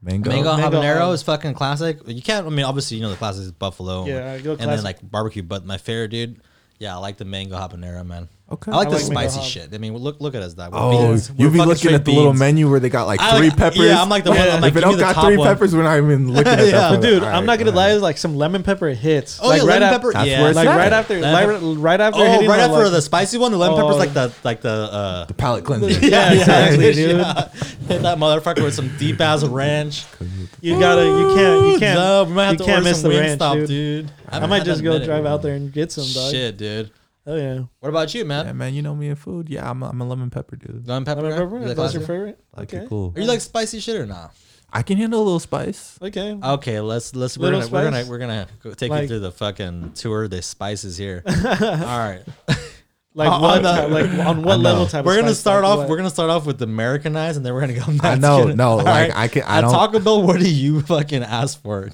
[SPEAKER 3] Mango.
[SPEAKER 1] Mango,
[SPEAKER 2] Mango
[SPEAKER 1] habanero
[SPEAKER 2] hub.
[SPEAKER 1] is fucking classic. You can't. I mean, obviously, you know the classic is buffalo.
[SPEAKER 2] Yeah, I go
[SPEAKER 1] and then
[SPEAKER 2] classic.
[SPEAKER 1] like barbecue. But my favorite, dude. Yeah, I like the mango habanero, man.
[SPEAKER 3] Okay.
[SPEAKER 1] I like
[SPEAKER 2] I
[SPEAKER 1] the
[SPEAKER 2] like mango
[SPEAKER 1] spicy
[SPEAKER 2] hub.
[SPEAKER 1] shit. I mean, look look at us, dog. We're
[SPEAKER 3] Oh,
[SPEAKER 1] beans. We're
[SPEAKER 3] you
[SPEAKER 1] fucking
[SPEAKER 3] be looking
[SPEAKER 1] straight
[SPEAKER 3] at the little
[SPEAKER 1] beans.
[SPEAKER 3] menu where they got like
[SPEAKER 1] I
[SPEAKER 3] three
[SPEAKER 1] like-
[SPEAKER 3] peppers.
[SPEAKER 1] Yeah, I'm like the one.
[SPEAKER 2] Yeah.
[SPEAKER 1] I'm like,
[SPEAKER 3] if it
[SPEAKER 1] give me
[SPEAKER 3] don't
[SPEAKER 1] the
[SPEAKER 3] got
[SPEAKER 1] top
[SPEAKER 3] three
[SPEAKER 1] one.
[SPEAKER 3] peppers, we're not
[SPEAKER 1] [LAUGHS]
[SPEAKER 3] even looking at
[SPEAKER 1] Yeah.
[SPEAKER 3] that.
[SPEAKER 2] But dude,
[SPEAKER 3] All
[SPEAKER 2] I'm
[SPEAKER 3] right,
[SPEAKER 2] not gonna
[SPEAKER 3] all
[SPEAKER 2] lie.
[SPEAKER 3] right.
[SPEAKER 2] Like some lemon pepper hits.
[SPEAKER 1] Oh
[SPEAKER 2] like,
[SPEAKER 1] yeah, lemon
[SPEAKER 2] right
[SPEAKER 1] pepper.
[SPEAKER 2] After,
[SPEAKER 3] That's
[SPEAKER 1] yeah,
[SPEAKER 3] where it's
[SPEAKER 2] like
[SPEAKER 3] at.
[SPEAKER 2] right after,
[SPEAKER 1] Lemon
[SPEAKER 2] like,
[SPEAKER 1] pepper.
[SPEAKER 2] right after.
[SPEAKER 1] Oh,
[SPEAKER 2] hitting
[SPEAKER 1] right
[SPEAKER 2] the,
[SPEAKER 1] after
[SPEAKER 2] like-
[SPEAKER 1] the spicy one, the lemon pepper's
[SPEAKER 2] Oh.
[SPEAKER 1] like the like the uh
[SPEAKER 3] The
[SPEAKER 1] [LAUGHS]
[SPEAKER 3] palate cleanser.
[SPEAKER 2] Yeah, exactly, dude.
[SPEAKER 1] Hit that motherfucker with some deep ass ranch.
[SPEAKER 2] You gotta, you can't, you can't.
[SPEAKER 1] No, we might have
[SPEAKER 2] you
[SPEAKER 1] to
[SPEAKER 2] can't
[SPEAKER 1] order
[SPEAKER 2] miss
[SPEAKER 1] some
[SPEAKER 2] the
[SPEAKER 1] Wingstop,
[SPEAKER 2] ranch,
[SPEAKER 1] stop, dude.
[SPEAKER 2] dude. I
[SPEAKER 1] haven't
[SPEAKER 2] might
[SPEAKER 1] had that
[SPEAKER 2] just
[SPEAKER 1] in
[SPEAKER 2] go
[SPEAKER 1] a minute.
[SPEAKER 2] drive out there and get some dog.
[SPEAKER 1] Shit, dude.
[SPEAKER 2] Oh yeah.
[SPEAKER 1] What about you, man?
[SPEAKER 3] Yeah, man, you know me and food. Yeah, I'm a, I'm a lemon pepper dude.
[SPEAKER 1] Lemon pepper.
[SPEAKER 2] Lemon
[SPEAKER 1] pepper?
[SPEAKER 2] pepper?
[SPEAKER 1] You like
[SPEAKER 2] That's your
[SPEAKER 1] spicy?
[SPEAKER 2] favorite?
[SPEAKER 3] Like
[SPEAKER 2] Okay.
[SPEAKER 3] it cool.
[SPEAKER 1] Are you like spicy shit or not?
[SPEAKER 3] I can handle a
[SPEAKER 1] [LAUGHS]
[SPEAKER 3] little spice.
[SPEAKER 2] Okay.
[SPEAKER 1] Okay, let's let's we're
[SPEAKER 2] Little
[SPEAKER 1] gonna, we're gonna
[SPEAKER 2] spice?
[SPEAKER 1] we're gonna go take you
[SPEAKER 2] Like-
[SPEAKER 1] through the fucking tour. The spices [LAUGHS] here. All right,
[SPEAKER 2] Like
[SPEAKER 1] on-
[SPEAKER 2] what?
[SPEAKER 1] on the-
[SPEAKER 2] type- like on
[SPEAKER 3] I
[SPEAKER 2] what
[SPEAKER 3] know.
[SPEAKER 2] level type?
[SPEAKER 1] we're
[SPEAKER 2] of
[SPEAKER 1] gonna
[SPEAKER 2] spice?
[SPEAKER 1] start
[SPEAKER 2] Like,
[SPEAKER 1] off.
[SPEAKER 2] what?
[SPEAKER 1] We're gonna start off with the Americanized, and then we're gonna go.
[SPEAKER 3] I
[SPEAKER 1] Mexican.
[SPEAKER 3] know, no,
[SPEAKER 1] All
[SPEAKER 3] like
[SPEAKER 1] right.
[SPEAKER 3] I can. I
[SPEAKER 1] At
[SPEAKER 3] don't.
[SPEAKER 1] Taco Bell, what do you fucking ask [LAUGHS] for?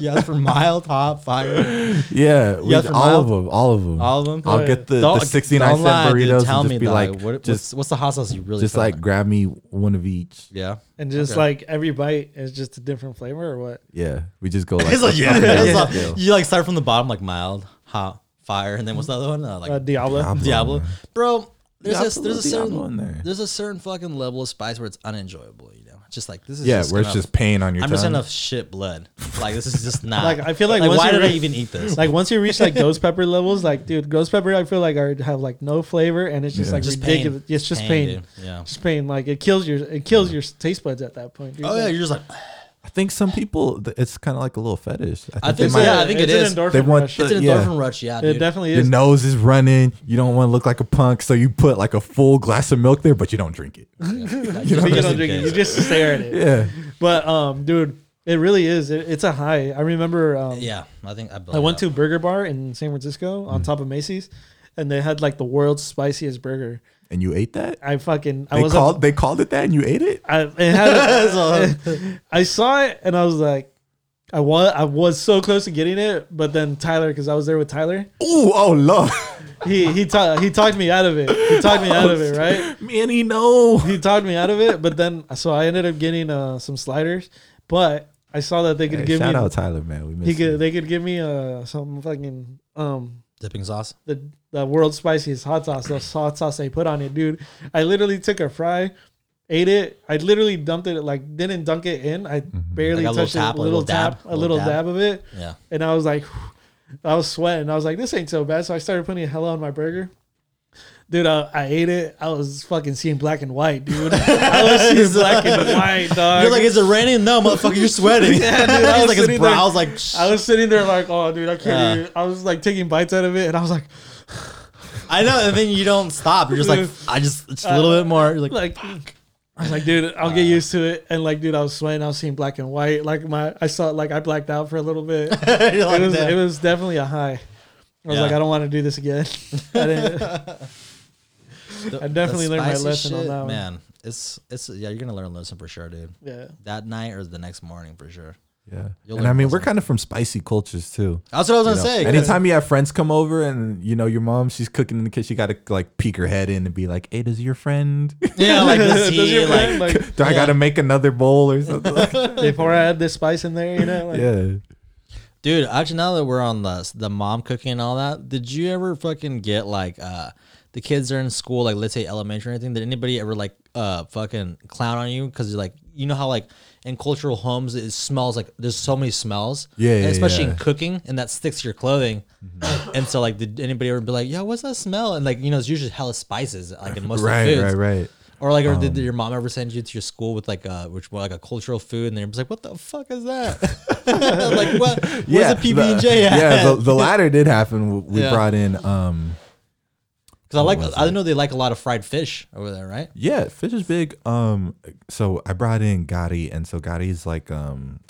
[SPEAKER 1] You ask for mild, hot, fire,
[SPEAKER 3] yeah, we, all
[SPEAKER 1] for
[SPEAKER 3] of them, all of them,
[SPEAKER 1] all of them.
[SPEAKER 3] I'll get the, the
[SPEAKER 1] Don't-
[SPEAKER 3] 69
[SPEAKER 1] don't
[SPEAKER 3] cent
[SPEAKER 1] lie, dude.
[SPEAKER 3] burritos
[SPEAKER 1] Tell
[SPEAKER 3] and
[SPEAKER 1] me,
[SPEAKER 3] just be
[SPEAKER 1] dog.
[SPEAKER 3] like,
[SPEAKER 1] what,
[SPEAKER 3] just
[SPEAKER 1] what's, what's the hot sauce you really?
[SPEAKER 3] just
[SPEAKER 1] feel
[SPEAKER 3] like grab me one of each.
[SPEAKER 1] yeah.
[SPEAKER 2] and just
[SPEAKER 1] Okay.
[SPEAKER 2] like every bite is just a different flavor or what?
[SPEAKER 3] Yeah, we just go like,
[SPEAKER 1] [LAUGHS] It's like,
[SPEAKER 3] up-
[SPEAKER 1] yeah,
[SPEAKER 3] up and
[SPEAKER 1] it's
[SPEAKER 3] down
[SPEAKER 1] like-
[SPEAKER 3] scale.
[SPEAKER 1] you like start from the bottom, like mild, hot, fire, and then what's the other one? Uh, like
[SPEAKER 2] Uh, Diablo.
[SPEAKER 3] Diablo.
[SPEAKER 1] Diablo, bro. There's
[SPEAKER 3] Yeah,
[SPEAKER 1] this,
[SPEAKER 3] put
[SPEAKER 1] there's a
[SPEAKER 3] little Diablo in
[SPEAKER 1] certain
[SPEAKER 3] there.
[SPEAKER 1] there's a certain fucking level of spice where it's unenjoyable. You know, just like this is
[SPEAKER 3] yeah,
[SPEAKER 1] Just
[SPEAKER 3] where it's
[SPEAKER 1] gonna-
[SPEAKER 3] just pain on your.
[SPEAKER 1] I'm
[SPEAKER 3] tongue.
[SPEAKER 1] just gonna shit blood. Like this is just not.
[SPEAKER 2] Like, I feel like once
[SPEAKER 1] why
[SPEAKER 2] you
[SPEAKER 1] did I
[SPEAKER 2] re-
[SPEAKER 1] even eat this?
[SPEAKER 2] Like once you reach like ghost pepper levels, like dude, ghost pepper I feel like are have like no flavor and it's just
[SPEAKER 3] Yeah.
[SPEAKER 2] like
[SPEAKER 1] Just pain.
[SPEAKER 2] ridiculous. It's just pain.
[SPEAKER 1] dude. Yeah.
[SPEAKER 2] Just pain. Like it kills your it kills your taste buds at that point. Dude.
[SPEAKER 1] Oh yeah, you're just like.
[SPEAKER 3] I think some people, th- it's kind of like a little fetish.
[SPEAKER 1] I
[SPEAKER 3] they
[SPEAKER 1] think so,
[SPEAKER 3] might-
[SPEAKER 1] yeah, I think
[SPEAKER 2] it's
[SPEAKER 1] it
[SPEAKER 2] an
[SPEAKER 1] is.
[SPEAKER 2] Endorphin
[SPEAKER 3] They want
[SPEAKER 2] rush.
[SPEAKER 3] the-
[SPEAKER 1] It's an
[SPEAKER 3] yeah.
[SPEAKER 1] endorphin rush, yeah,
[SPEAKER 2] it
[SPEAKER 1] dude. [LAUGHS]
[SPEAKER 2] definitely [LAUGHS]
[SPEAKER 3] Your
[SPEAKER 2] is.
[SPEAKER 3] nose is running. You don't want to look like a punk, so you put like a full glass of milk there, but you don't drink it.
[SPEAKER 1] Like,
[SPEAKER 2] But
[SPEAKER 1] just
[SPEAKER 2] you
[SPEAKER 1] in
[SPEAKER 2] don't drink it.
[SPEAKER 1] case.
[SPEAKER 2] You just stare at it.
[SPEAKER 3] Yeah,
[SPEAKER 2] But um, dude, it really is. It, it's a high. I remember. Um,
[SPEAKER 1] Yeah, I think I.
[SPEAKER 2] I
[SPEAKER 1] believe
[SPEAKER 2] went
[SPEAKER 1] that.
[SPEAKER 2] to a burger bar in San Francisco
[SPEAKER 3] Mm.
[SPEAKER 2] on top of Macy's, and they had like the world's spiciest burger.
[SPEAKER 3] and you ate that.
[SPEAKER 2] I fucking. I
[SPEAKER 3] They
[SPEAKER 2] was
[SPEAKER 3] called. they called it that, and you ate it.
[SPEAKER 2] [LAUGHS] I, it
[SPEAKER 3] [LAUGHS]
[SPEAKER 2] had, [LAUGHS] I saw it and I was like, I was I was so close to getting it, but then Tyler, because I was there with Tyler,
[SPEAKER 3] Ooh, oh lord,
[SPEAKER 2] he he ta- he talked me out of it. He talked me out of it, right?
[SPEAKER 3] Manny, no.
[SPEAKER 2] he talked me out of it, but then so I ended up getting uh, some sliders. But I saw that they could
[SPEAKER 3] Hey,
[SPEAKER 2] give
[SPEAKER 3] shout
[SPEAKER 2] me
[SPEAKER 3] out Tyler, man. We miss
[SPEAKER 2] he
[SPEAKER 3] you.
[SPEAKER 2] could they could give me uh some fucking um
[SPEAKER 1] dipping sauce.
[SPEAKER 2] the the world's spiciest hot sauce, the hot sauce they put on it, dude. I literally took a fry, ate it. I literally dumped it, like didn't dunk it in. I barely
[SPEAKER 1] Like a little
[SPEAKER 2] touched
[SPEAKER 1] tap,
[SPEAKER 2] it, a little tap, a little dab, of it,
[SPEAKER 1] Yeah.
[SPEAKER 2] and I was like, [SIGHS] I was sweating. I was like, this ain't so bad. So I started putting hella on my burger. Dude, I, I ate it. I was fucking seeing black and white, dude. [LAUGHS] I was seeing black and white, dog.
[SPEAKER 1] You're like, is it raining? No, motherfucker, you're sweating.
[SPEAKER 2] [LAUGHS] Yeah, dude, I
[SPEAKER 1] He's
[SPEAKER 2] was
[SPEAKER 1] like his
[SPEAKER 2] sitting there-
[SPEAKER 1] brows like. "Shh."
[SPEAKER 2] I was sitting there like, oh, dude, I can't.
[SPEAKER 1] Yeah.
[SPEAKER 2] even- I was like taking bites out of it, and I was like,
[SPEAKER 1] I know, and then you don't stop. You're just
[SPEAKER 2] [LAUGHS]
[SPEAKER 1] like, I just it's a little bit more. You're like, [LAUGHS]
[SPEAKER 2] like I was like, dude, I'll get used to it. And like, dude, I was sweating. I was seeing black and white. Like my, I saw like I blacked out for a
[SPEAKER 1] [LAUGHS]
[SPEAKER 2] little bit. it
[SPEAKER 1] You're like
[SPEAKER 2] was
[SPEAKER 1] that.
[SPEAKER 2] it was definitely a high. I was
[SPEAKER 1] Yeah.
[SPEAKER 2] like, I don't want to do this again. [LAUGHS] I didn't.
[SPEAKER 1] The-
[SPEAKER 2] I definitely
[SPEAKER 1] the
[SPEAKER 2] learned my
[SPEAKER 1] spicy
[SPEAKER 2] lesson on that one.
[SPEAKER 1] Man, it's it's yeah, you're gonna learn a lesson for sure, dude.
[SPEAKER 2] Yeah.
[SPEAKER 1] That night or the next morning for sure.
[SPEAKER 3] Yeah.
[SPEAKER 1] You'll
[SPEAKER 3] and I
[SPEAKER 1] learn
[SPEAKER 3] mean, we're
[SPEAKER 1] something.
[SPEAKER 3] kind of from spicy cultures too.
[SPEAKER 1] That's what I was gonna
[SPEAKER 3] You know,
[SPEAKER 1] say. 'cause- [LAUGHS]
[SPEAKER 3] anytime you have friends come over and you know your mom, she's cooking in the kitchen, you gotta like peek her head in and be like, "Hey, does your friend?
[SPEAKER 1] Yeah, [LAUGHS] like
[SPEAKER 2] [LAUGHS]
[SPEAKER 1] does
[SPEAKER 2] Does
[SPEAKER 1] he
[SPEAKER 2] your
[SPEAKER 1] like
[SPEAKER 2] friend,
[SPEAKER 3] [LAUGHS] Do
[SPEAKER 2] like,
[SPEAKER 3] I gotta make another bowl or something?" like that?
[SPEAKER 2] before I had this spice in there, you know? Like,
[SPEAKER 3] yeah.
[SPEAKER 1] dude, actually now that we're on the the mom cooking and all that, did you ever fucking get like uh the kids are in school, like let's say elementary or anything, did anybody ever like uh fucking clown on you? Cause you're like you know how like in cultural homes it smells like there's so many smells.
[SPEAKER 3] Yeah,
[SPEAKER 1] and
[SPEAKER 3] yeah,
[SPEAKER 1] especially in
[SPEAKER 3] yeah. Mm-hmm.
[SPEAKER 1] cooking and that sticks to your clothing. and so like did anybody ever be like, Yo, what's that smell? And like, you know, it's usually hella spices, like in most of the
[SPEAKER 3] Right.
[SPEAKER 1] foods.
[SPEAKER 3] Right. Right.
[SPEAKER 1] Or like, or
[SPEAKER 3] Um,
[SPEAKER 1] did your mom ever send you to your school with like a which well, like a cultural food, and they're just like, "What the fuck is that?" [LAUGHS] like,
[SPEAKER 3] [LAUGHS]
[SPEAKER 1] what?
[SPEAKER 3] yeah,
[SPEAKER 1] where's the PB and J
[SPEAKER 3] the-
[SPEAKER 1] at?
[SPEAKER 3] [LAUGHS] Yeah,
[SPEAKER 1] [LAUGHS]
[SPEAKER 3] the, the latter did happen. We- We
[SPEAKER 1] Yeah.
[SPEAKER 3] brought in, um,
[SPEAKER 1] Because I like,
[SPEAKER 3] was
[SPEAKER 1] I know they like a lot of fried fish over there, right?
[SPEAKER 3] yeah, fish is big. Um, so I brought in Gotti, and so Gotti's like, um,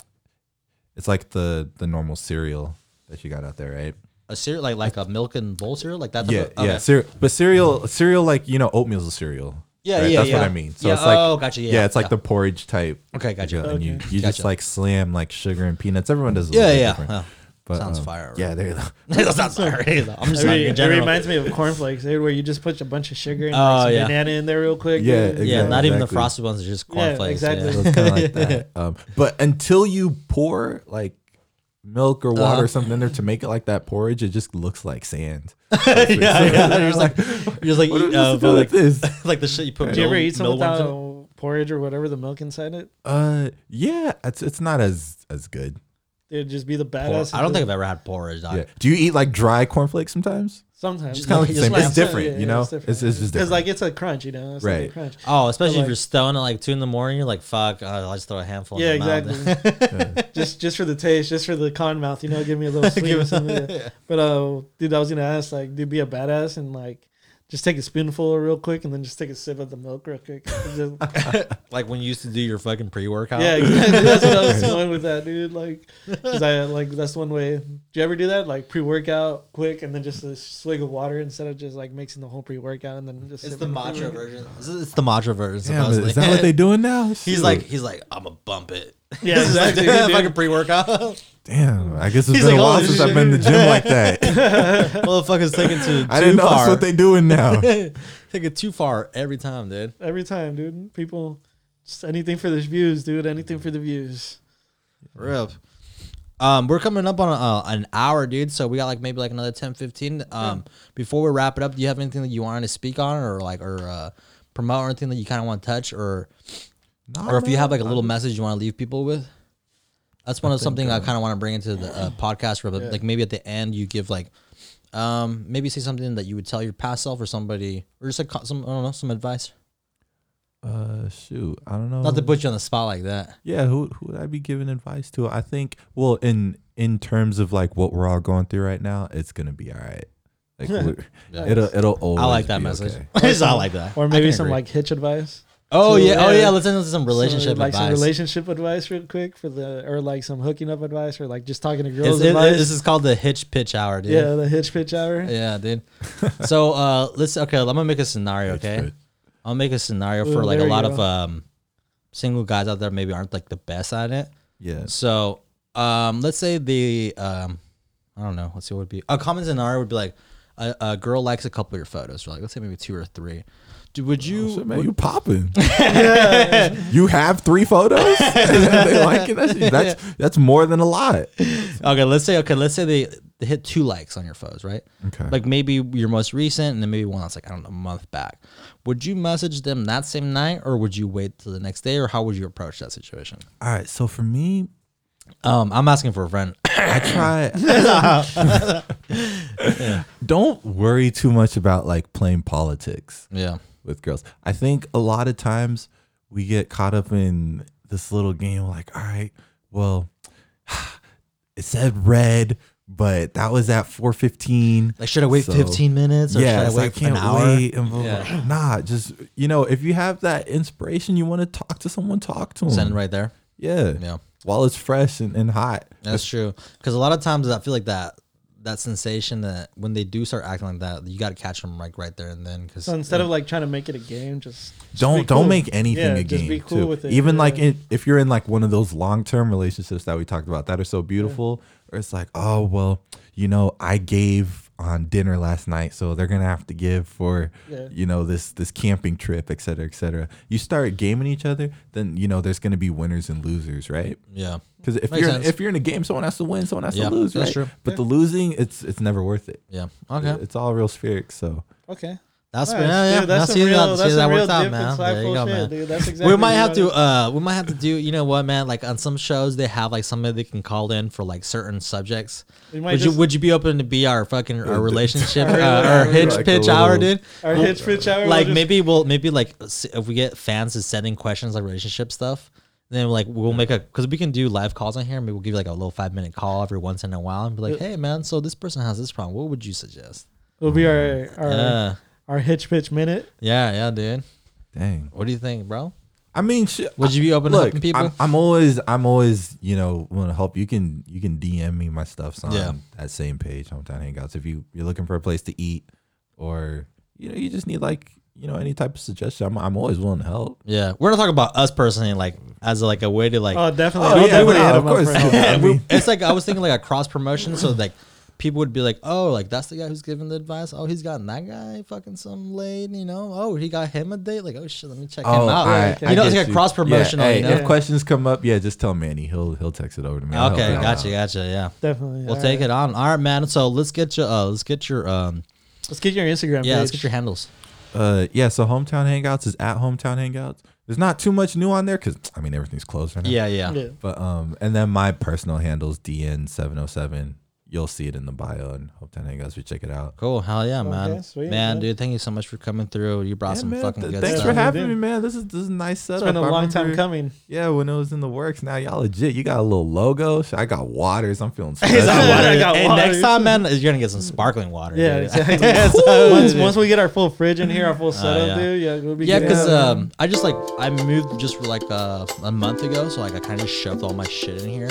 [SPEAKER 3] it's like the the normal cereal that you got out there, right?
[SPEAKER 1] A cereal, like like a milk and bowl cereal, like that. Type
[SPEAKER 3] Yeah,
[SPEAKER 1] of, Uh, okay.
[SPEAKER 3] yeah. Cere- but cereal, cereal, like you know, oatmeal's a cereal.
[SPEAKER 1] Yeah,
[SPEAKER 3] right?
[SPEAKER 1] yeah,
[SPEAKER 3] That's
[SPEAKER 1] yeah.
[SPEAKER 3] what I mean. So
[SPEAKER 1] Yeah,
[SPEAKER 3] it's like,
[SPEAKER 1] oh, gotcha, yeah,
[SPEAKER 3] yeah, it's like
[SPEAKER 1] yeah.
[SPEAKER 3] the porridge type.
[SPEAKER 1] Okay, gotcha.
[SPEAKER 3] you know, And you,
[SPEAKER 2] Okay.
[SPEAKER 3] you
[SPEAKER 1] Gotcha.
[SPEAKER 3] just like slam like sugar and peanuts. Everyone does. A
[SPEAKER 1] yeah,
[SPEAKER 3] little bit
[SPEAKER 1] yeah. [LAUGHS]
[SPEAKER 3] different.
[SPEAKER 1] Well,
[SPEAKER 3] But,
[SPEAKER 1] sounds
[SPEAKER 3] um,
[SPEAKER 1] fire.
[SPEAKER 3] Yeah, there.
[SPEAKER 1] that sounds fire.
[SPEAKER 3] [LAUGHS]
[SPEAKER 1] I'm
[SPEAKER 2] It,
[SPEAKER 1] just like,
[SPEAKER 2] re-
[SPEAKER 1] in
[SPEAKER 2] it
[SPEAKER 1] general.
[SPEAKER 2] reminds me of cornflakes, dude, where you just put a bunch of sugar and like,
[SPEAKER 1] Oh,
[SPEAKER 2] some
[SPEAKER 1] yeah.
[SPEAKER 2] banana in there real quick.
[SPEAKER 3] Yeah,
[SPEAKER 2] dude.
[SPEAKER 1] yeah, not even the
[SPEAKER 3] Exactly.
[SPEAKER 1] frosted ones, it's just cornflakes. Yeah,
[SPEAKER 2] [LAUGHS] exactly.
[SPEAKER 3] So it's kind of
[SPEAKER 1] [LAUGHS]
[SPEAKER 3] like that. Um, but until you pour like milk or water
[SPEAKER 1] Uh-huh.
[SPEAKER 3] or something in there to make it like that porridge, it just looks like sand.
[SPEAKER 1] yeah, [LAUGHS]
[SPEAKER 3] [LAUGHS]
[SPEAKER 1] yeah. You're just like, you're just like,
[SPEAKER 3] What am
[SPEAKER 1] eat,
[SPEAKER 3] I
[SPEAKER 1] uh,
[SPEAKER 3] supposed to
[SPEAKER 1] but
[SPEAKER 3] do like
[SPEAKER 1] like, [LAUGHS]
[SPEAKER 3] this?
[SPEAKER 1] like the shit you put.
[SPEAKER 2] Did you ever
[SPEAKER 1] mill-
[SPEAKER 2] eat some
[SPEAKER 1] mill worms in it?
[SPEAKER 2] without porridge or whatever the milk inside it?
[SPEAKER 3] Uh, yeah, it's it's not as as good.
[SPEAKER 2] It'd just be the
[SPEAKER 1] Por-
[SPEAKER 2] badass.
[SPEAKER 1] I don't think I've ever had porridge. Dog.
[SPEAKER 3] Yeah. Do you eat like dry cornflakes sometimes?
[SPEAKER 2] [LAUGHS] sometimes
[SPEAKER 1] Just
[SPEAKER 3] It's kind of like the
[SPEAKER 1] Just
[SPEAKER 3] same.
[SPEAKER 1] like-
[SPEAKER 3] It's different,
[SPEAKER 2] Yeah, yeah,
[SPEAKER 3] you know.
[SPEAKER 2] it's
[SPEAKER 3] It's,
[SPEAKER 2] different.
[SPEAKER 3] it's just
[SPEAKER 2] Because
[SPEAKER 3] different.
[SPEAKER 2] like it's a crunch, you know, it's like a
[SPEAKER 3] Right.
[SPEAKER 2] crunch. [LAUGHS]
[SPEAKER 1] Oh, especially if
[SPEAKER 2] like-
[SPEAKER 1] you're stoned at like two in the morning, you're like, fuck, uh, I'll just throw a handful.
[SPEAKER 2] Yeah,
[SPEAKER 1] in my mouth.
[SPEAKER 2] exactly. just just for the taste, just for the con mouth, you know, give me a
[SPEAKER 1] [LAUGHS]
[SPEAKER 2] little sleep or something. But uh, dude, I was gonna ask, like, dude, be a badass and like, just take a spoonful real quick and then just take a sip of the milk real quick. [LAUGHS] Just-
[SPEAKER 1] [LAUGHS] like when you used to do your fucking pre workout. [LAUGHS]
[SPEAKER 2] yeah, exactly. That's what I was going with that, dude. Like, 'cause I like that's one way. Do you ever do that? Like pre workout, quick, and then just a swig of water instead of just like mixing the whole pre workout and then just
[SPEAKER 1] It's the
[SPEAKER 2] sipping
[SPEAKER 1] macho
[SPEAKER 2] pre-workout?
[SPEAKER 1] version. It's- It's the macho version.
[SPEAKER 3] Damn,
[SPEAKER 1] supposedly.
[SPEAKER 3] is that what they doing [LAUGHS]
[SPEAKER 1] [LAUGHS]
[SPEAKER 3] now?
[SPEAKER 1] he's
[SPEAKER 3] Shoot.
[SPEAKER 1] like, he's like, I'm gonna bump it.
[SPEAKER 2] [LAUGHS]
[SPEAKER 1] [LAUGHS]
[SPEAKER 2] [LAUGHS] Yeah, exactly. dude.
[SPEAKER 1] fucking pre
[SPEAKER 2] [LAUGHS]
[SPEAKER 1] workout.
[SPEAKER 3] damn. I guess it's
[SPEAKER 1] He's
[SPEAKER 3] been
[SPEAKER 1] like, oh,
[SPEAKER 3] a while
[SPEAKER 1] "Holy
[SPEAKER 3] since I've been in
[SPEAKER 1] [LAUGHS]
[SPEAKER 3] the gym like that.
[SPEAKER 1] Motherfuckers taking to
[SPEAKER 3] I
[SPEAKER 1] too
[SPEAKER 3] didn't know that's
[SPEAKER 1] far. [LAUGHS]
[SPEAKER 3] what they doing now.
[SPEAKER 1] Take it too far every time, dude.
[SPEAKER 2] every time, dude. People, just anything for the views, dude. Anything for the views.
[SPEAKER 1] Rip. Um, we're coming up on uh, an hour, dude. So we got like maybe like another 10, 15. Um, before we wrap it up, do you have anything that you wanted to speak on or like or uh, promote or anything that you kind of want to touch or
[SPEAKER 3] Nah,
[SPEAKER 1] or if you
[SPEAKER 3] man.
[SPEAKER 1] have like a little message you want to leave people with that's one of something i kind of want to bring into the uh, podcast where like maybe at the end you give like um maybe say something that you would tell your past self or somebody or just like co- some i don't know some advice
[SPEAKER 3] uh, shoot, I don't know.
[SPEAKER 1] not to
[SPEAKER 2] Mm.
[SPEAKER 1] put you on the spot like that
[SPEAKER 3] Yeah, who who would I be giving advice to? I think well, in in terms of like what we're all going through right now, it's gonna be all right.
[SPEAKER 1] [LAUGHS]
[SPEAKER 3] Like we're- it'll it'll always.
[SPEAKER 1] i like that
[SPEAKER 3] be
[SPEAKER 1] message
[SPEAKER 3] okay.
[SPEAKER 1] Just, [LAUGHS] i like that
[SPEAKER 2] Or
[SPEAKER 1] I
[SPEAKER 2] maybe
[SPEAKER 1] can
[SPEAKER 2] some
[SPEAKER 1] agree.
[SPEAKER 2] like hitch advice.
[SPEAKER 1] oh
[SPEAKER 2] to-
[SPEAKER 1] yeah oh
[SPEAKER 2] yeah.
[SPEAKER 1] yeah let's end with some relationship
[SPEAKER 2] So, like
[SPEAKER 1] advice
[SPEAKER 2] some relationship advice real quick for the or like some hooking up advice or like just talking to
[SPEAKER 1] It's-
[SPEAKER 2] girls
[SPEAKER 1] it-
[SPEAKER 2] advice.
[SPEAKER 1] this is called the hitch pitch hour dude
[SPEAKER 2] yeah, the hitch pitch hour.
[SPEAKER 1] yeah
[SPEAKER 2] [LAUGHS]
[SPEAKER 1] dude so uh let's okay i'm gonna make a scenario
[SPEAKER 3] It's
[SPEAKER 1] okay
[SPEAKER 3] good.
[SPEAKER 1] I'll make a scenario
[SPEAKER 2] Ooh,
[SPEAKER 1] for like a
[SPEAKER 2] there you
[SPEAKER 1] lot of
[SPEAKER 2] go.
[SPEAKER 1] um, single guys out there maybe aren't like the best at it.
[SPEAKER 3] Yeah.
[SPEAKER 1] So um, let's say the um, I don't know. Let's see what would be a common scenario would be like a, a girl likes a couple of your photos. You're like, let's say maybe two or three. Do, would you?
[SPEAKER 3] Shit, man,
[SPEAKER 1] [LAUGHS]
[SPEAKER 3] you popping. You have three photos. [LAUGHS] they like it. That's, that's that's more than a lot.
[SPEAKER 1] okay, let's say okay, let's say they, they hit two likes on your photos, right?
[SPEAKER 3] Okay.
[SPEAKER 1] Like maybe your most recent, and then maybe one that's like I don't know, a month back. Would you message them that same night, or would you wait till the next day, or how would you approach that situation?
[SPEAKER 3] All right. So for me,
[SPEAKER 1] Um, I'm asking for a [COUGHS] friend.
[SPEAKER 3] I
[SPEAKER 1] [LAUGHS]
[SPEAKER 3] try. [LAUGHS] Don't worry too much about like playing politics
[SPEAKER 1] yeah,
[SPEAKER 3] with girls. I think a lot of times we get caught up in this little game like, all right, well, [SIGHS] it said red, but that was at 415.
[SPEAKER 1] like should I wait
[SPEAKER 3] So-
[SPEAKER 1] 15 minutes? Or should
[SPEAKER 3] yeah,
[SPEAKER 1] I
[SPEAKER 3] it's like,
[SPEAKER 1] wait
[SPEAKER 3] can't
[SPEAKER 1] an hour?
[SPEAKER 3] wait. And blah, blah,
[SPEAKER 1] Yeah.
[SPEAKER 3] blah. Nah, just you know, if you have that inspiration, you want to talk to someone, talk to them.
[SPEAKER 1] Send it right there.
[SPEAKER 3] Yeah,
[SPEAKER 1] Yeah.
[SPEAKER 3] while it's fresh and, and hot.
[SPEAKER 1] That's true. Because a lot of times I feel like that that sensation that when they do start acting like that, you got to catch them like right there and then. Because
[SPEAKER 2] So instead of like trying to make it a game, just, just
[SPEAKER 3] don't
[SPEAKER 2] be
[SPEAKER 3] don't
[SPEAKER 2] cool.
[SPEAKER 3] make anything
[SPEAKER 2] Yeah,
[SPEAKER 3] a game
[SPEAKER 2] just be cool
[SPEAKER 3] too.
[SPEAKER 2] with it,
[SPEAKER 3] Even like
[SPEAKER 2] yeah.
[SPEAKER 3] in, if you're in like one of those long term relationships that we talked about that are so beautiful, or it's like, oh well, you know, I gave on dinner last night, so they're gonna have to give for
[SPEAKER 2] Yeah.
[SPEAKER 3] you know this this camping trip, et cetera, et cetera. You start gaming each other, then you know there's gonna be winners and losers, right?
[SPEAKER 1] yeah,
[SPEAKER 3] Because if
[SPEAKER 1] Makes
[SPEAKER 3] you're
[SPEAKER 1] sense.
[SPEAKER 3] if you're in a game, someone has to win, someone has
[SPEAKER 1] Yeah,
[SPEAKER 3] to lose,
[SPEAKER 1] that's
[SPEAKER 3] right?
[SPEAKER 1] true.
[SPEAKER 3] But the losing, it's it's never worth it.
[SPEAKER 1] yeah. Okay,
[SPEAKER 3] It's all real spheric. So
[SPEAKER 2] Okay.
[SPEAKER 1] that's
[SPEAKER 2] All right,
[SPEAKER 1] yeah, yeah.
[SPEAKER 2] dude, that's
[SPEAKER 1] now
[SPEAKER 2] some
[SPEAKER 1] see
[SPEAKER 2] real-
[SPEAKER 1] that,
[SPEAKER 2] that's
[SPEAKER 1] see
[SPEAKER 2] some
[SPEAKER 1] that
[SPEAKER 2] real
[SPEAKER 1] worked out,
[SPEAKER 2] dip
[SPEAKER 1] man.
[SPEAKER 2] insightful
[SPEAKER 1] There you go,
[SPEAKER 2] shit,
[SPEAKER 1] man.
[SPEAKER 2] dude. That's exactly
[SPEAKER 1] we might have
[SPEAKER 2] what it
[SPEAKER 1] to
[SPEAKER 2] is.
[SPEAKER 1] uh we might have to do you know what man like on some shows they have like somebody they can call in for like certain subjects
[SPEAKER 2] We might
[SPEAKER 1] would you
[SPEAKER 2] just-
[SPEAKER 1] would you be open to be our fucking our
[SPEAKER 2] [LAUGHS]
[SPEAKER 1] relationship
[SPEAKER 2] Our-
[SPEAKER 1] uh, our
[SPEAKER 2] our-
[SPEAKER 1] hitch
[SPEAKER 3] Like a
[SPEAKER 1] pitch hour
[SPEAKER 3] little-
[SPEAKER 1] dude
[SPEAKER 2] Our hitch pitch hour. we'll
[SPEAKER 1] like
[SPEAKER 2] just-
[SPEAKER 1] maybe we'll maybe like s- if we get fans to send in questions like relationship stuff then like we'll make a because we can do live calls on here maybe we'll give you like a little five minute call every once in a while and be like hey man so this person has this problem what would you suggest
[SPEAKER 2] it'll be our our,
[SPEAKER 1] yeah
[SPEAKER 2] our hitch pitch minute.
[SPEAKER 1] yeah yeah dude
[SPEAKER 3] dang.
[SPEAKER 1] what do you think bro
[SPEAKER 3] I mean, shit,
[SPEAKER 1] would you be open to
[SPEAKER 3] look,
[SPEAKER 1] helping people
[SPEAKER 3] I'm, I'm always, I'm always, you know, want to help. You can, you can DM me my stuffs on
[SPEAKER 1] Yeah.
[SPEAKER 3] that same page, hometown hangouts. If you you're looking for a place to eat, or you know, you just need like, you know, any type of suggestion, I'm, I'm always willing to help.
[SPEAKER 1] Yeah, we're not talking about us personally, like as like a way to like.
[SPEAKER 2] Oh, definitely.
[SPEAKER 3] Oh,
[SPEAKER 2] We'll
[SPEAKER 3] yeah,
[SPEAKER 2] definitely
[SPEAKER 3] no,
[SPEAKER 2] hit
[SPEAKER 3] of
[SPEAKER 2] 'em up
[SPEAKER 3] course.
[SPEAKER 2] for all
[SPEAKER 3] Yeah,
[SPEAKER 2] that.
[SPEAKER 1] And
[SPEAKER 3] we-
[SPEAKER 1] it's like [LAUGHS] I was thinking like a cross promotion, so like people would be like, oh, like that's the guy who's giving the advice. Oh, he's gotten that guy fucking some lady, you know. Oh, he got him a date. Like, oh shit, let me check him out.
[SPEAKER 2] I-
[SPEAKER 1] you know,
[SPEAKER 3] get
[SPEAKER 1] it's like a
[SPEAKER 3] you.
[SPEAKER 1] cross
[SPEAKER 3] Yeah,
[SPEAKER 1] promotional.
[SPEAKER 3] hey,
[SPEAKER 1] you know?
[SPEAKER 3] if questions come up, yeah, just tell Manny. He'll he'll text it over to me. I'll
[SPEAKER 1] Okay,
[SPEAKER 3] help out.
[SPEAKER 1] gotcha, gotcha. Yeah,
[SPEAKER 2] Definitely.
[SPEAKER 1] we'll take it on. All right, man. So let's get your, uh, let's get your, um,
[SPEAKER 2] Let's get your Instagram.
[SPEAKER 1] yeah, let's
[SPEAKER 2] page.
[SPEAKER 1] get your handles.
[SPEAKER 3] Uh, yeah. So hometown hangouts is at hometown hangouts. There's not too much new on there because I mean everything's closed right now.
[SPEAKER 1] Yeah, yeah.
[SPEAKER 2] Yeah.
[SPEAKER 3] But um, and then my personal handle's DN707. You'll see it in the bio, and hope that you guys would check it out.
[SPEAKER 1] Cool. Hell yeah, man. man,
[SPEAKER 2] sweet, man.
[SPEAKER 1] dude, thank you so much for coming through. You brought
[SPEAKER 3] Yeah,
[SPEAKER 1] some
[SPEAKER 3] man,
[SPEAKER 1] fucking
[SPEAKER 3] th-
[SPEAKER 1] good
[SPEAKER 3] thanks
[SPEAKER 1] stuff.
[SPEAKER 3] for having
[SPEAKER 2] Yeah.
[SPEAKER 3] me, man. This is this is a nice
[SPEAKER 2] It's
[SPEAKER 3] setup.
[SPEAKER 2] been a
[SPEAKER 3] I
[SPEAKER 2] long time
[SPEAKER 3] remember-
[SPEAKER 2] coming.
[SPEAKER 3] Yeah, when it was in the works. Now y'all legit. You got a little logo. Shit, I got waters. I'm feeling
[SPEAKER 1] He's like,
[SPEAKER 3] special.
[SPEAKER 2] I
[SPEAKER 1] "Water."
[SPEAKER 2] got
[SPEAKER 1] hey,
[SPEAKER 2] water.
[SPEAKER 1] next time, man, you're gonna get some sparkling water.
[SPEAKER 2] Yeah,
[SPEAKER 1] dude.
[SPEAKER 2] exactly.
[SPEAKER 1] So-
[SPEAKER 2] once, once we get our full fridge in here, our full setup,
[SPEAKER 1] yeah.
[SPEAKER 2] dude, yeah, we'll
[SPEAKER 1] [LAUGHS]
[SPEAKER 2] be
[SPEAKER 1] yeah,
[SPEAKER 2] good.
[SPEAKER 1] because
[SPEAKER 3] Yeah.
[SPEAKER 1] um, I just like I moved just like uh, a month ago, so like I kind of shoved all my shit in here.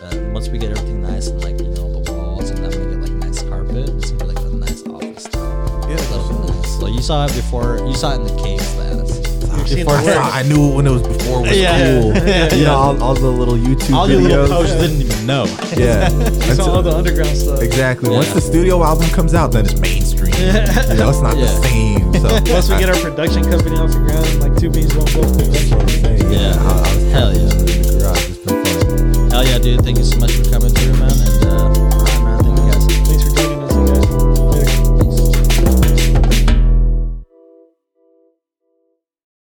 [SPEAKER 1] Uh, once we get everything nice and like you know the walls and then we get like nice carpet, it's gonna be like a nice office. Style.
[SPEAKER 3] Yeah.
[SPEAKER 1] that'll be nice. Like you saw it before, you saw it in the case that
[SPEAKER 2] You've seen
[SPEAKER 3] Before I,
[SPEAKER 2] the work.
[SPEAKER 3] saw, I knew it when it was before it was
[SPEAKER 1] Yeah.
[SPEAKER 3] cool.
[SPEAKER 1] Yeah.
[SPEAKER 3] You know, all, all the little YouTube
[SPEAKER 1] all
[SPEAKER 3] videos.
[SPEAKER 1] your little coaches didn't even know.
[SPEAKER 3] Yeah,
[SPEAKER 2] You saw
[SPEAKER 3] Until-
[SPEAKER 2] all the underground stuff.
[SPEAKER 3] exactly.
[SPEAKER 1] Yeah.
[SPEAKER 3] Once the studio album comes out, then it's mainstream. You know, it's not
[SPEAKER 1] Yeah.
[SPEAKER 3] the same. So
[SPEAKER 2] Once we
[SPEAKER 3] I-
[SPEAKER 2] get
[SPEAKER 3] [LAUGHS]
[SPEAKER 2] our production company off the ground, like two beans, one gold production.
[SPEAKER 3] Hey,
[SPEAKER 1] Yeah.
[SPEAKER 3] I- I was
[SPEAKER 1] Hell yeah.
[SPEAKER 3] in the garage. It's been fun.
[SPEAKER 1] Hell yeah, dude! Thank you so much for coming through, man. And uh,